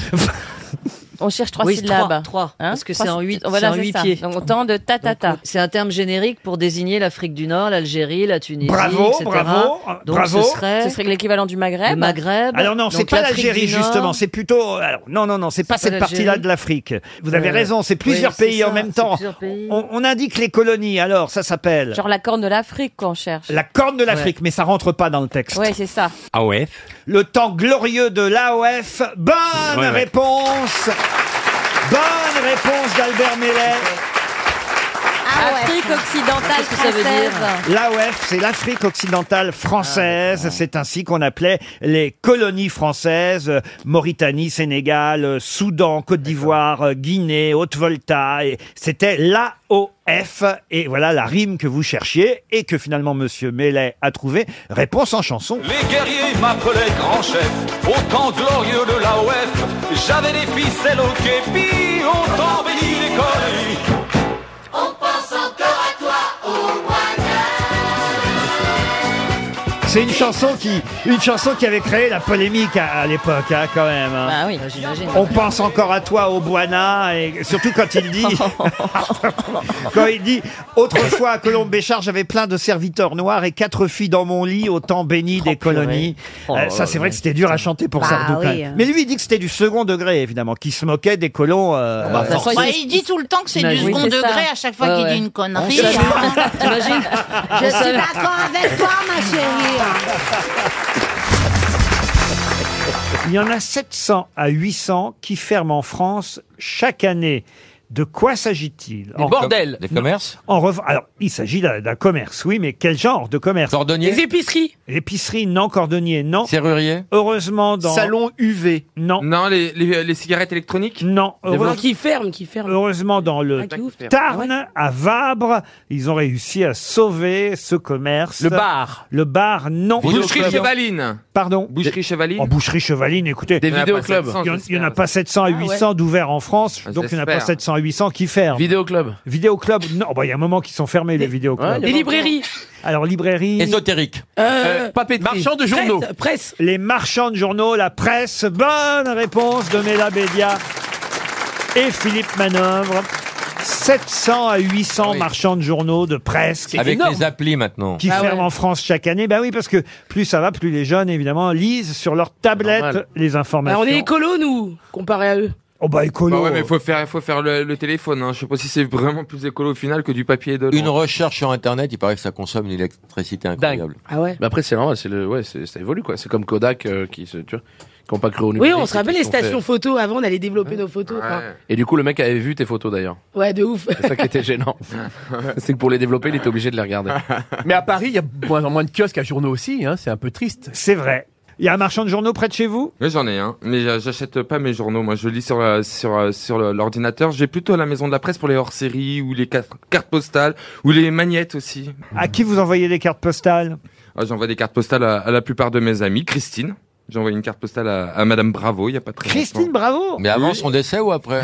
S15: On cherche trois
S19: Oui,
S15: syllabes. Hein
S19: trois, trois. Parce que c'est en huit-
S15: Voilà,
S19: c'est en huit
S15: ça.
S19: pieds.
S15: Donc autant de ta ta ta.
S19: C'est un terme générique pour désigner l'Afrique du Nord, l'Algérie, la Tunisie,
S1: Bravo,
S19: etc.
S1: bravo,
S19: Donc
S1: bravo.
S19: ce serait,
S15: Ce serait l'équivalent du Maghreb.
S19: le Maghreb.
S1: Alors non,
S19: Euh, bah, Donc
S1: c'est pas
S19: l'Afrique
S1: l'Algérie
S19: du Nord.
S1: justement, c'est plutôt alors non non non, c'est pas
S19: C'est pas
S1: cette partie-là
S19: l'Algérie.
S1: de l'Afrique. Vous avez
S19: Euh,
S1: raison, c'est
S19: oui,
S1: plusieurs
S19: c'est
S1: pays
S19: ça,
S1: en même
S19: c'est
S1: temps.
S19: plusieurs pays.
S1: On, on indique les colonies. Alors ça s'appelle
S15: Genre la corne de l'Afrique qu'on cherche.
S1: la corne de l'Afrique, mais ça rentre pas dans le texte.
S15: Ouais, c'est ça.
S1: AOF. Le temps glorieux de l'AOF. Bonne
S24: Ouais, ouais.
S1: réponse. Bonne réponse d'Albert Mellet.
S25: Afrique occidentale
S19: Qu'est-ce que ça veut dire
S25: française.
S1: L'AOF, c'est l'Afrique occidentale
S24: Ah,
S1: française. C'est ainsi qu'on appelait les colonies françaises. euh, Mauritanie, Sénégal, euh, Soudan, Côte d'Ivoire, euh, Guinée, Haute-Volta. Et C'était l'AOF. Et voilà la rime que vous cherchiez et que finalement Monsieur Mellet a trouvé. Réponse en chanson.
S20: Les guerriers m'appelaient grand chef, au temps glorieux de la OF, j'avais des ficelles au képi, on t'embellit les colis.
S26: On pense encore à toi, au
S1: C'est une chanson qui, une chanson qui avait créé la polémique à, à l'époque, hein, quand même. hein.
S11: Bah
S19: Ah oui, j'imagine.
S1: On pense encore à toi au Boana, et surtout quand il dit, quand il dit, autrefois à Colombe Béchard, j'avais plein de serviteurs noirs et quatre filles dans mon lit au temps béni des colonies.
S11: Oh
S1: Euh,
S11: là
S1: ça, c'est
S11: là.
S1: vrai que c'était dur à chanter pour
S9: Bah
S1: Sardou. quand
S9: oui,
S1: même.
S9: hein.
S1: Mais lui, il dit que c'était du second degré, évidemment, qui se moquait des colons.
S11: Ah
S1: euh,
S9: Bah, il dit tout le temps que c'est du
S1: Imagine.
S9: second
S1: Oui, c'est ça.
S9: degré à chaque fois
S1: Ouais,
S9: qu'il
S1: ouais.
S9: dit une connerie.
S17: Je suis d'accord avec toi, ma chérie.
S1: Il y en a 700 à 800 qui ferment en France chaque année. De quoi s'agit-il
S4: Des
S1: En-
S4: bordels. Des commerces
S1: En rev- alors, il s'agit d'un d'un commerce, oui, mais quel genre de commerce
S4: Cordonnier Des
S1: épiceries. Épiceries, non. Cordonnier, non.
S4: Serrurier
S1: Heureusement, dans
S4: Salon
S1: UV, non.
S4: Non, les,
S20: euh,
S4: les- les cigarettes électroniques
S1: Non.
S4: Heureusement.
S1: qui ferme, qui ferme. Heureusement, dans le
S4: Ah, qui ouvre.
S1: Tarn, à Vabre, ils ont réussi à sauver ce commerce.
S4: Le bar.
S1: Le bar, non.
S4: Boucherie chevaline.
S1: Pardon
S4: Boucherie chevaline.
S1: En boucherie chevaline, écoutez.
S4: Des Il y en a pas vidéoclubs. 700,
S1: Il y en- Il n'y en a pas 700 à
S4: Ah ouais.
S1: 800 d'ouverts en France,
S4: Ah,
S1: donc il n'y en a pas
S4: j'espère.
S1: 700 à 800 qui ferment. Vidéoclub Vidéoclub, non. Bah, Il y a un moment qu'ils sont fermés, les vidéoclubs.
S4: il y a Des pas- librairies.
S1: Alors, librairies. Ésotériques.
S4: Euh, Euh, papeterie. marchands de journaux. Presse,
S1: Les marchands de journaux, la presse. Bonne réponse de Mela Bédia et Philippe Manœuvre. 700 à
S4: Ah
S1: 800 marchands de journaux, de presse.
S11: Avec
S1: énorme
S11: les applis maintenant. Ah
S1: qui ferment en France chaque année. Ben oui, parce que plus ça va, plus les jeunes, évidemment, lisent sur leur tablette les informations.
S20: Alors, on est écolo, nous, comparé à eux.
S1: Oh bah écolo.
S20: Bah ouais, mais faut faire, faut faire le, le téléphone. Hein. Je sais pas si c'est vraiment plus écolo au final que du papier et de.
S11: Une recherche sur Internet, il paraît que ça consomme une électricité incroyable.
S20: Ah ouais.
S4: Mais après, c'est normal, c'est le, ouais, c'est- ça évolue, quoi. C'est comme Kodak euh, qui se, tu vois, qui ont pas cru au
S20: Oui,
S4: numérique.
S20: on
S4: et
S20: se
S4: qui
S20: rappelle
S4: se
S20: les
S4: sont fait-
S20: stations photo avant d'aller développer nos photos. enfin.
S4: Et du coup, le mec avait vu tes photos d'ailleurs.
S20: Ouais, de ouf.
S4: C'est ça qui était gênant. c'est que pour les développer, il était obligé de les regarder.
S12: Mais à Paris, il y a moins en moins de kiosques à journaux aussi, hein, c'est un peu triste.
S1: C'est vrai. Il y a un marchand de journaux près de chez vous
S20: Oui, j'en ai un, mais j'a- j'achète pas mes journaux. Moi, je lis sur la- sur euh, sur le- l'ordinateur. J'ai plutôt la maison de la presse pour les hors-séries ou les cartes cartes postales ou les magnettes aussi.
S1: À qui vous envoyez des cartes postales
S20: Ah, J'envoie des cartes postales à, à la plupart de mes amis. Christine, j'ai envoyé une carte postale à, à Madame Bravo. Il y a pas très
S1: Christine Bravo
S20: Mais avant son
S11: décès ou après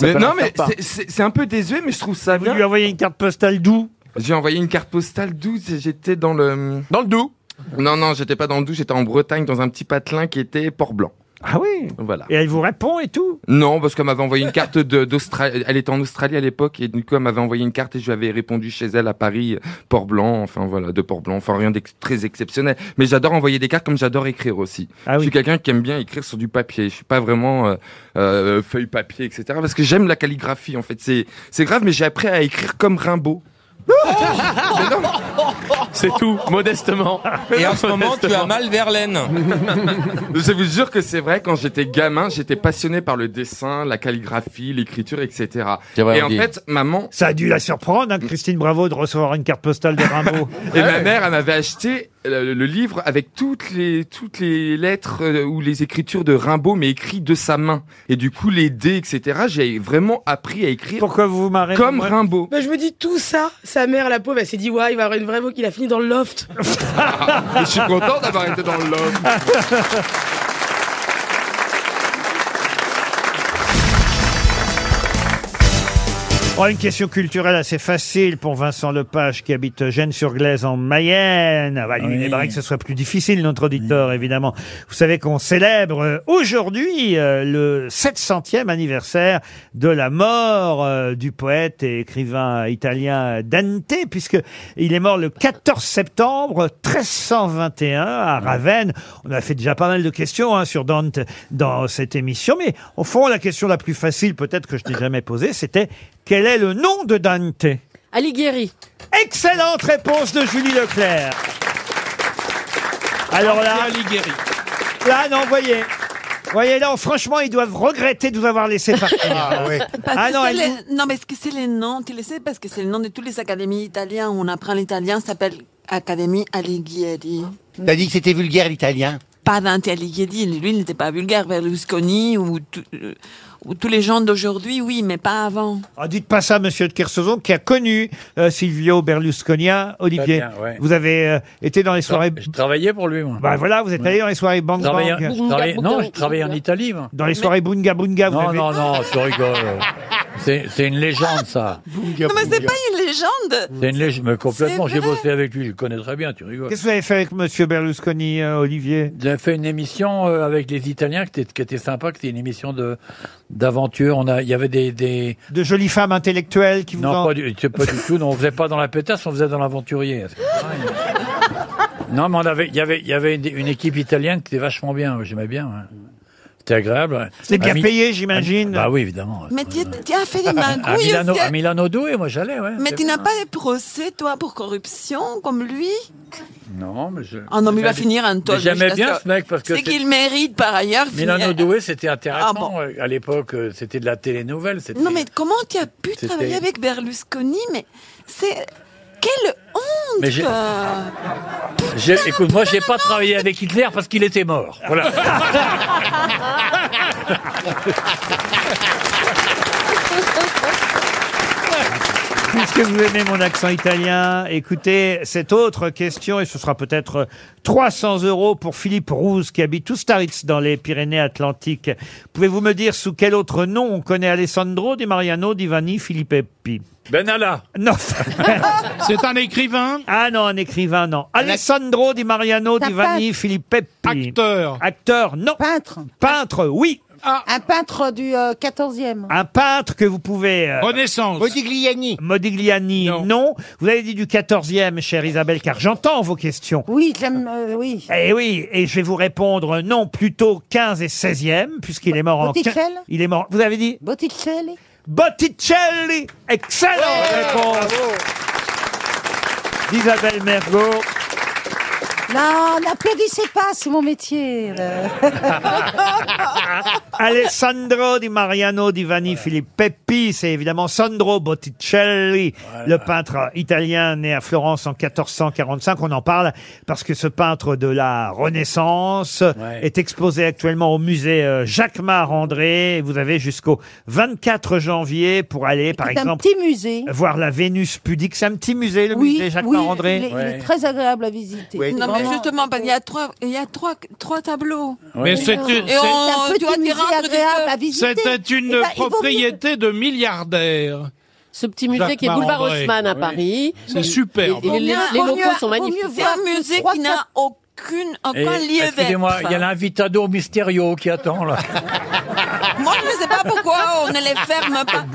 S20: Mais non,
S11: peut la faire
S20: mais
S11: part.
S20: c'est- c'est c'est un peu désuet, mais je trouve ça bien.
S1: Ah, Vous lui envoyez une carte postale d'où
S20: J'ai envoyé une carte postale d'où c'est- J'étais dans le. Dans le Doubs Non, non, j'étais pas dans le Doubs, j'étais en Bretagne, dans un petit patelin qui était Port-Blanc.
S1: Ah oui
S20: Voilà.
S1: Et elle vous répond et tout
S20: Non, parce qu'elle m'avait envoyé une carte de- d'Australie. Elle était en Australie à l'époque, et du coup, elle m'avait envoyé une carte et je lui avais répondu chez elle à Paris, euh, Port-Blanc, enfin voilà, de Port-Blanc. Enfin, rien de très exceptionnel. Mais j'adore envoyer des cartes comme j'adore écrire aussi.
S1: Ah
S20: Je suis quelqu'un qui aime bien écrire sur du papier. Je suis pas vraiment euh, euh, feuille papier, etc. Parce que j'aime la calligraphie, en fait. C'est c'est grave, mais j'ai appris à écrire comme Rimbaud. C'est tout, modestement.
S12: Et en ce moment, tu as mal
S20: Verlaine. Je vous jure que c'est vrai, quand j'étais gamin, j'étais passionné par le dessin, la calligraphie, l'écriture, etc.
S1: C'est vrai,
S20: Et
S1: on
S20: en
S1: dit.
S20: fait, maman...
S1: Ça a dû la surprendre, hein, Christine Bravo, de recevoir une carte postale de Rimbaud.
S20: Et ma mère, elle m'avait acheté euh, le, le livre avec toutes les toutes les lettres euh, ou les écritures de Rimbaud, mais écrites de sa main. Et du coup, les dés, etc. J'ai vraiment appris à écrire.
S1: Pourquoi vous vous marrez
S20: Comme moi
S1: Rimbaud.
S20: Mais Mais Bah, je je me me dis, dis, dit tout ça, sa mère, la pauvre, elle s'est dit, ouais, il va avoir une vraie voix qu'il a fini dans le loft. je suis content d'avoir été dans le loft.
S1: Oh, une question culturelle assez facile pour Vincent Lepage qui habite Gênes-sur-Glaise en Mayenne. Ah, bah, lui, il est barré que ce soit plus difficile, notre auditeur, évidemment. Vous savez qu'on célèbre euh, aujourd'hui euh, le 700e anniversaire de la mort euh, du poète et écrivain italien Dante, puisque il est mort le 14 septembre 1321 à Ravenne. On a fait déjà pas mal de questions hein, sur Dante dans cette émission, mais au fond, la question la plus facile peut-être que je n'ai jamais posée, c'était quel est le nom de Dante
S20: Alighieri.
S1: Excellente réponse de Julie Leclerc. Alors là, là, non, voyez. voyez, non, franchement, ils doivent regretter de vous avoir laissé partir.
S27: Ah, oui.
S15: Parce
S1: Ah
S15: que
S1: non,
S15: c'est
S1: elle-
S15: le- non, mais ce que c'est le nom, tu le sais, parce que c'est le nom de toutes les académies italiennes où on apprend l'italien, ça s'appelle Académie Alighieri.
S12: T'as dit que c'était vulgaire l'italien.
S15: Pas Dante Alighieri, lui il n'était pas vulgaire, Berlusconi ou, tout- euh, ou tous les gens d'aujourd'hui, oui, mais pas avant.
S1: Ah, dites pas ça, monsieur de Kersauzon, qui a connu euh, Silvio Berlusconi, hein, Olivier.
S14: Très bien, ouais.
S1: Vous avez euh, été dans les soirées.
S14: Je travaillais pour lui, moi.
S1: Bah voilà, vous êtes allé dans les soirées Bang
S14: Je travaillais-
S1: Bang.
S14: je travaillais- non, je travaillais en Italie, moi.
S1: Dans les soirées Bunga Bunga, vous
S14: Non,
S1: avez-
S14: non, non, tu rigoles. C'est c'est une légende, ça.
S15: non, mais c'est pas une légende.
S14: C'est une légende, mais complètement.
S15: C'est
S14: J'ai
S15: vrai.
S14: bossé avec lui, je le connais très bien, tu rigoles.
S1: Qu'est-ce que vous avez fait avec monsieur Berlusconi, euh, Olivier
S14: J'avais fait une émission euh, avec les Italiens qui était, qui était sympa, qui était une émission de d'aventure. On a, il y avait des, des
S1: de jolies femmes intellectuelles qui vous
S14: non
S1: en-
S14: pas du, c'est pas du tout. Non, on faisait pas dans la pétasse, on faisait dans l'aventurier. C'est pareil. non, mais on avait, il y avait, il y avait une, une équipe italienne qui était vachement bien. J'aimais bien. ouais. C'était agréable.
S1: C'est bien
S14: À Mi-
S1: payé, j'imagine.
S14: Bah oui, évidemment.
S15: Mais tu, tu as fait des
S14: À
S15: magouilles.
S14: Ah, Milano,
S15: aussi.
S14: à Milano Doué, moi j'allais, ouais.
S15: mais
S14: C'est-
S15: tu n'as pas des procès, toi, pour corruption, comme lui
S14: Non, mais je.
S15: Ah non, mais il va
S14: J'aimais-
S15: finir un tol.
S14: mais J'aimais bien ce mec parce que.
S15: C'est
S14: c'est-
S15: qu'il mérite par ailleurs.
S14: Milano
S15: finir-
S14: Doué, c'était intéressant.
S15: Ah bon.
S14: ouais. À l'époque, euh, c'était de la télénouvelle. c'était-
S15: Non, mais comment tu as pu
S14: C'était-
S15: travailler avec Berlusconi Mais c'est. Quelle honte
S14: Mais j'ai-
S15: euh.
S14: J'ai- Écoute, moi, j'ai pas travaillé avec Hitler parce qu'il était mort. Voilà.
S1: Puisque vous aimez mon accent italien, écoutez cette autre question, et ce sera peut-être 300 euros pour Philippe Rouze, qui habite Ustaritz dans les Pyrénées-Atlantiques. Pouvez-vous me dire sous quel autre nom on connaît Alessandro Di Mariano Divani Filippi
S14: Benalla.
S1: Non. C'est un écrivain Ah non, un écrivain, non. Alessandro Di Mariano
S9: Un
S1: Divani
S9: peintre.
S1: Filippi. Acteur Acteur, non. Peintre Peintre, oui.
S9: Un peintre du euh, 14e.
S1: Un peintre que vous pouvez... euh,
S9: Renaissance.
S1: Modigliani. Modigliani, non. Vous avez dit du 14e, chère Isabelle, car j'entends vos questions.
S9: Oui, j'aime. euh, oui.
S1: Eh oui, et je vais vous répondre non, plutôt 15 et 16e, puisqu'il est mort en...
S9: Botticelli
S1: quin- Il est mort... Vous avez dit
S9: Botticelli.
S1: Botticelli Excellente réponse d'Isabelle Mergot.
S9: Non, n'applaudissez pas, c'est mon métier. euh. là.
S1: Alessandro Di Mariano Divani Filippi, c'est évidemment Sandro Botticelli, le peintre italien né à Florence en 1445. On en parle parce que ce peintre de la Renaissance est exposé actuellement au musée euh, Jacquemart-André. Vous avez jusqu'au 24 janvier pour aller, par
S9: C'est un
S1: exemple,
S9: petit musée.
S1: voir la Vénus pudique. C'est un petit musée, le musée
S9: Oui,
S1: Jacquemart-André.
S9: il est, il est très agréable à visiter.
S15: Non, mais justement, il y a trois, il y a trois, trois tableaux.
S28: Mais c'est une-
S15: Et
S28: c'est-
S15: on,
S14: C'est un
S15: tu
S14: petit
S15: vois, tu
S14: musée
S15: rentres
S9: agréable à
S28: C'était une
S15: Eh ben, il vaut mieux-
S28: propriété de milliardaires.
S29: Ce petit musée qui est boulevard Haussmann à Paris.
S28: C'est superbe.
S29: Et- et les- les
S15: Ah, vaut
S29: locaux
S15: mieux-
S29: sont
S15: vaut mieux
S29: magnifiques.
S15: voir un musée qui n'a aucune, aucun
S14: Et,
S15: lien
S14: Excusez-moi, il y a l'invitado Mysterio qui attend, là.
S15: Ah, Moi, je ne sais pas pourquoi on ne les ferme pas.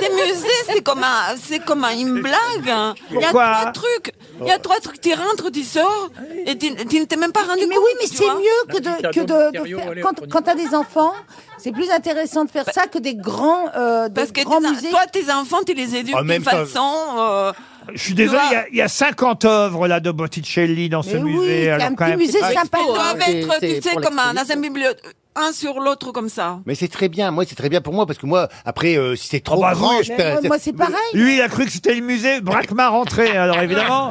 S15: Ces musées, c'est comme, un- c'est comme un- une blague. hein. Il y a
S1: Pourquoi
S15: trois trucs. Il y a trois trucs. Tu rentres, tu sors, et tu, tu ne t'es même pas rendu compte. Mais oui, mais
S9: C'est mieux que de, que de- de faire- quand, quand t'as des enfants, c'est plus intéressant de faire ça que des grands, euh, des
S15: Parce que
S9: grands
S15: tes-
S9: musées.
S15: toi, tes enfants, tu les éduques
S1: Ah, même
S15: d'une
S1: ça-
S15: façon. euh,
S1: Je suis désolé,
S15: tu vois.
S1: il y a- il y, a 50 œuvres là de Botticelli dans ce
S15: Mais oui,
S1: musée.
S15: c'est
S1: alors
S15: un
S1: quand
S15: petit
S1: même-
S15: musée
S1: Ah,
S15: sympa.
S1: expo, hein.
S15: Ils doivent être,
S1: C'est-
S15: tu
S1: c'est
S15: sais,
S1: pour
S15: comme un,
S1: l'exposition.
S15: dans un bibliothèque, un sur l'autre comme ça.
S12: Mais c'est très bien. Moi, c'est très bien pour moi parce que moi, après, euh, si c'est trop
S1: bah
S12: grand,
S1: oui.
S12: je
S1: Mais
S12: perds-
S1: moi- moi, c'est
S12: Mais-
S1: pareil. Lui, il a cru que c'était le musée Bracmar rentré, alors évidemment.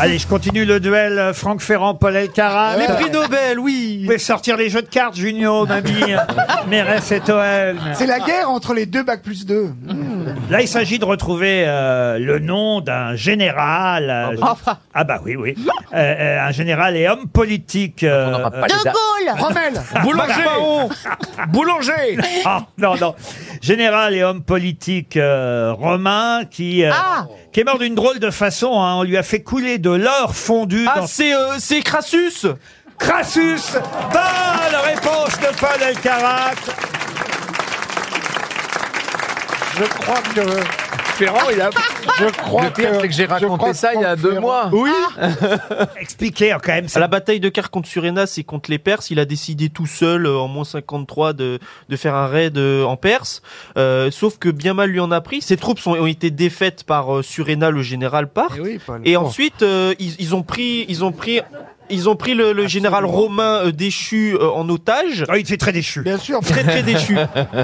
S1: Allez, je continue le duel euh, Franck Ferrand, Paul Elkarat.
S8: Les prix
S1: Nobel, oui. Vous pouvez sortir les jeux de cartes, Junio, Mamie, Mérès et Mmh. Toel.
S2: C'est la guerre entre les deux bac plus deux.
S1: Là, il s'agit de retrouver euh, le nom d'un général. euh, Ah bah oui, oui. Euh, euh, un général et homme politique. euh, euh,
S30: De Gaulle
S2: Rommel
S1: Boulanger Boulanger Ah, non, non. Général et homme politique euh, romain qui, euh,
S8: Ah
S1: qui est mort d'une drôle de façon. hein. On lui a fait couler de l'or fondu
S8: Ah,
S1: dans...
S8: c'est euh, c'est Crassus
S1: Crassus Bonne réponse de Paul Elkarat
S31: Je crois que
S12: euh, Ferrand, il a. Je crois le pire, c'est que j'ai raconté ça il y a deux mois.
S1: Oui. Expliquez quand même.
S8: À la bataille de Carre contre Surenas et contre les Perses, il a décidé tout seul euh, en moins 53 de, de faire un raid euh, en Perse. Euh, sauf que bien mal lui en a pris. Ses troupes sont- ont été défaites par euh, Surena, le général
S1: Eh
S8: Parthe. Et, ensuite, euh, ils, ils ont pris, ils ont pris. Ils ont pris le, le général romain euh, déchu euh, en otage.
S1: Ah, il était très déchu.
S8: Bien sûr. Très très déchu.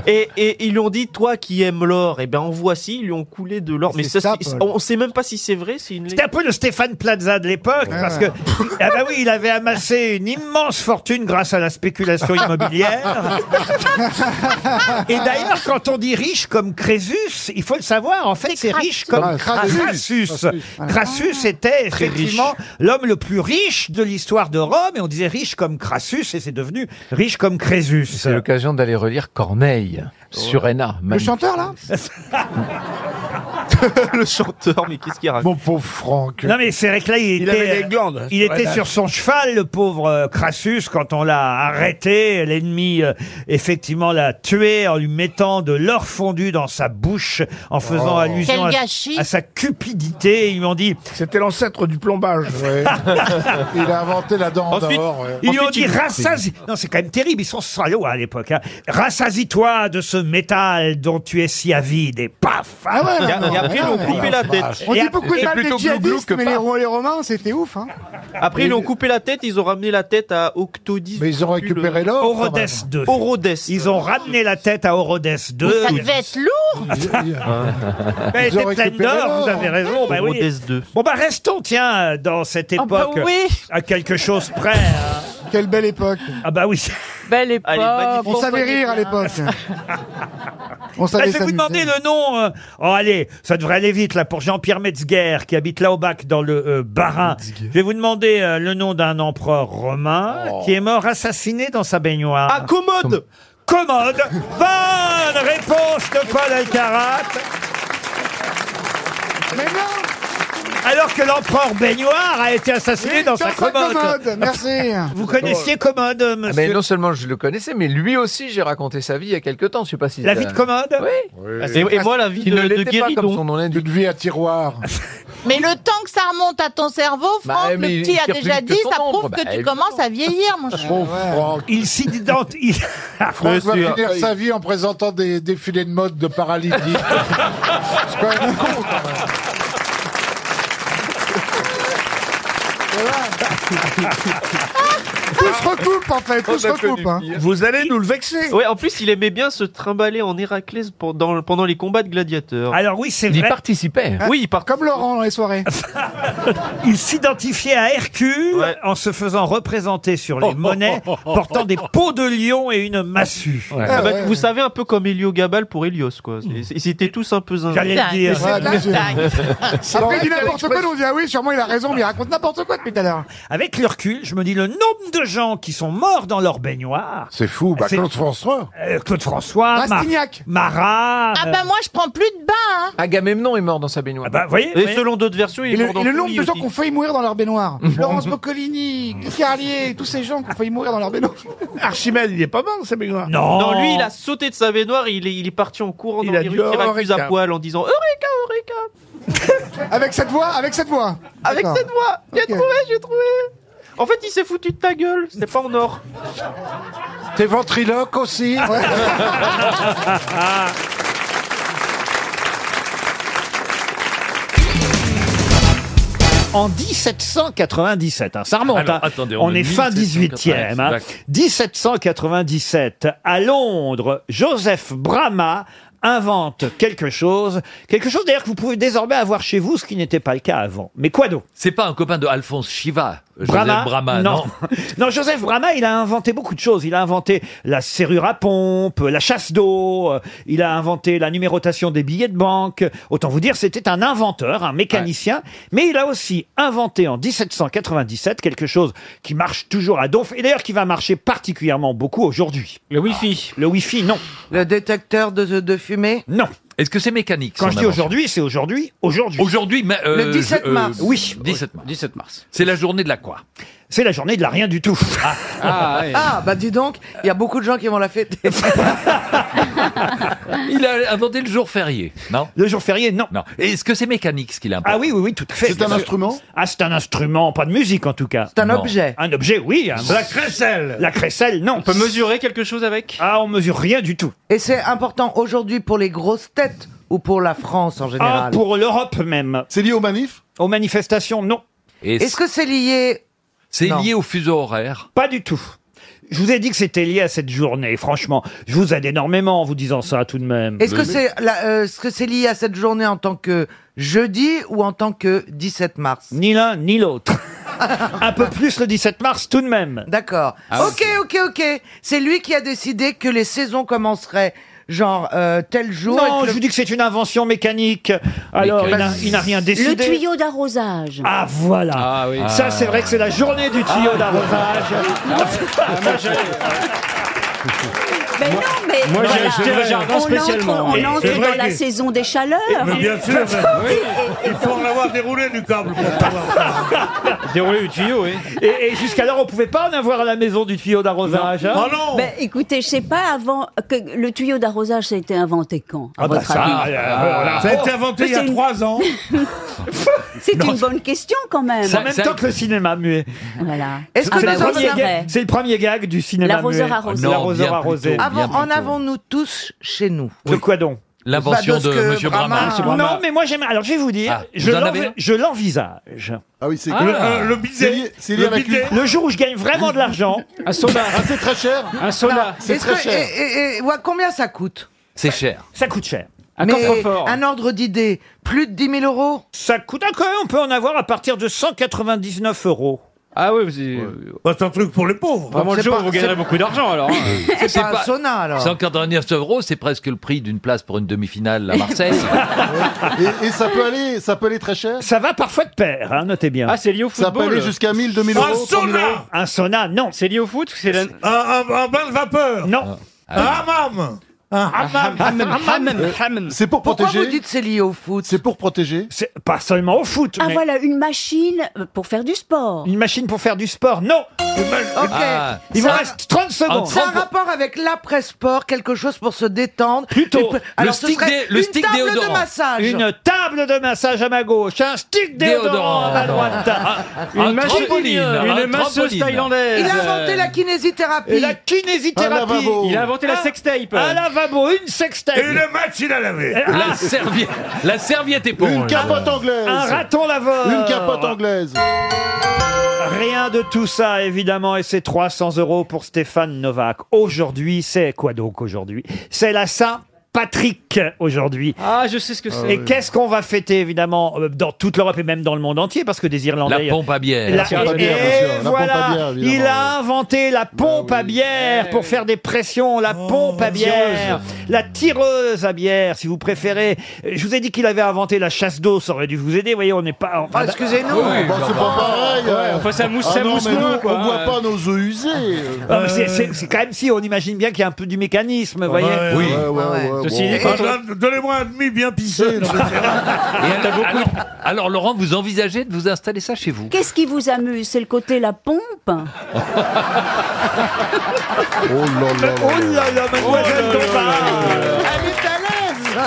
S8: Et, et ils lui ont dit, toi qui aimes l'or, eh ben en voici, ils lui ont coulé de l'or. Mais
S1: C'est
S8: ça,
S1: ça,
S8: c'est-
S1: Paul.
S8: on ne sait même pas si c'est vrai. C'est une...
S1: C'était un peu le Stéphane Plaza de l'époque, parce que, ah bah oui, il avait amassé une immense fortune grâce à la spéculation immobilière. Et d'ailleurs, quand on dit riche comme Crésus, il faut le savoir, en fait, c'est riche comme
S2: Ah, Crassus.
S1: Crassus.
S2: Crassus. Voilà.
S1: Crassus était effectivement l'homme le plus riche de l'histoire de Rome, et on disait riche comme Crassus, et c'est devenu riche comme Crésus.
S12: C'est l'occasion d'aller relire Corneille, Surena.
S2: Le chanteur, là
S8: le chanteur, mais qu'est-ce qu'il raconte
S1: Mon pauvre Franck. Non mais c'est vrai que là il,
S12: euh, Il
S1: était, euh,
S12: avait des glandes, bah.
S1: il
S12: sur
S1: était
S12: la-
S1: sur son cheval, le pauvre euh, Crassus, quand on l'a arrêté, l'ennemi euh, effectivement l'a tué en lui mettant de l'or fondu dans sa bouche, en faisant
S22: Oh.
S1: allusion à,
S22: Quel gâchis.
S1: à sa cupidité. Ils m'ont dit.
S22: C'était l'ancêtre du plombage.
S1: Il a inventé la
S22: dent Ensuite- d'or, ouais.
S1: Ils lui ont
S22: ensuite,
S1: dit
S22: il-
S1: rassasie. Non, c'est quand même terrible. Ils sont salauds à l'époque. hein. Rassasie-toi de ce métal dont tu es si avide. Et paf.
S2: Ah ouais, non, non,
S8: et après,
S2: non,
S8: ils l'ont
S2: non,
S8: coupé
S2: non,
S8: la
S2: non,
S8: tête.
S2: non. On
S8: Et
S2: dit
S8: après-
S2: beaucoup de
S8: c'est
S2: mal des
S8: plutôt
S2: djihadistes,
S8: glouglou que
S2: mais les,
S8: pas.
S2: Ro- les Romains, c'était ouf. Hein.
S8: Après, ils l'ont coupé la tête, ils ont ramené la tête à Octodis. Mais ils ont récupéré
S1: l'or. Orodes 2. Ils ont ramené la tête à Orodes 2.
S22: Ça devait être lourd.
S8: Ah.
S1: Mais
S22: Ils ont
S1: elle était pleine
S22: récupéré
S1: d'or,
S22: l'or.
S1: vous avez raison. bah oui.
S8: Rodez deux.
S1: Bon, bah restons, tiens, dans cette
S22: Ah bah
S1: époque,
S22: oui.
S1: à quelque chose près. Quelle belle époque. Ah bah oui.
S32: Belle époque.
S2: On savait rire à l'époque. On
S1: Bah,
S2: savait
S1: je vais vous demander
S2: s'amuser.
S1: le nom. euh, Oh, allez, ça devrait aller vite, là, pour Jean-Pierre Metzger, qui habite là au bac, dans le euh, Bas-Rhin. Je vais vous demander euh, le nom d'un empereur romain
S2: Oh.
S1: qui est mort assassiné dans sa baignoire.
S2: Ah,
S1: À
S8: Commode
S1: Commode Bonne réponse de Paul Alcarat
S2: Mais non
S1: Alors que l'empereur baignoire a été assassiné dans sa commode.
S2: Merci.
S1: Vous connaissiez Commode, euh, monsieur
S12: Ah, Mais non seulement je le connaissais, mais lui aussi, j'ai raconté sa vie il y a quelque temps. Je sais pas si
S1: La vie de Commode
S12: Oui.
S8: Ah, Et- et moi, la vie
S12: Il
S8: de-
S12: ne
S8: de
S12: l'était pas, comme
S8: Guéridon.
S12: son nom l'indique. Une vie à tiroir.
S9: Mais le temps que ça remonte à ton cerveau,
S12: Bah,
S9: Franck,
S12: mais
S9: le petit
S12: il
S9: a
S12: tire
S9: déjà
S12: plus que
S9: dit,
S12: son
S9: ça
S12: ombre,
S9: prouve
S12: bah,
S9: que tu
S12: évidemment.
S9: commences à vieillir, mon cher.
S1: Il s'identite. Il...
S22: Franck va
S1: Monsieur.
S22: finir sa vie en présentant des défilés de mode de paralysie. C'est quand même con, quand même.
S2: Tout se recoupe, en fait. Tout se recoupe. hein.
S8: Vous
S22: allez nous le vexer.
S8: Ouais, en plus, il aimait bien se trimballer en Héraclès pendant, pendant les combats de gladiateurs.
S1: Alors oui, c'est Il y vrai.
S12: participait.
S1: Ah,
S8: Oui, il part...
S2: Comme Laurent dans les soirées.
S1: Il s'identifiait à Hercule en se faisant représenter sur les monnaies portant des peaux de lion et une massue. Hmm.
S8: Ah bah, Vous savez, un peu comme Héliogabal pour Hélios, quoi. C'est- Ils étaient tous un peu zinzin.
S1: J'allais le dire.
S2: Ouais, bien sûr. Après, il dit
S8: Avec-
S2: n'importe quoi, nous on dit ah oui, sûrement il a raison, mais il raconte n'importe quoi depuis tout à l'heure.
S1: Avec le recul, je me dis le nombre de gens qui sont morts dans leur baignoire.
S22: C'est fou. Bah,
S1: C'est-
S22: Claude François.
S1: Euh, Claude François, Mar-
S2: Rastignac.
S1: Marat.
S9: Ah
S1: euh,
S9: bah moi, je prends plus de bain. hein.
S12: Agamemnon Ah, est mort dans sa baignoire.
S1: bah, voyez,
S8: Et
S1: voyez.
S8: selon d'autres versions, il
S2: Et
S8: est
S2: le,
S8: mort dans
S2: et le
S8: Pouilly
S2: nombre de gens
S8: aussi.
S2: qui ont failli mourir dans leur baignoire. Laurence Boccolini, Guy Carlier, tous ces gens qui ont failli mourir dans leur baignoire.
S22: Archimède, il est pas mort dans sa baignoire.
S1: Non.
S8: Non, lui, il a sauté de sa baignoire, il est, il est parti en courant
S22: Il
S8: dans
S22: a
S8: les
S22: dit
S8: rues de Syracuse
S22: Eureka.
S8: à poil en disant Euh, Eureka, Eureka
S2: Avec cette voix, avec cette voix.
S8: Avec
S2: D'accord.
S8: cette voix J'ai
S2: Ok.
S8: trouvé, j'ai trouvé En fait, il s'est foutu de ta gueule, c'était pas en or.
S22: T'es ventriloque aussi.
S1: En 1797, hein, ça remonte.
S7: Alors,
S1: hein.
S7: attendez,
S1: on,
S7: on
S1: est
S7: est
S1: fin 18e. hein. 1797, à Londres, Joseph Brahma invente quelque chose. Quelque chose d'ailleurs que vous pouvez désormais avoir chez vous, ce qui n'était pas le cas avant. Mais quoi donc
S7: C'est pas un copain de Alphonse Chiva, Joseph Brahma, non.
S1: non. Non, Joseph Brahma, il a inventé beaucoup de choses. Il a inventé la serrure à pompe, la chasse d'eau, euh, il a inventé la numérotation des billets de banque. Autant vous dire, c'était un inventeur, un mécanicien. Mais il a aussi inventé en 1797 quelque chose qui marche toujours à donf, et d'ailleurs qui va marcher particulièrement beaucoup aujourd'hui. Le Wi-Fi. Le Wi-Fi, non. Le détecteur de, fumée Non.
S7: Est-ce que c'est mécanique
S1: Quand
S7: son
S1: je dis
S7: invention
S1: aujourd'hui, c'est aujourd'hui, aujourd'hui.
S7: Aujourd'hui, mais, euh,
S1: Le 17
S7: je-
S1: mars.
S7: Oui, 17 mars. 17 mars. C'est la journée de la quoi
S1: c'est la journée de la rien du tout.
S17: Ah, bah dis donc, il y a beaucoup de gens qui vont la fêter.
S7: Il a euh, inventé le jour férié, non
S1: Le jour férié, non.
S7: non. Et Est-ce que c'est mécanique ce qu'il a
S1: Ah oui, oui, oui, tout à fait.
S7: C'est
S1: bien
S7: un
S1: sûr.
S7: instrument
S1: Ah, c'est un instrument, pas de musique en tout cas.
S7: C'est un Non. objet
S1: Un objet, oui. un-
S7: La
S1: crécelle La crécelle, non. On peut mesurer quelque chose avec Ah, on mesure rien du tout.
S17: Et c'est important aujourd'hui pour les grosses têtes ou pour la France en
S1: Ah,
S17: général
S1: pour l'Europe même. C'est lié aux manifs Aux manifestations, non.
S17: Est-ce que c'est lié
S7: C'est
S1: Non.
S7: lié au fuseau horaire.
S1: Pas du tout. Je vous ai dit que c'était lié à cette journée, franchement. Je vous aide énormément en vous disant ça tout de même.
S17: Est-ce que c'est la- euh, est-ce que c'est lié à cette journée en tant que jeudi ou en tant que 17 mars
S1: Ni l'un ni l'autre. Un peu plus le 17 mars tout de même.
S17: D'accord.
S1: Ah,
S17: ok, ok, ok. C'est lui qui a décidé que les saisons commenceraient genre euh, tel jour.
S1: Non, je vous dis que c'est une invention mécanique. Alors, il n'a- il n'a rien décidé.
S3: Le tuyau d'arrosage.
S1: Ah voilà. Ça c'est vrai que c'est la journée du tuyau d'arrosage. Ah,
S3: Mais non, mais
S1: moi, j'ai
S3: voilà.
S1: acheté le jardin
S3: on
S1: spécialement.
S3: entre, on
S1: Et-
S3: entre
S1: c'est vrai
S3: dans la
S1: que-
S3: saison des chaleurs. Ah,
S33: Mais bien sûr, ben, oui. il faut en avoir déroulé du câble pour savoir ça.
S1: Déroulé du tuyau, oui. Et, et jusqu'alors, on pouvait pas en avoir à la maison du tuyau d'arrosage.
S33: Ah,
S1: hein
S3: Ben, écoutez, je sais pas avant que le tuyau d'arrosage ça a été inventé quand à
S1: Ah, bah,
S3: votre
S1: ça,
S3: avis
S1: euh, voilà. Ça a été inventé il y a
S3: C'est une-
S1: trois ans.
S3: C'est
S1: Non.
S3: une bonne question quand même.
S1: C'est en même temps que le cinéma muet.
S3: Voilà.
S1: C'est
S3: Ah,
S1: le
S3: bah, oui,
S1: premier
S3: c'est
S1: gag-
S3: vrai.
S1: c'est le premier gag du cinéma
S3: L'arroseur
S1: muet.
S3: arrosé.
S1: L'arroseur arrosé.
S17: Avant, en avons-nous tous chez nous
S1: De quoi donc Ah,
S7: L'invention
S17: Bah, de ce
S7: de
S17: que
S7: Monsieur
S17: Brahma-
S7: Brahma.
S17: Brahma.
S1: Non, mais moi j'aime. Alors je vais vous dire,
S7: Ah,
S1: je
S7: vous en
S1: l'envi-
S7: avez un
S1: je l'envisage. Ah oui,
S7: c'est Ah. cool. Euh, le bidet.
S1: C'est lié- c'est lié
S7: Le
S1: avec
S7: bidet.
S1: une- Le jour où je gagne vraiment de l'argent. Un
S7: soda.
S1: Ah, c'est très cher. Ah, Un
S17: Non, est-ce que- et- et- et- ouais, combien ça coûte
S7: C'est cher.
S1: Ça coûte cher.
S17: Mais un ordre d'idée, plus de 10 000 euros
S1: Ça coûte un quand même, on peut en avoir à partir de 199 euros. Bah,
S12: Ah oui, c'est
S1: un truc pour les pauvres.
S12: Vraiment le jour où vous gagnerez beaucoup d'argent alors.
S1: hein.
S7: C'est
S12: pas un sauna, alors.
S7: 149 euros, c'est presque le prix d'une place pour une demi-finale à Marseille.
S33: Et, et ça, peut aller, ça peut aller très cher
S1: Ça va parfois de pair, hein, notez bien.
S33: Ah, c'est lié au
S1: Ça peut
S33: football.
S1: aller jusqu'à
S33: 1000, 2000 euros. 3000 euros.
S1: Un sauna, non.
S12: C'est lié au foot c'est la-
S33: Un, un, un bain de vapeur
S1: Non.
S33: Un
S17: Ah.
S12: Ah.
S1: Ah.
S33: hammam Un hammam
S12: hammam, hammam,
S33: Euh,
S12: hammam.
S33: C'est pour
S3: Pourquoi
S33: protéger
S3: vous
S17: dites c'est lié au foot
S33: C'est pour protéger
S1: C'est pas seulement au foot
S3: Ah voilà, une machine euh, pour faire du sport.
S1: Une machine pour faire du sport, non
S17: Ok.
S1: Ah. Il vous
S17: Ça-
S1: reste 30 secondes.
S17: C'est un rapport avec l'après-sport, quelque chose pour se détendre.
S1: Plutôt,
S17: Et-
S1: le
S17: Alors, ce
S1: stick
S17: serait
S1: dé- le
S17: une
S1: stick
S17: table
S1: déodorant.
S17: de massage.
S1: Une table de massage à ma gauche, un stick déodorant,
S12: Déodorant.
S1: à
S17: Ah,
S1: ma droite.
S12: Une Un machine- trampoline, une un masseuse trampoline. thaïlandaise.
S17: Il a inventé la kinésithérapie. Ah.
S1: Et la kinésithérapie.
S12: Il a inventé la
S1: Un-
S12: sextape.
S1: Un lavabo, une sextape.
S33: Et le match, il a lavé
S7: La serviette, la serviette éponge.
S33: Une capote anglaise
S1: Un raton laveur.
S33: Une capote anglaise
S1: Rien de tout ça, évidemment, et c'est 300 euros pour Stéphane Novak. Aujourd'hui, c'est quoi donc aujourd'hui C'est la Saint-Patrick aujourd'hui.
S12: Ah, je sais ce que c'est.
S1: Et qu'est-ce qu'on va fêter, évidemment, euh, dans toute l'europe et même dans le monde entier, parce que des Irlandais...
S7: La pompe à bière.
S1: Euh, La-
S7: La pompe à
S1: et-
S7: bière, bien
S1: et
S7: sûr. La pompe à
S1: voilà,
S7: bière, évidemment.
S1: il a inventé
S33: Bah
S1: la pompe à bière pour faire des pressions, la
S33: Oh,
S1: pompe à bière, la tireuse à bière, si vous préférez. Euh, Je vous ai dit qu'il avait inventé la chasse d'eau, ça aurait dû vous aider, voyez, on n'est pas... enfin,
S17: Ah, excusez-nous.
S33: Bah, C'est pas pareil
S12: Ouais,
S33: euh.
S12: enfin, ça mousse-
S33: Ah
S12: ça
S33: non,
S12: mousse
S33: mais nous,
S12: moins, quoi,
S33: On boit
S12: hein.
S33: pas nos œufs usés
S1: Ah, mais c'est- c'est c'est quand même si, on imagine bien qu'il y a un peu du mécanisme, vous voyez.
S33: oui. Ouais, ouais, ouais,
S12: ouais. Ceci
S33: bon.
S12: dit, quand
S33: Ah, Donnez-moi un demi bien pissé. non, mais c'est vrai.
S7: Et alors, alors- alors, Laurent, vous envisagez de vous installer ça chez vous
S3: Qu'est-ce qui vous amuse C'est le côté la pompe
S33: Oh là là
S1: Oh là là, mademoiselle Dombard
S17: Elle est à
S33: Ah,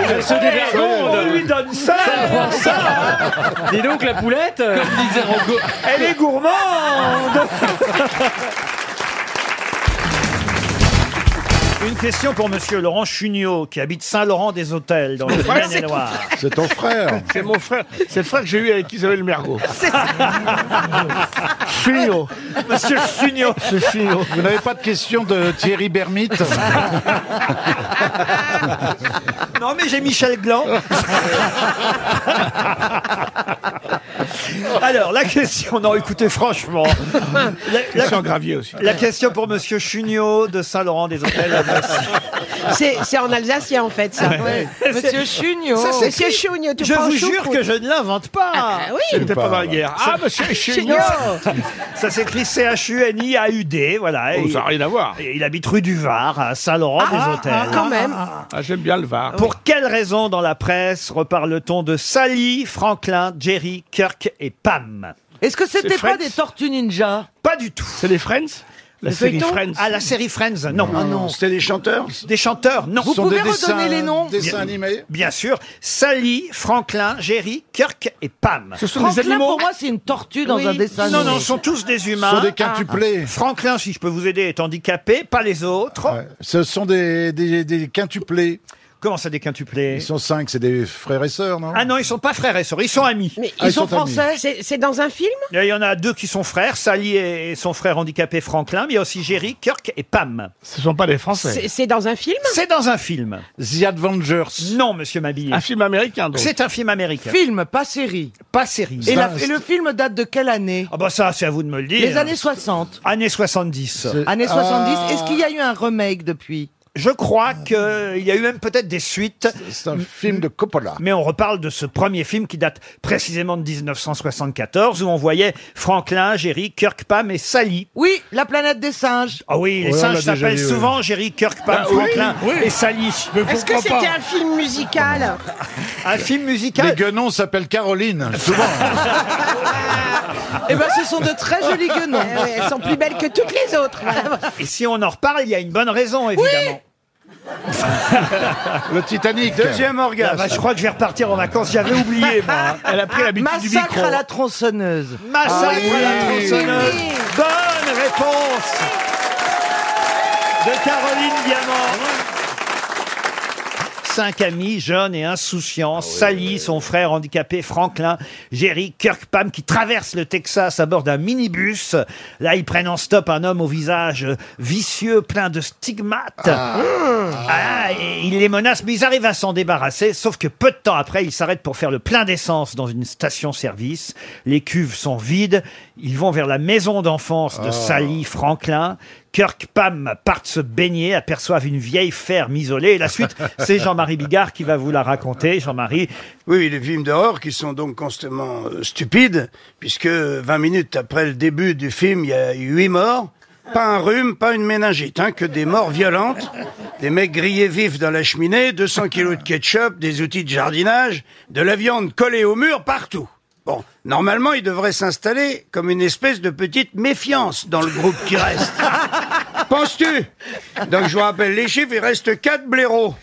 S17: l'aise.
S12: Elle se dévergonde.
S1: On lui donne ça
S12: Dis donc la poulette.
S7: Comme disait Rocco.
S1: Elle est gourmande Une question pour Monsieur Laurent Chugnot, qui habite Saint-Laurent-des-Hôtels, dans le
S12: Voilà, c'est
S1: Maine-et-Loire.
S33: C'est ton frère.
S12: C'est mon frère. C'est le frère que j'ai eu avec Isabelle Mergo.
S22: Chignot.
S1: Monsieur Chignot.
S22: Vous n'avez pas de question de Thierry Bermite
S1: Non, mais j'ai Michel Gland. Alors, la question... Non, écoutez, franchement... La,
S12: Question en gravier aussi.
S1: La question pour Monsieur Chugnot, de Saint-Laurent-des-Hôtels.
S9: C'est c'est en alsacien en fait ça.
S1: Ouais.
S9: Monsieur Chugnot.
S1: Ça, c'est
S9: Monsieur
S1: écrit.
S9: Chugnot, tu
S1: Je
S9: prends
S1: vous
S9: chou
S1: jure
S9: pour-
S1: que je ne l'invente pas.
S9: Ah, bah oui.
S12: C'était pas dans la guerre. Ah, monsieur Chignot.
S1: Ça s'écrit C-H-U-N-I-A-U-D, voilà.
S12: Oh,
S1: Et-
S12: ça n'a rien à voir.
S1: et il habite rue du Var, à
S5: Oh,
S1: Saint-Laurent-des-Hôtels.
S9: Quand même.
S12: Ah, J'aime bien le Var.
S1: Pour quelle raison dans la presse reparle-t-on de Sally, Franklin, Jerry, Kirk et Pam
S17: Est-ce que c'était
S1: C'est
S17: pas
S1: Friends
S17: des tortues ninja
S1: Pas du tout.
S10: C'est les Friends La
S1: Les
S10: série
S1: feuilletons
S10: Friends
S1: Ah, la série Friends, non.
S10: Ah non. C'était des chanteurs
S1: Des chanteurs, non.
S10: Vous Ce sont pouvez des redonner dessins- les noms
S1: Bien-
S10: dessins animés
S1: Bien sûr. Sally, Franklin, Jerry, Kirk et Pam.
S17: Ce sont des Franklin, animaux pour moi, c'est une tortue dans un dessin
S1: Non,
S17: animé.
S1: non, ce sont tous des humains.
S17: Ce sont des quintuplés.
S1: Ah. Franklin, si je peux vous aider, est handicapé, pas les autres.
S5: Ce sont des, des, des quintuplés.
S1: Comment ça, des quintuplés
S5: Ils sont cinq, c'est des frères et sœurs, non
S1: Ah non, ils sont pas frères et sœurs, ils sont amis. Mais
S5: Ah, ils ils sont sont amis. français
S1: C'est, dans un film Il y en a deux qui sont frères, Sally et son frère handicapé Franklin, mais il y a aussi Jerry, Kirk et Pam.
S10: Ce sont pas des
S1: C'est-
S10: Français.
S1: c'est dans un film C'est dans un film.
S10: The Avengers.
S1: Non, monsieur Mabille.
S10: Un film américain, donc.
S1: C'est un film américain.
S17: Film, pas série.
S1: Pas série.
S17: Et, la- et le film date de quelle année
S1: Ah bah ça, c'est à vous de me le dire.
S17: Les années 60.
S1: Années 70.
S17: Années 70. Est-ce qu'il y a eu un remake depuis
S1: Ah. Je crois qu'il y a eu même peut-être des suites.
S5: C'est un film de Coppola.
S1: Mais on reparle de ce premier film qui date précisément de 1974 où on voyait Franklin, Jerry, Kirk, Pam et Sally.
S17: Oui, la planète des singes.
S1: Ah oui, les
S17: Ouais, on
S1: singes
S17: l'a déjà
S1: s'appellent
S17: vu, ouais.
S1: souvent Jerry, Kirk, Pam,
S17: Bah oui,
S1: Franklin et Sally.
S19: Est-ce que
S1: Ah.
S19: c'était un film musical
S1: Un film musical.
S5: Les guenons s'appellent Caroline, souvent.
S19: Eh ben, ce sont de très jolies guenons. Eh ouais, elles sont plus belles que toutes les autres. voilà.
S1: Et si on en reparle, il y a une bonne raison, évidemment.
S5: Le Titanic.
S1: Deuxième Ah bah,
S5: orgasme.
S1: je crois que je vais repartir en vacances. J'avais oublié, moi.
S17: Elle a pris l'habitude
S1: du
S17: Massacre
S1: micro.
S17: à la Ah, tronçonneuse.
S1: Massacre à la tronçonneuse. Bonne réponse de Caroline Diamant. Cinq amis, jeunes et insouciants, Sally, son frère handicapé, Franklin, Jerry, Kirk, Pam, qui traversent le Texas à bord d'un minibus. Là, ils prennent en stop un homme au visage vicieux, plein de stigmates. Ah, et il les menace, mais ils arrivent à s'en débarrasser, sauf que peu de temps après, ils s'arrêtent pour faire le plein d'essence dans une station-service. Les cuves sont vides. Ils vont vers la maison d'enfance de
S22: Ah.
S1: Sally Franklin. Kirk, Pam partent se baigner, aperçoivent une vieille ferme isolée. Et la suite, c'est Jean-Marie Bigard qui va vous la raconter. Jean-Marie,
S22: Oui, les films d'horreur qui sont donc constamment euh, stupides, puisque 20 minutes après le début du film, il y a eu 8 morts. Pas un rhume, pas une méningite, hein, que des morts violentes, des mecs grillés vifs dans la cheminée, 200 kilos de ketchup, des outils de jardinage, de la viande collée au mur partout. Bon, normalement, il devrait s'installer comme une espèce de petite méfiance dans le groupe qui reste. Penses-tu Donc je vous rappelle les chiffres, il reste quatre blaireaux.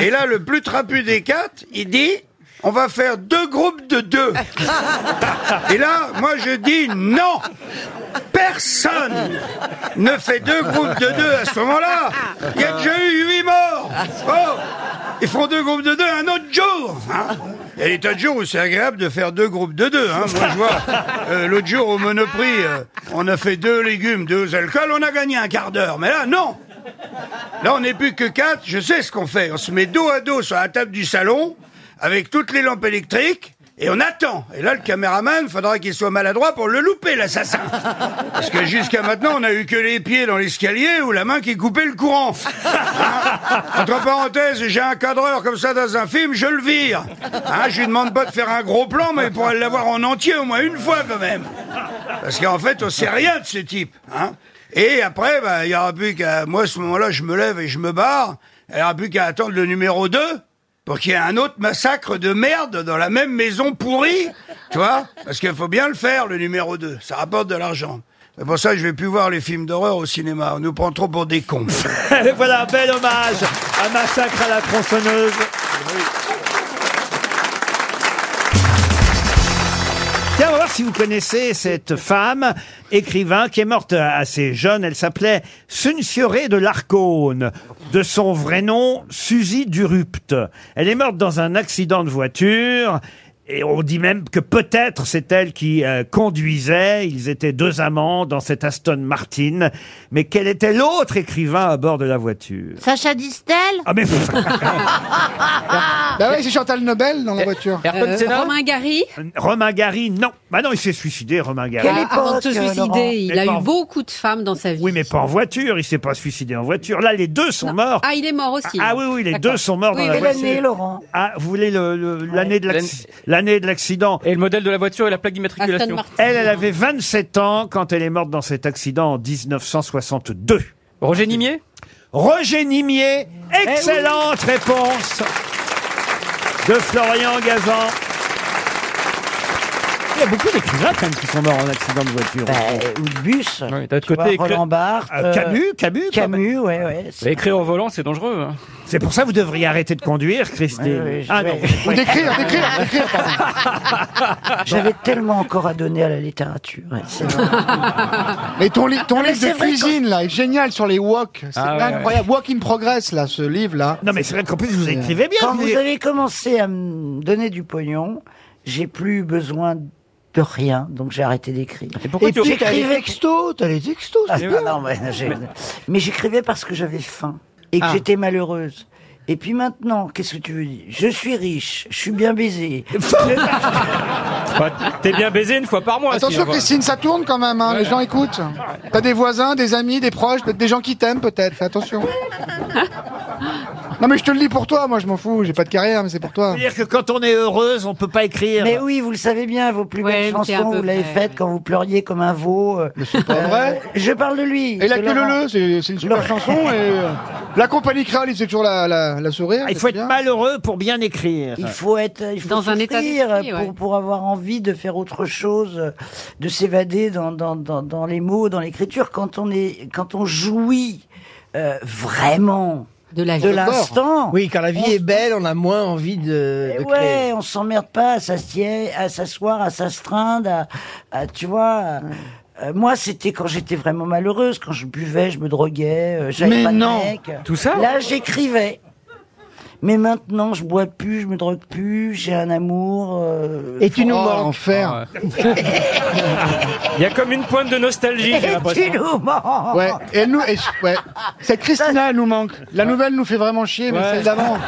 S22: Et là, le plus trapu des quatre, il dit, on va faire deux groupes de deux. Et là, moi je dis non Personne ne fait deux groupes de deux à ce moment-là Il y a déjà eu huit morts Oh Ils feront deux groupes de deux un autre jour hein. Il y a des tas de jours où c'est agréable de faire deux groupes de deux. hein. Moi, je vois, euh, l'autre jour au Monoprix, euh, on a fait deux légumes, deux alcools, on a gagné un quart d'heure. Mais là, non Là, on n'est plus que quatre, je sais ce qu'on fait. On se met dos à dos sur la table du salon, avec toutes les lampes électriques, et on attend. Et là, le caméraman, faudra qu'il soit maladroit pour le louper, l'assassin. Parce que jusqu'à maintenant, on a eu que les pieds dans l'escalier ou la main qui coupait le courant. Hein Entre parenthèses, j'ai un cadreur comme ça dans un film, je le vire. Hein, je lui demande pas de faire un gros plan, mais il pourrait l'avoir en entier au moins une fois quand même. Parce qu'en fait, on sait rien de ce type. hein. Et après, bah, il y aura plus qu'à... Moi, à ce moment-là, je me lève et je me barre. Il n'y aura plus qu'à attendre le numéro 2 pour qu'il y ait un autre massacre de merde dans la même maison pourrie. Tu vois Parce qu'il faut bien le faire, le numéro 2. Ça rapporte de l'argent. C'est pour ça que je vais plus voir les films d'horreur au cinéma. On nous prend trop pour des cons.
S1: voilà un bel hommage à Massacre à la tronçonneuse. Tiens, on va voir si vous connaissez cette femme, écrivain, qui est morte assez jeune. Elle s'appelait Sunsioré de l'Arcône, de son vrai nom, Suzy Durupte. Elle est morte dans un accident de voiture. Et on dit même que peut-être c'est elle qui euh, conduisait. Ils étaient deux amants dans cette Aston Martin. Mais quel était l'autre écrivain à bord de la voiture
S4: Sacha Distel
S1: Ah mais...
S2: Bah ouais, c'est Chantal Nobel dans la voiture. Euh,
S1: Ayrton Senna
S11: Romain Gary
S1: Romain Gary, non. Bah non, il s'est suicidé, Romain Gary.
S11: Quelle Avant de Ah, se suicider, il
S1: Mais
S11: a
S1: pas en-
S11: eu beaucoup de femmes dans sa vie.
S1: Oui, mais pas en voiture. Il s'est pas suicidé en voiture. Là, les deux sont morts.
S11: Ah, il est mort aussi.
S1: Ah oui, oui, les
S11: D'accord.
S1: deux sont morts
S11: Oui,
S1: dans la
S11: mais
S1: voiture.
S11: l'année,
S1: Laurent. Ah, vous voulez le- le- l'année de l'acc- l'année de l'accident
S34: Et le modèle de la voiture et la plaque d'immatriculation.
S1: Elle, elle avait 27 ans quand elle est morte dans cet accident en 1962.
S34: Roger Nimier Eh
S1: Roger Nimier, excellente réponse de Florian Gazan.
S15: il y a beaucoup d'écrivains quand même qui sont morts en accident de voiture.
S9: Bah, ou de bus.
S15: D'un
S9: Tu vois, Roland Barthes.
S1: Ah,
S9: euh,
S15: Camus, Camus. quand même.
S9: Camus, ouais, ouais. c'est-
S15: Bah, écrire au volant, c'est dangereux. hein.
S1: C'est pour ça que vous devriez arrêter de conduire, Christine.
S9: Ouais, ouais, je
S1: ah
S9: vais-
S1: non.
S9: Ou d'écrire, d'écrire,
S1: d'écrire.
S9: J'avais tellement encore à donner à la littérature. ouais, c'est vrai.
S2: Mais ton, li- ton
S9: Ah, mais
S2: livre
S9: c'est
S2: de
S9: vrai
S2: cuisine, là, est génial sur les wok. C'est
S9: Ah, ouais,
S2: incroyable. Wok in progress, là, ce livre-là.
S1: Non, mais c'est vrai qu'en plus, vous écrivez bien.
S9: Quand
S2: vous
S9: vous
S2: avez-
S9: avez commencé à me donner du pognon, j'ai plus besoin de rien, donc j'ai arrêté d'écrire. Et pourquoi tu- puis, t'as les j'écrivais- textos, t'as les textos. Ah, c'est
S1: bah,
S9: non, bien. non, mais, j'ai- Mais- mais j'écrivais parce que j'avais faim et que Ah. j'étais malheureuse. Et puis maintenant, qu'est-ce que tu veux dire Je suis riche, je suis bien baisé.
S18: T'es bien baisé une fois par mois.
S2: Attention, Christine, ça tourne quand même, hein, les gens écoutent. T'as des voisins, des amis, des proches, peut-être des gens qui t'aiment, peut-être. Fais attention. Non, mais je te le dis pour toi, moi, je m'en fous. J'ai pas de carrière, mais c'est pour toi.
S1: C'est-à-dire que quand on est heureuse, on peut pas écrire.
S9: Mais oui, vous le savez bien, vos plus
S1: Ouais,
S9: belles
S1: c'est à
S9: chansons,
S1: peu
S9: vous l'avez
S1: près,
S9: faites quand vous pleuriez comme un veau. Mais c'est
S2: pas vrai.
S9: Je parle de lui.
S2: Et la
S9: de
S2: queue
S9: Laurent.
S2: leu c'est c'est une super chanson. Et, euh, la compagnie créole, il fait toujours la, la, la sourire.
S9: Ah,
S1: Ah, Il faut être malheureux pour bien écrire.
S9: Il faut être, il faut
S11: Dans un
S9: souffrir
S11: état d'esprit,
S9: pour,
S11: ouais.
S9: pour avoir envie de faire autre chose, euh, de s'évader dans, dans, dans, dans les mots, dans l'écriture. Quand on est, quand on jouit euh, vraiment de
S8: vie.
S9: l'instant.
S8: Oui, quand la vie
S9: on- Eh
S8: est belle, on a moins envie de, de
S9: Ouais, on s'emmerde pas à s'assier- à s'asseoir, à s'astreindre, à, à- tu vois. à- euh, moi, c'était quand j'étais vraiment malheureuse, quand je buvais, je me droguais, euh, j'avais
S8: Mais
S9: pas
S8: non.
S9: de mec.
S8: Tout ça
S9: Là, j'écrivais. Mais maintenant, je bois plus, je me drogue plus, j'ai un amour. euh,
S8: Et tu nous
S9: fort.
S8: manques.
S2: Enfer.
S18: Il y a comme une pointe de nostalgie. j'ai l'impression.
S2: Ouais, et elle nous, et- ouais. Cette Christina, elle nous manque. La nouvelle nous fait vraiment chier, mais
S18: Ouais.
S2: celle d'avant.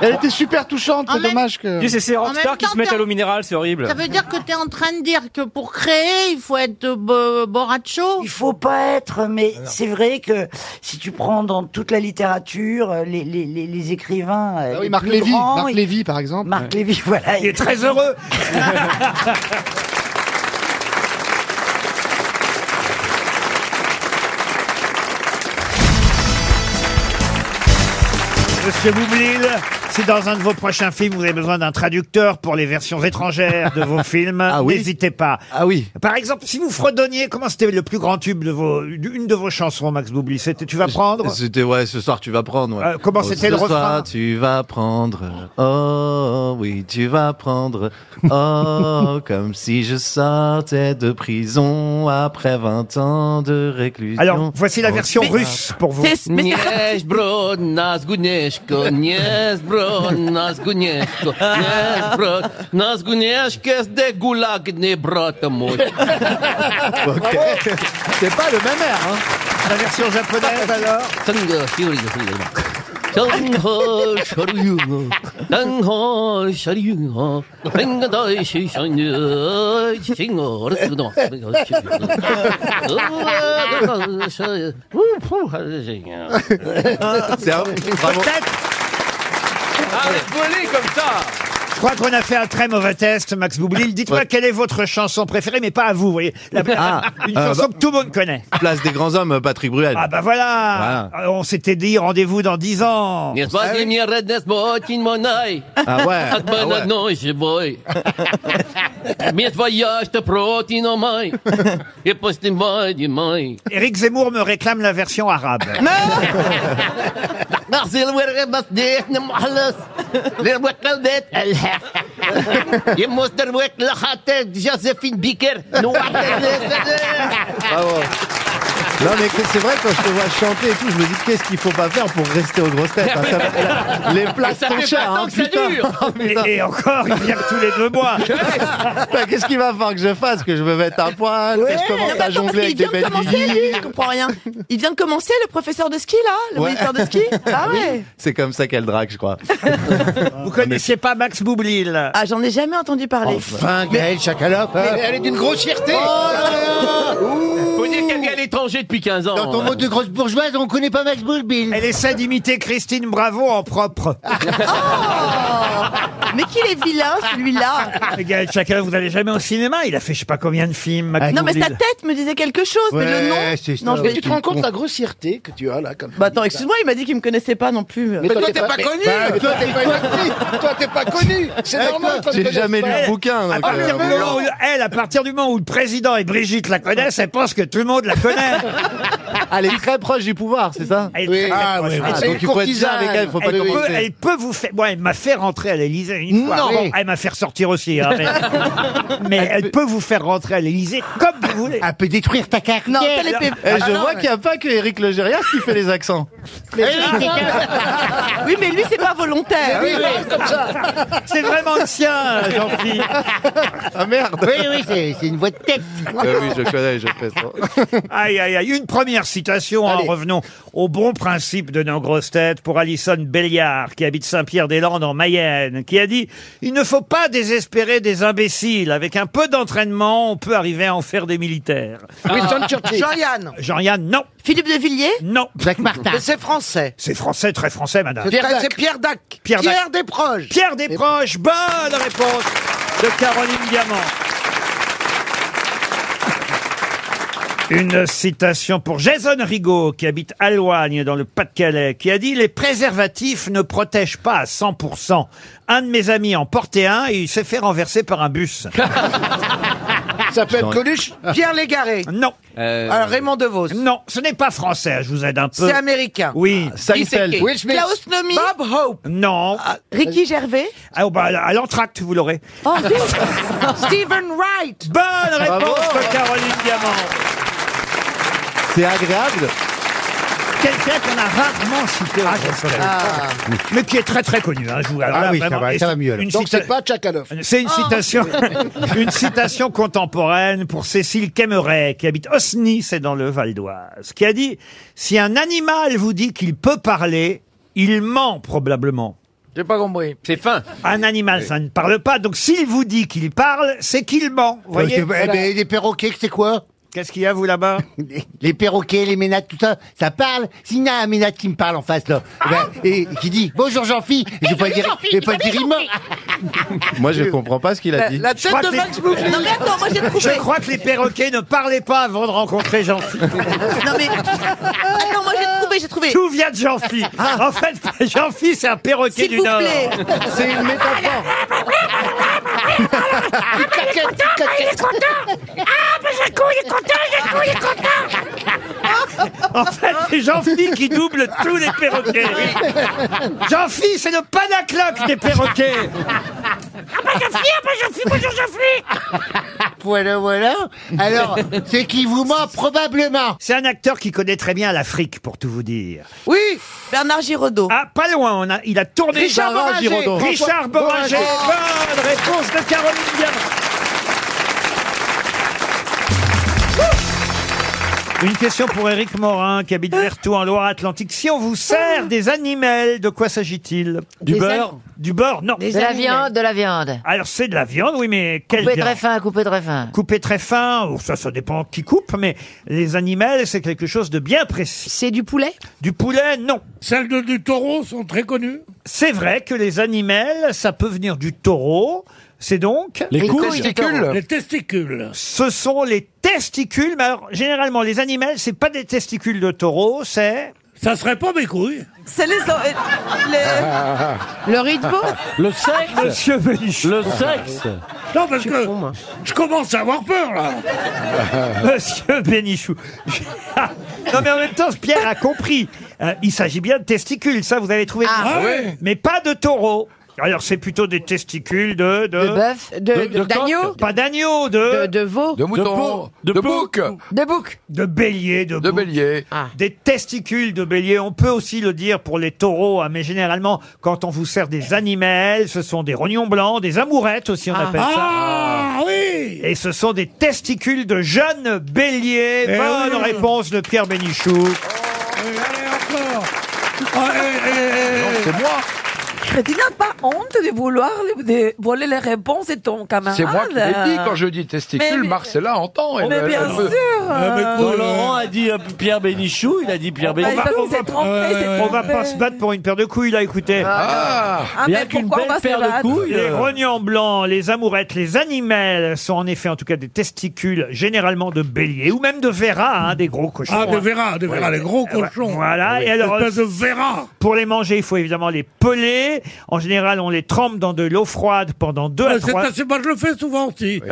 S2: Elle était super touchante, c'est dommage que.
S18: Tu sais, c'est ces
S2: En
S18: rockstars
S2: même
S18: qui
S2: temps,
S18: se mettent
S2: t'as-
S18: à l'eau minérale, c'est horrible.
S4: Ça veut dire que t'es en train de dire que pour créer, il faut être euh, bo- borracho
S9: Il faut pas être, mais
S2: Ah
S9: c'est vrai que si tu prends dans toute la littérature euh, les, les, les, les écrivains, euh,
S2: Ah oui,
S9: les
S2: Marc
S9: plus
S2: Lévy,
S9: grands,
S2: Marc
S9: ils-
S2: Lévy, par exemple.
S9: Marc Lévy, voilà.
S1: Il est très heureux. Monsieur Boublil, si dans un de vos prochains films vous avez besoin d'un traducteur pour les versions étrangères de vos films, n'hésitez pas. Ah oui. Par exemple, si vous fredonniez, comment c'était le plus grand tube de vos, une de vos chansons, Max Boublil C'était Tu vas prendre
S35: C'était ouais, ce soir tu vas prendre. ouais.
S1: Euh, comment
S35: Oh,
S1: c'était le
S35: Ce
S1: refrain
S35: soir tu vas prendre. Oh oui, tu vas prendre. Oh comme si je sortais de prison après 20 ans de réclusion.
S1: Alors, voici la version
S35: Mais-
S1: russe pour vous.
S35: C'est pas le même air, hein.
S1: La version japonaise, alors
S35: Arrête
S18: de voler comme ça
S1: Je crois qu'on a fait un très mauvais test, Max Boublil. Dites-moi quelle est votre chanson préférée, mais pas à vous, vous voyez. La-
S35: Ah,
S1: une
S35: euh,
S1: chanson
S35: bah-
S1: que tout le monde connaît.
S35: Place des grands hommes, Patrick Bruel.
S1: Ah bah voilà, Alors, On s'était dit rendez-vous dans 10 ans.
S35: Ah ouais, ah ouais.
S1: Eric Zemmour me réclame la version arabe.
S7: Oh
S35: Non mais que- c'est vrai quand Ah, je te vois chanter et tout, je me dis qu'est-ce qu'il faut pas faire pour rester aux grosses têtes. hein. Ça va- la- les places
S18: Ça
S35: sont
S18: fait
S35: chères.
S18: pas tant
S35: hein,
S18: que ça
S35: putain.
S18: dure.
S35: Oh, putain.
S1: Et, et encore, il vient que tous les deux mois.
S35: Putain, Qu'est-ce qu'il va falloir que je fasse Que je me mette à poil Que je
S19: Non,
S35: commence
S19: mais
S35: à
S19: attends, parce
S35: jongler
S19: qu'il
S35: avec des
S19: vient de
S35: belles
S19: commencer, lui, je comprends rien. Il vient de commencer, le professeur de ski, là Le
S35: Ouais.
S19: moniteur de ski Ah
S35: Oui,
S19: ouais
S35: C'est comme ça qu'elle drague, je crois. Ah,
S1: Vous connaissiez pas Max Boublil
S19: Ah, j'en ai jamais entendu parler.
S2: Oh, bah.
S35: Enfin, Gaël Oh, Chacalope.
S19: Mais
S35: hein.
S19: elle est d'une grossièreté.
S18: Faut dire qu'elle vit à l'étranger depuis 15 ans. hein.
S1: Dans ton mot
S18: de
S35: grosse bourgeoise, on connaît pas Max Boublil.
S1: Elle essaie d'imiter Christine Bravo en propre.
S6: Mais qu'il est vilain, celui-là.
S1: Mais Gaël Eh Chacun, vous n'allez jamais au cinéma Il a fait je sais pas combien de films.
S6: Non, mais sa tête me disait quelque chose, mais le
S1: Ouais, c'est ça.
S6: nom.
S1: Mais tu te rends compte de la
S6: grossièreté que tu as là comme Bah attends, excuse-moi, il m'a dit qu'il me connaissait pas non plus.
S5: Mais Euh, toi, t'es pas connu Bah,
S12: Bah,
S5: Toi, t'es pas une actrice. Toi, t'es pas connu C'est normal qu'on te connaisse pas.
S1: À
S5: Ah,
S35: euh,
S1: partir
S5: mais
S1: du moment
S5: non.
S1: où- elle, à partir du moment où le président et Brigitte la connaissent, elle pense que tout le monde la connaît.
S35: Elle est très proche du pouvoir, c'est ça
S1: Elle,
S35: Oui.
S1: est très, très
S35: Ah,
S1: proche.
S35: oui, oui.
S1: Elle
S35: Donc
S1: est
S35: il faut être bizarre avec elle, faut pas
S1: elle, peut,
S35: commencer.
S1: elle peut vous faire. Bon, elle m'a fait rentrer à l'Élysée une fois.
S35: Non.
S1: Bon, elle m'a fait ressortir aussi. hein, mais mais elle, peut vous faire rentrer à l'Élysée comme vous voulez. Elle peut détruire ta carrière.
S6: Non, elle est pép-
S35: Et je
S6: Ah non,
S35: vois
S6: mais-
S35: qu'il n'y a pas que Éric Logérias qui fait les accents.
S1: Ah,
S6: Oui, mais lui, c'est pas volontaire.
S35: Oui, oui,
S6: comme ça.
S1: C'est vraiment le sien, Jean-Pierre.
S35: Ah merde Ah
S1: Oui, oui, c'est une voix de tête.
S35: oui, je connais, je fais ça.
S1: Aïe, aïe, aïe. Une première citation. hein. revenons au bon principe de nos grosses têtes pour Alison Béliard, qui habite Saint-Pierre-des-Landes en Mayenne, qui a dit « Il ne faut pas désespérer des imbéciles. Avec un peu d'entraînement, on peut arriver à en faire des militaires. »
S19: Ah. Winston Churchill. Jean-Yann.
S1: Jean-Yann, non.
S6: Philippe de Villiers
S1: Non.
S19: Jacques Martin. Mais c'est
S1: français. C'est français, très français, madame.
S19: Pierre Dac. C'est Pierre Dac.
S1: Pierre,
S19: Pierre
S1: Desproges. Pierre Desproges, bonne réponse de Caroline Diamant. Une citation pour Jason Rigaud, qui habite Alloigne, dans le Pas-de-Calais, qui a dit « Les préservatifs ne protègent pas à 100%. Un de mes amis en portait un et il s'est fait renverser par un bus.
S19: Ça peut être Coluche Pierre Légaré
S1: Non.
S19: Alors, Raymond Devos »
S1: Non, ce n'est pas français, je vous aide un peu.
S19: C'est américain.
S1: Oui.
S19: Seinfeld. Disséqué. Will Smith. Klaus
S6: Nomi.
S1: Bob Hope. Non.
S6: Ricky Gervais
S1: ah, bah, À l'entracte, vous l'aurez.
S19: Stephen Wright
S1: Bonne réponse de Caroline Diamant.
S35: C'est agréable.
S1: Quelqu'un qu'on a rarement cité. Ah, Mais qui est très très connu. Hein, je vous- alors
S12: Ah
S1: là,
S12: oui, ça
S1: vraiment,
S12: va,
S1: et
S12: ça va
S1: c'est
S12: mieux, là.
S1: une
S12: Donc
S1: cita-
S12: c'est pas Tchakalov.
S1: C'est une
S12: Ah.
S1: citation, une citation contemporaine pour Cécile Kemmeret, qui habite Osny, c'est dans le Val d'Oise, qui a dit Si un animal vous dit qu'il peut parler, il ment probablement.
S19: J'ai pas compris.
S1: C'est
S12: Euh,
S1: fin. Un animal, ça ne parle pas. Donc s'il vous dit qu'il parle, c'est qu'il ment. Vous voyez
S12: Euh, c'est- eh ben, les perroquets, c'est quoi
S1: Qu'est-ce qu'il y a, vous, là-bas
S12: Les perroquets, les ménades, tout ça, ça parle. S'il y a un ménade qui me parle en face, là, eh ben, et qui dit « Bonjour, Jean-Phi », je vais pas le dire, je vais pas le dire, il ment.
S35: Moi, je comprends pas ce qu'il a dit.
S12: la
S1: Je crois que les-
S6: Non, mais attends, moi, j'ai trouvé.
S1: Je crois que les perroquets ne parlaient pas avant de rencontrer Jean-Philippe.
S6: Non, mais. Attends, moi, j'ai trouvé, j'ai trouvé.
S1: Tout vient de Jean-Philippe.
S12: Ah.
S1: En fait, Jean-Philippe, c'est un perroquet
S6: S'il
S1: du
S6: vous
S1: Nord.
S6: plaît.
S1: C'est une métaphore.
S36: il est content Ah, mais Jaco, il est content, Jaco, il est content
S1: En fait, c'est Jean-Philippe qui double tous les perroquets. Jean-Philippe, c'est le panacloc des perroquets.
S36: Ah, bah Jean-Phi, ah, bah Jean-Phi, bonjour Jean-Phi
S12: Voilà, voilà. Alors, c'est qui vous ment probablement.
S1: C'est un acteur qui connaît très bien l'Afrique, pour tout vous dire.
S6: Oui Bernard Giraudot.
S1: Ah, pas loin, on a, il a tourné.
S6: Richard
S1: Bérard
S6: Boringer.
S1: Giraudot. Richard Boringer.
S6: Boringer.
S1: Bonne réponse de Caroline Diamant. Une question pour Éric Morin, qui habite Vertou en Loire-Atlantique. Si on vous sert des animaux, de quoi s'agit-il
S16: Du Des beurre an-
S1: Du beurre, non.
S16: de la viande, de la viande.
S1: Alors c'est de la viande, oui, mais quelle
S16: Coupé
S1: viande
S16: très fin, coupé très fin.
S1: Coupé très fin, ou ça, ça dépend qui coupe, mais les animaux, c'est quelque chose de bien précis.
S16: C'est du poulet
S1: Du poulet, non.
S36: Celles de, du taureau sont très connues.
S1: C'est vrai que les animaux, ça peut venir du taureau. C'est donc
S36: Les Les couilles. testicules. Les
S1: testicules. Ce sont les testicules. Mais alors, généralement, les animaux, c'est pas des testicules de taureau, c'est. Ça serait pas mes couilles.
S6: C'est les. les...
S1: Ah,
S16: Le rythme
S36: Le sexe
S1: Monsieur Bénichou.
S36: Le sexe Non, parce que je commence à avoir peur, là
S1: Monsieur Bénichou. non, mais en même temps, Pierre a compris. Euh, il s'agit bien de testicules, ça, vous avez trouvé.
S36: Ah, Ah ouais.
S1: Mais pas de taureau. Alors, c'est plutôt des testicules de. De,
S16: De bœuf De- De- de de- d'agneau coq
S1: Pas d'agneau, de.
S16: De- de veau De mouton.
S1: De, bouc
S16: De bouc Ah.
S1: De bélier, de De bélier. Des testicules de bélier. On peut aussi le dire pour les taureaux, hein, mais généralement, quand on vous sert des animaux, ce sont des rognons blancs, des amourettes aussi, on appelle ça.
S36: Ah oui
S1: Et ce sont des testicules de jeunes béliers.
S36: Eh
S1: Bonne
S36: oui.
S1: réponse de Pierre Bénichou.
S36: Allez, encore Ah, eh, eh, eh, eh.
S1: moi.
S15: Tu n'as pas honte de vouloir le- de voler les réponses de ton camarade.
S20: C'est moi qui l'ai dit quand je dis testicule,
S15: Mais-
S20: Marcella entend.
S15: Mais bien sûr, Euh, mais euh,
S37: Quand
S20: euh,
S37: Laurent a dit euh, Pierre Bénichou, il a dit Pierre
S1: On va,
S37: Bénichou.
S1: on va- on va pas se battre pour une paire de couilles, là, écoutez.
S37: Ah. Ah,
S1: Il y
S37: mais pourquoi on va se battre
S1: Les
S37: euh.
S1: grognons blancs, les amourettes, les animaux sont en effet, en tout cas, des testicules, généralement de bélier, ou même de verra, hein, des gros cochons.
S12: Ah, de
S1: hein.
S12: verra, de verra,
S1: Ouais.
S12: les gros
S1: Euh, ouais.
S12: cochons. Ah
S1: Voilà,
S12: Oui.
S1: et alors...
S12: Espèce
S1: euh,
S12: de verra.
S1: Pour les manger, il faut évidemment les peler. En général, on les trempe dans de l'eau froide pendant deux
S12: Ouais,
S1: à
S12: c'est
S1: trois...
S12: assez- moi, je le fais souvent aussi.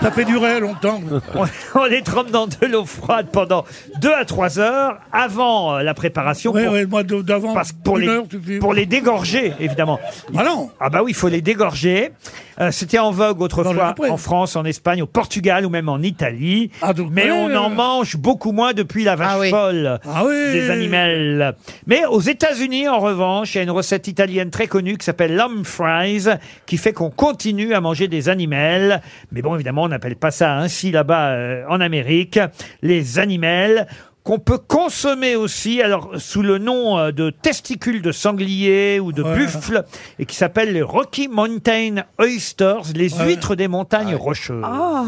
S12: Ça fait durer longtemps.
S1: On- on les trempe dans de l'eau froide pendant 2 à 3 heures avant euh, la préparation.
S12: Ouais, ouais,
S1: d'avant. Parce que pour,
S12: une
S1: les,
S12: heure suffit.
S1: pour les dégorger, évidemment.
S12: Ah non
S1: Ah bah oui, il faut les dégorger. Euh, C'était en vogue autrefois en France, en Espagne, au Portugal ou même en Italie. Mais
S12: ouais, Ah
S1: on en
S12: euh.
S1: mange beaucoup moins depuis la vache folle des animaux. Mais aux États-Unis, en revanche, il y a une recette italienne très connue qui s'appelle l'hum fries, qui fait qu'on continue à manger des animaux. Mais bon, évidemment, on n'appelle pas ça ainsi là-bas euh, en Amérique. Les animaux qu'on peut consommer aussi, alors sous le nom euh, de testicules de sanglier ou de buffle, et qui s'appelle les Rocky Mountain Oysters, les huîtres des montagnes rocheuses.
S15: Ah.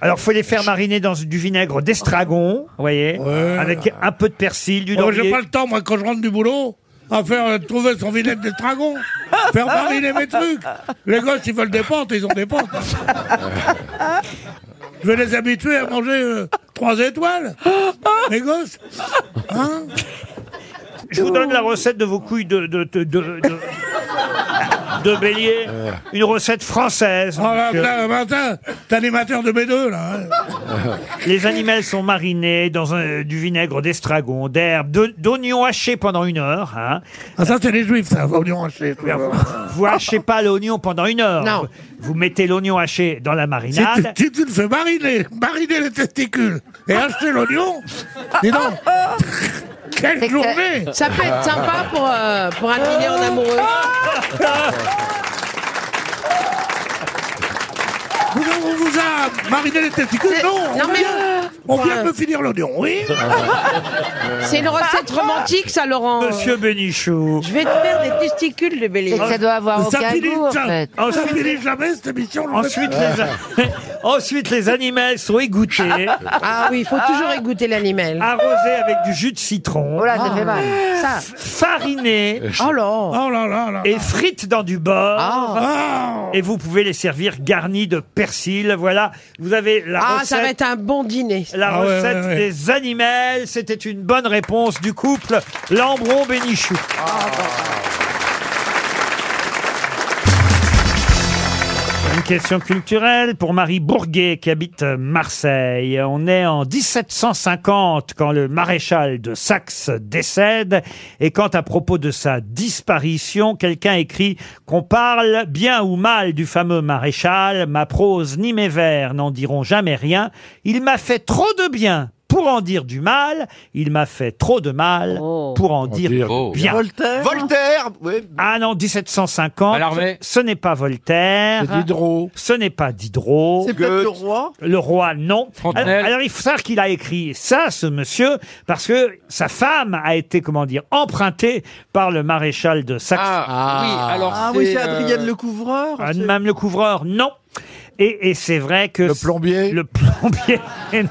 S1: Alors, faut les faire mariner dans du vinaigre d'estragon, vous voyez, avec un peu de persil, du
S12: Moi, j'ai
S1: laurier.
S12: pas le temps, moi, quand Oh, je rentre du boulot, à faire euh, trouver son vinaigre d'estragon. faire mariner mes trucs. Les gosses, ils veulent des pentes, ils ont des pentes. je vais les habituer à manger euh, trois étoiles. Les gosses. Hein
S1: Je vous donne la
S12: Oh.
S1: recette de vos couilles de, de, de, de- de- de bélier. Une recette française.
S12: Euh. Oh là,
S1: monsieur.
S12: là, là, là, t'es animateur de B2, là. hein.
S1: Les animaux sont marinés dans un- du vinaigre d'estragon, d'herbe, de- d'oignons hachés pendant une heure. hein.
S12: Ah, ça, c'est les juifs, ça, oignons hachés.
S1: Vous hachez pas l'oignon pendant une heure.
S12: Non.
S1: Vous mettez l'oignon haché dans la
S12: Si tu,
S1: marinade.
S12: si tu le fais mariner, mariner les testicules et acheter l'oignon, dis donc, quelle journée
S9: Ça peut être sympa pour, euh, pour un dîner en amoureux.
S12: Vous, on vous a mariné les testicules Non, on
S9: non, mais-
S12: vient, on vient
S9: Ouais.
S12: de me finir l'oignon, oui
S9: C'est une recette romantique, ça, Laurent.
S1: Monsieur Bénichou.
S9: Je vais te faire des testicules de bélier.
S12: ça finit, ça, ça finit jamais cette émission. le
S1: Ensuite, les, ensuite, les animaux sont égouttés.
S9: Ah oui, il faut toujours égoutter l'animal.
S1: Arrosés avec du jus de citron.
S9: Oh là, ça fait mal. Ça.
S1: Farinés.
S9: Ah. Oh là.
S1: Et frites dans du beurre.
S9: Ah.
S1: Et vous pouvez les servir garnis de persil. Voilà, vous avez la
S9: Ah,
S1: recette.
S9: ça va être un bon dîner.
S1: La
S38: Ah
S1: recette des animaux, c'était une bonne réponse du couple Lambron-Bénichou.
S9: Ah.
S1: Une question culturelle pour Marie Bourguet qui habite Marseille. On est en 1750 quand le maréchal de Saxe décède et quand à propos de sa disparition, quelqu'un écrit qu'on parle bien ou mal du fameux maréchal, ma prose ni mes vers n'en diront jamais rien, il m'a fait trop de bien. Pour en dire du mal, il m'a fait trop de mal pour en dire, Oh. bien.
S14: Voltaire Voltaire
S1: Ah non, 1750.
S14: À l'armée.
S1: Ce n'est pas Voltaire.
S14: C'est
S1: Diderot. Ce n'est pas Diderot.
S14: C'est peut-être le
S1: roi. Le roi, non. Alors, alors, il faut savoir qu'il a écrit ça, ce monsieur, parce que sa femme a été, comment dire, empruntée par le maréchal de Saxe.
S20: Ah, oui, alors Ah oui, c'est, c'est Adrien euh, Le Couvreur,
S1: Ah,
S20: c'est-
S1: Madame le couvreur, non. Et, et c'est vrai que... Le plombier Le plombier,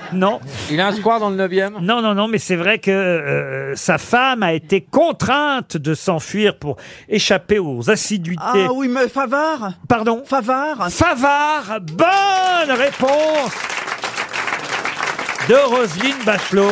S1: non. Il a un square dans le 9e Non, non, non, mais c'est vrai que euh, sa femme a été contrainte de s'enfuir pour échapper aux assiduités.
S4: Ah oui, mais Favard
S1: Pardon
S4: Favard
S1: Favard Bonne réponse de Roselyne Bachelot.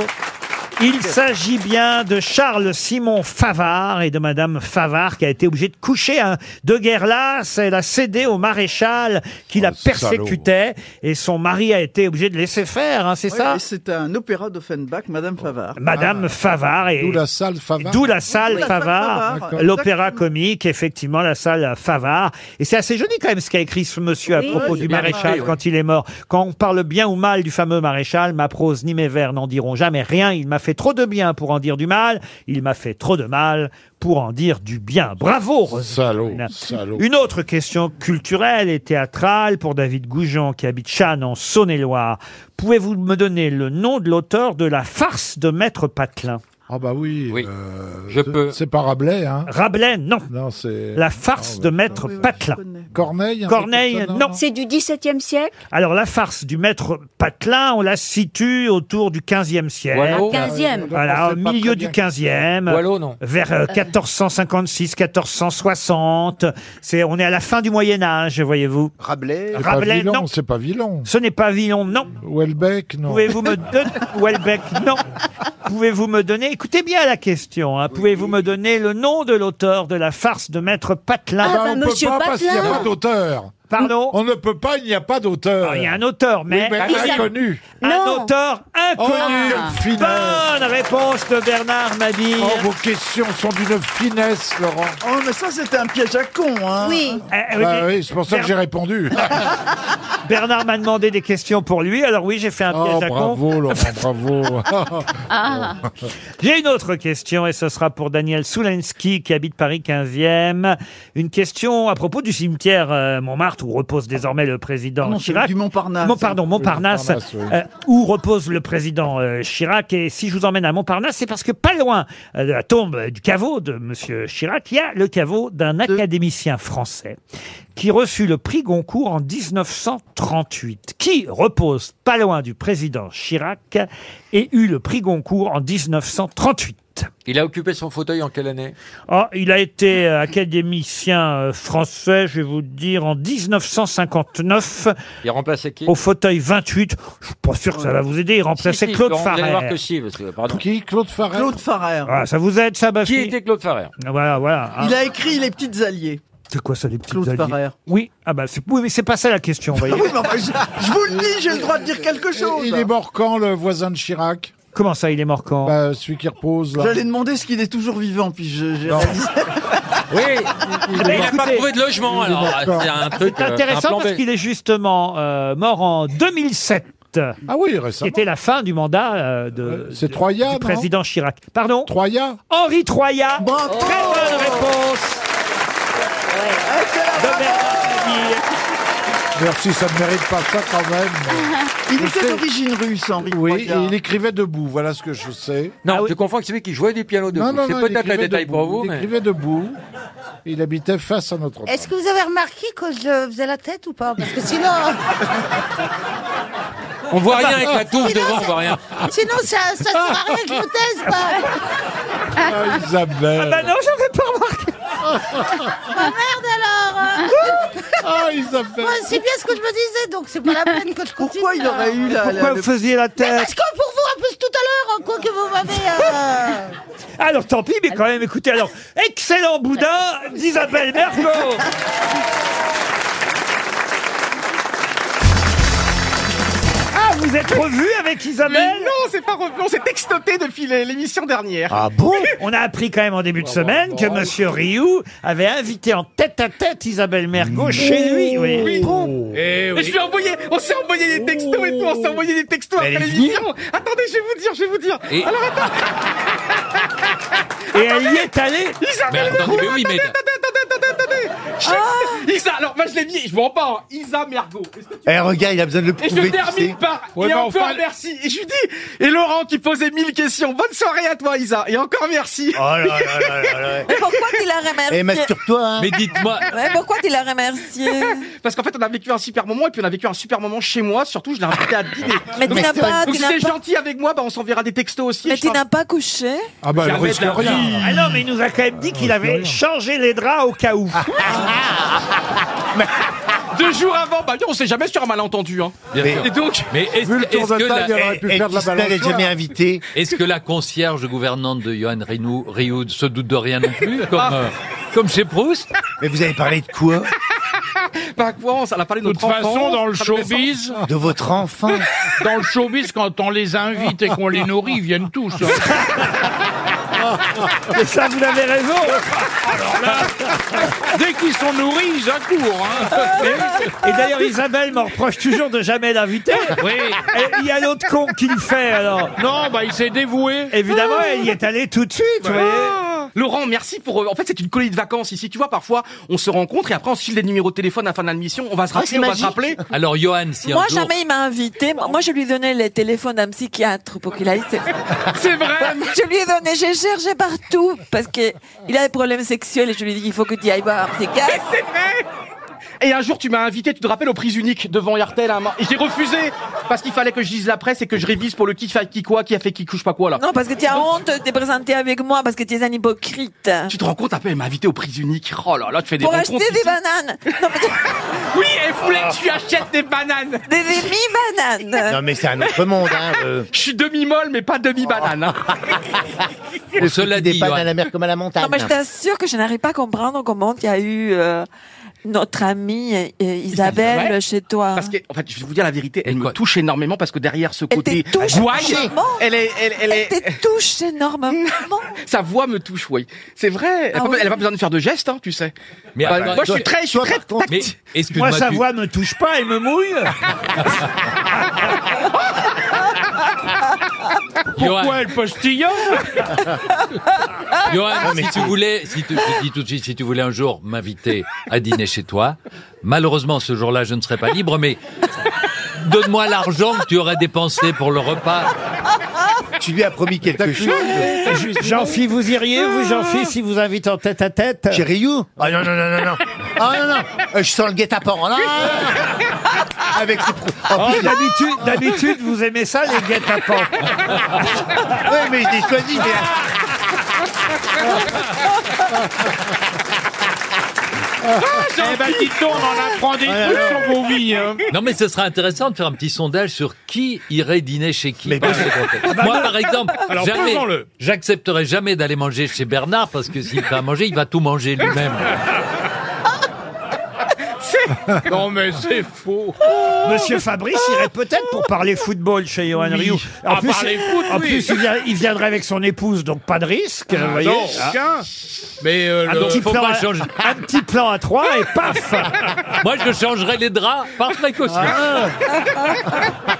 S1: Il s'agit bien de Charles Simon Favard et de Madame Favard qui a été obligée de coucher hein, de guerre lasse. Elle a cédé au maréchal qui la persécutait et son mari a été obligé de laisser faire, hein, c'est
S4: Oui,
S1: ça
S4: et C'est un opéra d'Offenbach, Madame Favard.
S1: Madame Favard. et-
S4: Ah. D'où la
S39: salle Favard.
S1: D'où la salle
S4: D'où la salle Favard.
S1: Favard,
S4: D'accord.
S1: l'opéra comique, effectivement, la salle Favard. Et c'est assez joli quand même ce qu'a écrit ce monsieur
S4: Oui,
S1: à propos
S4: oui,
S1: du
S4: bien
S1: maréchal
S4: écrit, oui.
S1: quand il est mort. Quand on parle bien ou mal du fameux maréchal, ma prose ni mes vers n'en diront jamais rien. Il m'a fait trop de bien pour en dire du mal. Il m'a fait trop de mal pour en dire du bien. Bravo, Roselyne. Une autre question culturelle et théâtrale pour David Goujon qui habite Châne en Saône-et-Loire. Pouvez-vous me donner le nom de l'auteur de la farce de Maître Patelin
S12: Ah bah oui. euh,
S7: je peux.
S12: C'est pas Rabelais, hein
S1: Rabelais, non.
S12: Non, c'est... Ah,
S1: La farce de Maître Patelin.
S12: Corneille un
S1: Corneille,
S12: truc comme ça,
S1: non. C'est du XVIIe siècle Alors, la farce du Maître Patelin, on la situe autour du XVe siècle.
S7: Boileau Ah, 15e.
S1: Voilà, au
S7: C'est pas
S1: milieu
S7: très
S1: du
S7: bien.
S1: XVe.
S7: Boileau, non.
S1: Vers euh,
S7: Euh.
S1: 1456, 1460. C'est, on est à la fin du Moyen-Âge, voyez-vous. Rabelais.
S12: C'est pas
S1: Rabelais,
S12: Villon,
S1: non.
S12: c'est pas Villon.
S1: Ce n'est pas Villon, non.
S12: Welbeck, non.
S1: Pouvez-vous me donner Welbeck Non. Pouvez-vous me donner Écoutez bien la question. hein. Pouvez-vous me donner le nom de l'auteur de la farce de Maître Patelin
S12: Ah, bah, on peut pas parce qu'il n'y a pas d'auteur.
S1: Pardon Ah,
S12: On ne peut pas, il n'y a pas d'auteur.
S1: Il y a un auteur, mais,
S12: Oui, mais
S1: Il s'a-
S12: inconnu.
S1: Un auteur inconnu.
S12: Oh, quelle
S9: Ah.
S12: finesse.
S1: Bonne réponse de Bernard Mabille.
S12: Oh, vos questions sont d'une finesse, Laurent.
S38: Oh, mais ça, c'était un piège à con, hein.
S40: Oui.
S1: Eh,
S12: Bah
S1: mais-
S12: oui, c'est pour ça que j'ai répondu.
S1: Bernard m'a demandé des questions pour lui. Alors oui, j'ai fait un
S12: Oh,
S1: piège à con.
S12: bravo, Laurent, bravo.
S35: Ah.
S1: J'ai une autre question et ce sera pour Daniel Soulensky qui habite Paris 15e. Une question à propos du cimetière euh, Montmartre où repose désormais le président
S38: Ah Non, c'est
S1: Chirac.
S38: du Montparnasse.
S1: Mont- pardon, Montparnasse,
S38: Oui, Montparnasse, oui.
S1: euh, où repose le président euh, Chirac. Et si je vous emmène à Montparnasse, c'est parce que pas loin euh, de la tombe euh, du caveau de Monsieur Chirac, il y a le caveau d'un académicien français qui reçut le prix Goncourt en 1938, qui repose pas loin du président Chirac et eut le prix Goncourt en 1938.
S7: Il a occupé son fauteuil en quelle année
S1: Ah, il a été euh, académicien euh, français, je vais vous le dire, en 1959.
S7: Il a remplacé qui
S1: Au fauteuil 28, je suis pas sûr que ça va vous aider, il remplaçait
S7: Si, si,
S1: Claude
S7: Laurent, Vous allez voir
S1: Farrer.
S7: que si, parce que, pardon.
S12: Qui Claude Farrer
S38: Claude Farrer.
S1: Ah, ça vous aide ça, ma
S7: Qui était Claude Farrer
S1: Voilà, voilà. hein.
S38: Il a écrit Les Petites Alliées.
S1: C'est quoi ça, les petites
S38: Claude
S1: alliées
S38: Farrer.
S1: Oui, ah bah c'est oui, mais c'est pas ça la question, vous voyez.
S38: Oui, mais enfin, je, je vous le dis, j'ai le droit de dire quelque chose.
S12: Il est mort quand, le voisin de Chirac
S1: Comment ça, il est mort quand
S12: bah, Celui qui repose, là.
S38: J'allais demander ce qu'il est toujours vivant, puis je- j'ai
S12: Non.
S38: réalisé.
S7: Oui,
S4: Ah,
S7: Ah, il
S1: Mais
S7: n'a pas
S1: écoutez,
S7: trouvé de logement,
S1: il est
S7: alors
S1: mort.
S7: c'est un truc.
S1: C'est
S7: euh, un
S1: intéressant
S7: plan
S1: parce
S7: B.
S1: qu'il est justement euh, mort en 2007.
S12: Ah oui, récemment.
S1: Qui était la fin du mandat euh, de, de- du président Chirac. Pardon
S12: Troya
S1: Henri Troya. Très bonne réponse de Bernard Mabille.
S12: Merci, ça ne mérite pas ça quand même.
S38: Il
S12: Je
S38: était
S12: sais-
S38: d'origine russe, Henri.
S12: Oui,
S38: Troya.
S12: et il écrivait debout, voilà ce que je sais.
S1: Ah
S7: Non, je comprends que c'est lui qui jouait du piano debout. C'est
S12: il
S7: peut-être un
S12: écrivait
S7: détail pour
S12: debout,
S7: vous,
S12: Il
S7: mais-
S12: écrivait debout. Il habitait face à notre.
S9: Est-ce que vous avez remarqué que je faisais la tête ou pas Parce que sinon,
S7: On voit rien avec la touffe devant, on voit rien.
S9: sinon ça, ça sert à rien que je me taise, quoi.
S12: Isabelle.
S1: Ah bah non, j'aurais pas remarqué.
S9: Ah merde alors
S12: Ah, Isabelle
S9: ouais, C'est bien ce que je me disais, donc c'est pas la peine que je continue.
S38: Pourquoi il aurait eu la.
S1: Pourquoi
S38: la-
S1: vous
S38: le-
S1: faisiez la
S9: Mais Parce
S1: tête
S9: que pour vous, en plus, tout à l'heure, en quoi que vous m'avez... euh,
S1: Alors tant pis, mais quand même, écoutez, alors, excellent boudin d'Isabelle Mergo Ah, vous êtes revu avec Isabelle
S4: non, c'est pas revenu, on s'est textoté depuis l'é- l'émission dernière.
S1: Ah bon On a appris quand même en début de semaine que Monsieur Rioux avait invité en tête à tête Isabelle Mergo chez lui. Mmh. Oui. Eh
S4: Et je lui ai envoyé, on s'est envoyé des textos et tout, on s'est envoyé des textos
S1: Mais
S4: après
S1: elle est venue.
S4: l'émission. Attendez, je vais vous dire, je vais vous dire.
S7: Et-
S4: Alors attends.
S1: Et elle y est allée
S7: Mais Ben,
S4: Isabelle
S7: attendez,
S4: Mergo,
S7: mais oui, mais-
S4: attendez, attendez, attendez, attendez. Je-
S1: Ah.
S4: Isa, alors moi je l'ai mis, je m'en parle. hein. Isa Mergo. Est-ce que tu-
S41: Eh, regarde, il a besoin de le
S4: Et je
S41: prouver, tu sais.
S4: termine par
S41: Ouais,
S4: et
S41: bah,
S4: encore
S41: enfin,
S4: merci. Et je lui dis et Laurent qui posait mille questions. Bonne soirée à toi Isa et encore merci.
S41: Oh là là là là là.
S22: Mais pourquoi tu l'as
S41: Eh,
S22: remercié
S41: masturbe-toi, hein.
S7: Mais dites-moi.
S22: Ouais, pourquoi tu l'as remercié
S4: Parce qu'en fait, on a vécu un super moment et puis on a vécu un super moment chez moi. Surtout, je l'ai invité à dîner.
S22: Mais tu
S4: Donc,
S22: n'as pas-
S4: Donc,
S22: tu
S4: si
S22: n'as
S4: c'est
S22: pas-
S4: gentil avec moi, bah, on s'enverra des textos aussi.
S22: Mais
S4: Je
S22: tu
S4: ferai-
S22: n'as pas couché
S12: Ah bah, elle
S4: Jamais
S12: risque
S4: de la
S12: rien.
S4: vie.
S1: Ah non, mais il nous a quand même dit qu'il avait changé les draps au cas où.
S4: Deux jours avant, bah non, on sait jamais sur un malentendu. Hein.
S7: Bien sûr.
S4: Et donc,
S7: Mais est-ce
S12: Vu le tour
S7: est-ce
S12: de
S7: que
S12: taille,
S7: la-
S12: il aurait pu faire de la
S41: Isabelle Eh, est
S12: balance.
S41: jamais invitée.
S7: Est-ce que la concierge gouvernante de Johan Rioux Rioux se doute de rien non plus, comme, euh, comme chez Proust
S41: Ah. Mais vous avez parlé de quoi
S4: bah quoi, on s'en a parlé de
S42: De
S4: notre
S42: toute façon,
S4: enfance,
S42: dans le
S4: adolescence.
S42: showbiz,
S41: De votre enfant
S42: dans le showbiz, quand on les invite et qu'on les nourrit, ils viennent tous. hein.
S1: Et ça, vous avez raison.
S42: Dès qu'ils sont nourris, ils accourent. hein.
S1: Et d'ailleurs, Isabelle m'en reproche toujours de jamais l'inviter.
S42: Oui.
S1: Et Il y a l'autre con qui le fait, alors.
S42: Non, bah il s'est dévoué.
S1: Évidemment, elle y est allée tout de suite, vous voyez.
S4: Ah, Laurent, merci pour. euh, En fait, c'est une colonie de vacances ici. Tu vois, parfois, on se rencontre et après, on se file des numéros de téléphone à la fin de la mission. On va se
S15: Oh,
S7: Ah, c'est
S4: rappeler, on va se
S7: magique.
S4: rappeler.
S7: Alors, Johan, si
S4: un
S15: Moi,
S4: jour-
S15: jamais il m'a invité. Moi, je lui donnais les téléphones d'un psychiatre pour qu'il aille. se-
S4: C'est vrai
S15: Je lui ai donné, j'ai cherché partout parce que il a des problèmes sexuels et je lui ai dit, il faut que tu ailles voir un psychiatre.
S4: C'est vrai Et un jour, tu m'as invité, tu te rappelles, aux prises uniques devant Yartel. à un moment. Et j'ai refusé parce qu'il fallait que je dise la presse et que je révise pour le qui fait qui quoi, qui a fait qui couche pas quoi là.
S15: Non, parce que tu as honte de te présenter avec moi parce que tu es un hypocrite.
S4: Tu te rends compte, après, elle m'a invité aux prises uniques. Oh là là, tu fais des
S15: Pour
S4: rencontres.
S15: acheter des
S4: ici.
S15: bananes.
S4: Oui, elle voulait que
S1: Ah.
S4: tu achètes des bananes.
S15: Des demi-bananes.
S4: Non, mais c'est un autre monde, hein. Je suis demi-molle, mais pas demi-banane. hein.
S17: On cela dit,
S4: Johan.
S20: à la mer comme à la montagne.
S15: Non, mais je t'assure que je n'arrive pas à comprendre comment il y a eu euh, notre amie euh, Isabelle
S4: Ouais.
S15: chez toi.
S4: Parce que, en fait, je vais vous dire la vérité, elle me touche énormément parce que derrière ce côté
S15: touche
S4: gouaille,
S15: énormément.
S4: elle est, elle, elle est,
S15: touche énormément.
S4: Sa voix me touche, oui. C'est vrai. Elle n'a
S1: Ah
S4: pas,
S1: oui.
S4: elle a pas besoin de faire de gestes, hein, tu sais.
S1: Mais
S4: Bah,
S1: attends,
S4: moi, je suis
S1: toi-
S4: très, je suis très tact-
S1: Moi, sa voix me touche pas, elle me mouille.
S12: Pourquoi elle postillon
S7: Johan, si tu voulais, si tu, je te dis tout de suite, si tu voulais un jour m'inviter à dîner chez toi, malheureusement ce jour-là je ne serai pas libre, mais donne-moi l'argent que tu aurais dépensé pour le repas.
S1: Tu lui as promis quelque
S7: chose.
S1: Jean-Phi, vous iriez, vous, Jean-Phi, si vous invite en tête à tête
S20: Chez Ryu Ah non, non, non, non, non. Ah non, non. Euh, Je sens le guet-apens. Non, non, non. Avec ses prou- en
S1: Oh,
S20: plus,
S1: d'habitude, d'habitude, vous aimez ça, les guet-apens.
S20: Oui, mais je l'ai choisi. mais-
S1: Ah,
S12: Eh ben, dis donc, on en apprend des trucs sur vos vies, hein.
S7: Non mais ce serait intéressant de faire un petit sondage sur qui irait dîner chez qui.
S12: Mais
S7: dans
S12: bien
S7: ce
S12: sûr.
S7: contexte.
S12: Ah bah
S7: Moi
S12: non.
S7: par exemple,
S12: Alors,
S7: jamais,
S12: posons-le.
S7: j'accepterai jamais d'aller manger chez Bernard parce que s'il va manger, il va tout manger lui-même.
S1: Non, mais c'est faux. Monsieur Fabrice irait peut-être pour parler football chez Johan
S12: Oui.
S1: Rioux.
S12: Ah, parler foot,
S1: en
S12: oui.
S1: plus, il, vient- il viendrait avec son épouse, donc pas de risque. vous voyez. Ah.
S12: non, aucun.
S1: Mais
S12: euh,
S43: Ah,
S12: le- faut pas
S1: à,
S12: changer.
S1: un petit plan à trois et paf
S7: Moi je changerais les draps par précaution.
S12: Ah.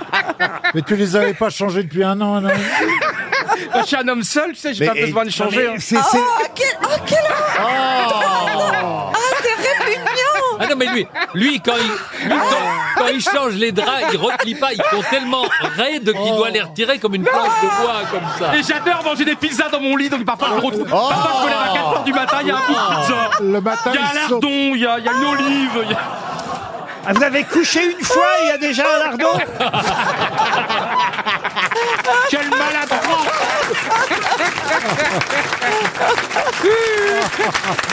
S43: Mais tu les avais pas changés depuis un an, non
S4: Moi, je suis un homme seul, tu sais, j'ai
S43: Mais-
S4: pas besoin de
S43: et-
S4: changer.
S43: non, mais
S4: hein.
S43: c'est- Oh.
S15: Oh, quel, oh, quel Ah, c'est répugnant
S7: Ah non mais lui, lui quand il, lui, quand, quand il change les draps, il replie pas, ils sont tellement raides qu'il
S12: Oh.
S7: doit les retirer comme une planche de bois comme ça.
S4: Et j'adore manger des pizzas dans mon lit, donc parfois je me retrouve.
S43: Oh.
S4: Parfois je me lève à 4h du matin, il y a un bout de pizza.
S43: Le matin,
S4: Il y a un
S43: ils sont-
S4: lardon, il y, a il y a une olive. il y a-
S1: Ah, Vous avez couché une fois, il y a déjà
S43: Ah,
S1: un lardon
S12: Quel maladroit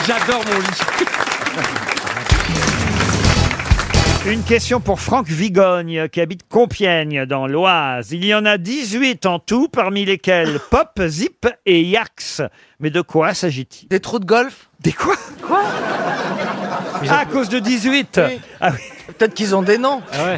S4: J'adore mon lit.
S1: Une question pour Franck Vigogne, qui habite Compiègne, dans l'Oise. Il y en a 18 en tout, parmi lesquels Pop, Zip et Yax. Mais de quoi s'agit-il Des trous de golf Des quoi Quoi ah, à cause de Ah 18 Peut-être qu'ils ont des noms.
S20: Hein
S4: Ah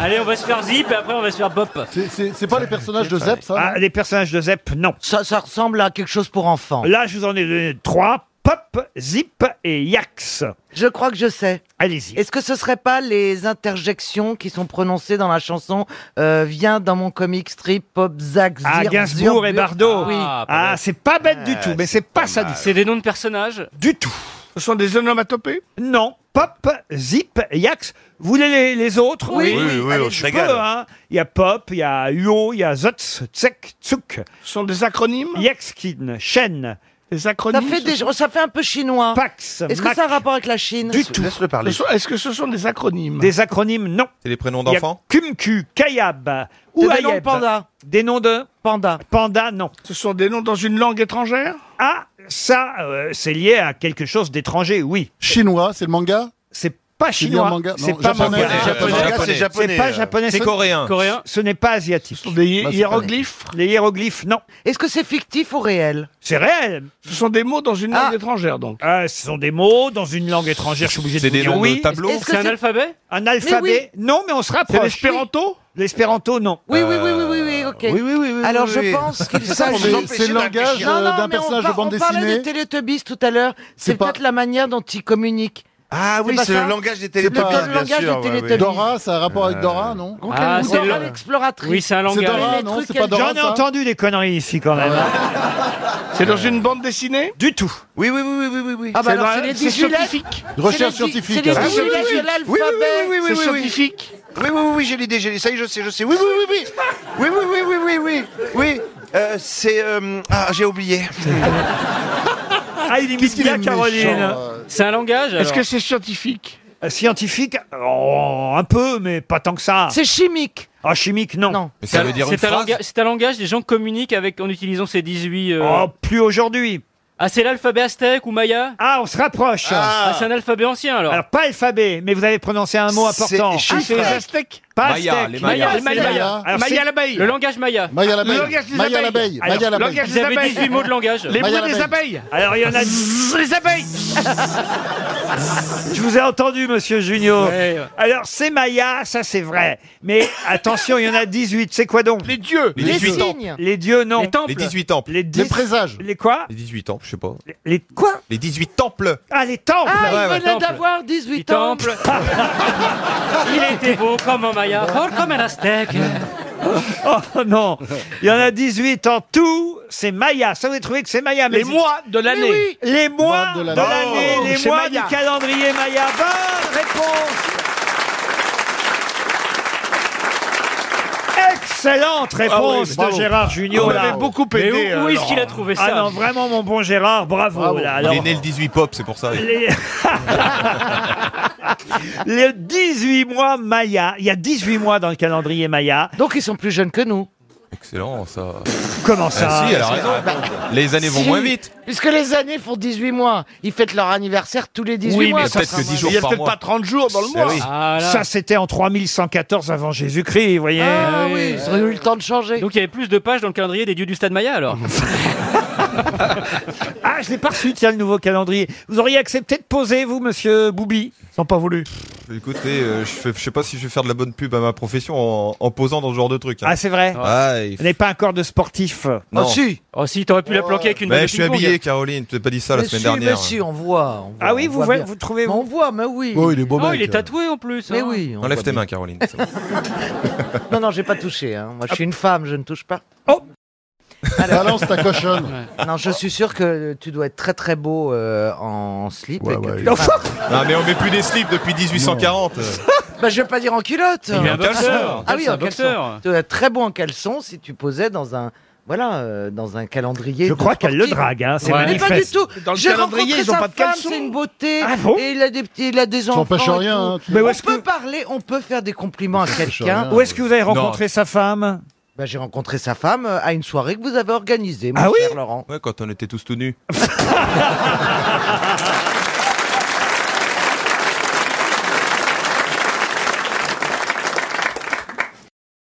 S12: Allez, on va se faire zip et après on va se faire pop.
S1: C'est pas les personnages de Zep, ça Ah, Les personnages de Zep, non.
S17: Ça, ça ressemble à quelque chose pour enfants.
S1: Là, je vous en ai donné trois. Pop, Zip et Yax.
S17: Je crois que je sais.
S1: Allez-y.
S17: Est-ce que ce serait pas les interjections qui sont prononcées dans la chanson euh, Viens dans mon comic strip, pop, zack,
S1: Ah,
S17: zir,
S1: Gainsbourg
S17: zur,
S1: et
S17: bur-
S1: Bardot.
S17: Oui.
S1: Ah, c'est pas bête du
S17: Ah,
S1: tout, mais c'est pas ça du tout.
S12: C'est des noms de personnages
S1: Du tout.
S12: Ce sont des onomatopées
S1: Non. Pop, Zip, Yax. Vous voulez les, les autres
S12: Oui, Oui, oui, oui,
S1: Allez,
S12: on
S1: je
S12: se régale.
S1: peux, hein. Il y a Pop, il y a Uo, il y a Zotz, Tsek, Tsuk. Ce sont des acronymes Yaxkin, Shen. Des
S17: Ça
S1: acronymes
S17: fait, des- ça fait un peu chinois.
S1: Pax.
S17: Est-ce que
S1: Mac.
S17: ça a un rapport avec la Chine
S1: Du tout. Est-ce que ce sont des acronymes Des acronymes, non.
S44: C'est les prénoms
S1: Il y a
S44: d'enfants
S1: Kumku, Kayab ou
S17: C'est des noms de
S1: Ayeb.
S17: pandas.
S1: Des noms de
S17: Panda.
S1: Panda, non. Ce sont des noms dans une langue étrangère Ah, ça, euh, c'est lié à quelque chose d'étranger, oui. Chinois, c'est le manga C'est pas
S43: C'est lié à un
S1: chinois,
S43: manga
S1: c'est
S43: Non,
S1: pas
S43: japonais,
S1: manga.
S43: c'est japonais. Manga, c'est japonais,
S1: C'est pas
S43: euh.
S1: japonais.
S43: C'est
S1: ce-
S43: coréen. Coréen.
S1: Ce n'est Bah, pas asiatique. Ce sont des hiéroglyphes Les hiéroglyphes, non.
S17: Est-ce que c'est fictif ou réel Ah.
S1: C'est réel. Ce sont des mots dans une langue étrangère, donc. ce sont des mots dans une langue étrangère. Je suis obligé de
S44: C'est
S1: vous
S44: des
S1: dire
S44: noms de
S1: oui.
S44: tableaux Est-ce que c'est-
S1: alphabet Un alphabet. Non, mais on se rapproche.
S12: l'espéranto
S1: L'espéranto, non.
S17: Oui, oui, oui, oui, oui, oui, ok.
S1: oui, oui, oui, oui,
S17: Alors
S1: oui,
S17: je
S1: oui.
S17: pense qu'il
S1: C'est
S17: s'agit.
S1: le langage, euh,
S17: Non, non,
S1: d'un
S17: mais on
S1: personnage de
S17: par-
S1: bande
S17: On parlait
S1: dessinée.
S17: des Teletubbies tout à l'heure. C'est peut-être la manière dont ils communiquent.
S20: Ah oui,
S45: pas
S20: c'est
S45: ça
S20: le langage des
S45: C'est pas-
S20: télétobies,
S45: le
S20: bien
S45: langage
S20: sûr.
S45: des
S20: ouais,
S45: Télétobies.
S20: ouais.
S45: Dora, ça a un rapport avec Dora, non Ah, c'est le-
S1: l'exploratrice.
S45: Oui, c'est un langage.
S20: Dora, non, c'est pas Dora,
S1: J'en ai
S20: ça
S1: entendu des conneries ici quand même.
S20: C'est dans une bande dessinée
S1: Du tout.
S20: Oui, oui, oui, oui, oui, oui.
S1: Ah bah alors,
S20: dans-
S1: c'est les
S20: c'est
S1: dix-huit lettres.
S20: scientifique.
S1: De recherche C'est les dix- scientifique,
S2: hein
S1: c'est les alors. dix-huit
S20: Ah,
S1: lettres de
S20: oui, oui, oui,
S1: l'alphabet.
S20: oui, oui, oui,
S1: C'est
S20: oui, oui.
S1: scientifique.
S20: Oui, oui, oui, oui, j'ai l'idée, j'ai l'idée. Ça y est, je sais, je sais. Oui, oui, oui, oui. Oui, oui, oui, oui, oui, oui. Oui, euh, c'est... euh, Ah, j'ai oublié.
S1: Ah, il est Qu'est-ce qu'il bien, est méchant, Caroline. euh.
S20: C'est un langage
S1: alors
S20: c'est scientifique
S1: Euh, Scientifique, oh, un peu, mais pas tant que ça.
S12: C'est chimique.
S1: Ah, chimique, non.
S12: C'est un- c'est un, langage- c'est un langage, les gens communiquent avec, en utilisant ces 18... euh,
S1: Oh, plus aujourd'hui.
S12: Ah, c'est l'alphabet aztèque ou maya
S1: Ah, on se rapproche.
S12: Ah, c'est un alphabet ancien, alors.
S1: Alors, pas alphabet, mais vous avez prononcé un mot
S12: C'est-
S1: important.
S12: Ah, c'est les Aztèques
S1: Pas
S12: Maya,
S1: aztèques.
S12: les Mayas. Les Mayas.
S1: Alors,
S12: Maya
S1: c'est-
S12: l'abeille. Le langage maya.
S1: Maya l'abeille.
S12: Le langage des
S1: Maya
S12: abeilles.
S1: l'abeille. Maya
S12: Alors,
S1: l'abeille.
S12: Vous avez 18 mots de langage.
S1: Les Maya bruits des l'abeille. abeilles. Alors, il y en a-
S12: Zzz, Les abeilles
S1: Je vous ai entendu, monsieur Junio. Alors, c'est Maya, ça c'est vrai. Mais attention, il y en a 18. C'est quoi donc Les dieux.
S20: Les 18 signes.
S1: Les dieux, non.
S20: Les temples. Les 18 temples.
S1: Les,
S20: Les présages.
S1: Les quoi
S20: Les 18 ans, je sais pas.
S1: Les quoi
S20: Les 18 temples.
S1: Ah, les temples
S20: Ah, il Ouais, ouais, venait
S12: temple.
S17: d'avoir 18 ans.
S12: Temple. Il était beau comme un maya, fort comme un aztèque.
S1: Oh non Il y en a 18 en tout. C'est Maya. Ça, vous avez trouvé que c'est Maya. mais-
S12: Les mois de l'année.
S1: Mais oui. Les mois de
S12: Mois de
S1: l'année.
S12: l'année. Oh,
S1: les
S12: chez Maya.
S1: mois du calendrier Maya. Bonne réponse Excellente réponse
S20: Ah oui,
S1: de
S20: bravo.
S1: Gérard Junior.
S20: Vous m'avez beaucoup aidé, Mais où- où est-ce euh, qu'il Laurent. a trouvé ça
S1: Ah non, vraiment, mon bon
S43: Ah,
S1: Gérard, bravo. là.
S20: Il est
S1: Alors,
S20: né le 18 pop, c'est pour ça.
S1: les... les 18 mois Maya. Il y a 18 mois dans le calendrier Maya. Donc, ils sont plus jeunes que nous.
S20: Excellent, ça. Ah,
S1: Comment ça
S20: si, elle a raison.
S1: Bah,
S20: Les années vont
S1: si.
S20: moins vite.
S17: Puisque les années font 18 mois, ils fêtent leur anniversaire tous les 18 mois. ça sera Ah, moins bien. Oh,
S1: Eh
S12: Ah,
S1: Ça, c'était en 3114 avant Jésus-Christ, vous voyez.
S12: Ah,
S17: Ah
S1: Euh,
S12: ils auraient eu le temps de changer. Donc il y avait plus de pages dans le calendrier des dieux du stade Maya alors.
S1: Ah, je l'ai pas reçu, tiens, le nouveau calendrier. Vous auriez accepté de poser, vous, monsieur Boubi Sans pas voulu.
S20: Écoutez, euh, je, fais- je sais pas si je vais faire de la bonne pub à ma profession en, en posant dans ce genre de truc. hein.
S1: Ah, c'est vrai
S20: Ah, il
S1: Vous n'avez pas un corps de sportif
S20: Non. Oh, si.
S12: Oh si, t'aurais pu la planquer avec une balle
S20: Mais
S12: de
S20: Ben, je suis
S12: ping-pong.
S20: habillé, Caroline. Tu n'as pas dit ça la
S12: Mais
S20: semaine
S12: si,
S20: dernière.
S12: mais
S17: Si, on voit. on voit,
S1: Ah oui,
S17: on
S1: vous
S17: voit
S1: voyez-
S17: bien.
S1: vous trouvez-
S17: Mais On voit, mais oui. Ah,
S20: Oh, il est beau
S12: Oh,
S20: mec.
S12: il est tatoué en plus.
S17: Mais
S12: hein.
S17: oui. on
S20: Enlève
S17: voit
S20: tes
S17: bien.
S20: mains, Caroline.
S17: Non, non, j'ai pas touché. hein. Moi, je suis une femme, je ne touche pas.
S1: Oh
S17: Balance ta cochonne. Non, je suis sûr que tu dois être très très beau euh, en slip. et que tu-
S20: non, Ah, mais on met plus des slips depuis 1840.
S17: Bah, je vais pas dire en culotte.
S20: Il met un boxeur.
S17: Ah oui,
S20: Un
S17: en caleçon.
S20: boxeur.
S17: Tu dois être très beau en caleçon si tu posais dans un. Voilà, euh, dans un calendrier.
S1: Je
S17: de
S1: crois qu'elle le
S17: sportif.
S1: drague, hein, c'est
S17: Mais pas du
S1: manifeste.
S17: tout.
S1: Dans le
S17: J'ai
S1: calendrier,
S17: rencontré
S1: ils ont
S17: sa
S1: pas de
S17: femme,
S1: caleçon.
S17: C'est une beauté.
S1: Ah bon
S17: et il a des petits, il a des
S1: Ça
S17: enfants.
S1: empêche
S17: et
S1: rien,
S17: tout.
S1: hein, tu- Mais où
S17: on
S1: est-ce
S17: peut parler, on peut faire des compliments à quelqu'un.
S1: Où est-ce que vous avez rencontré sa femme
S17: Bah, j'ai rencontré sa femme euh, à une soirée que vous
S1: Ah
S17: avez organisée, mon cher Laurent.
S20: Ouais, quand on était tous tout nus.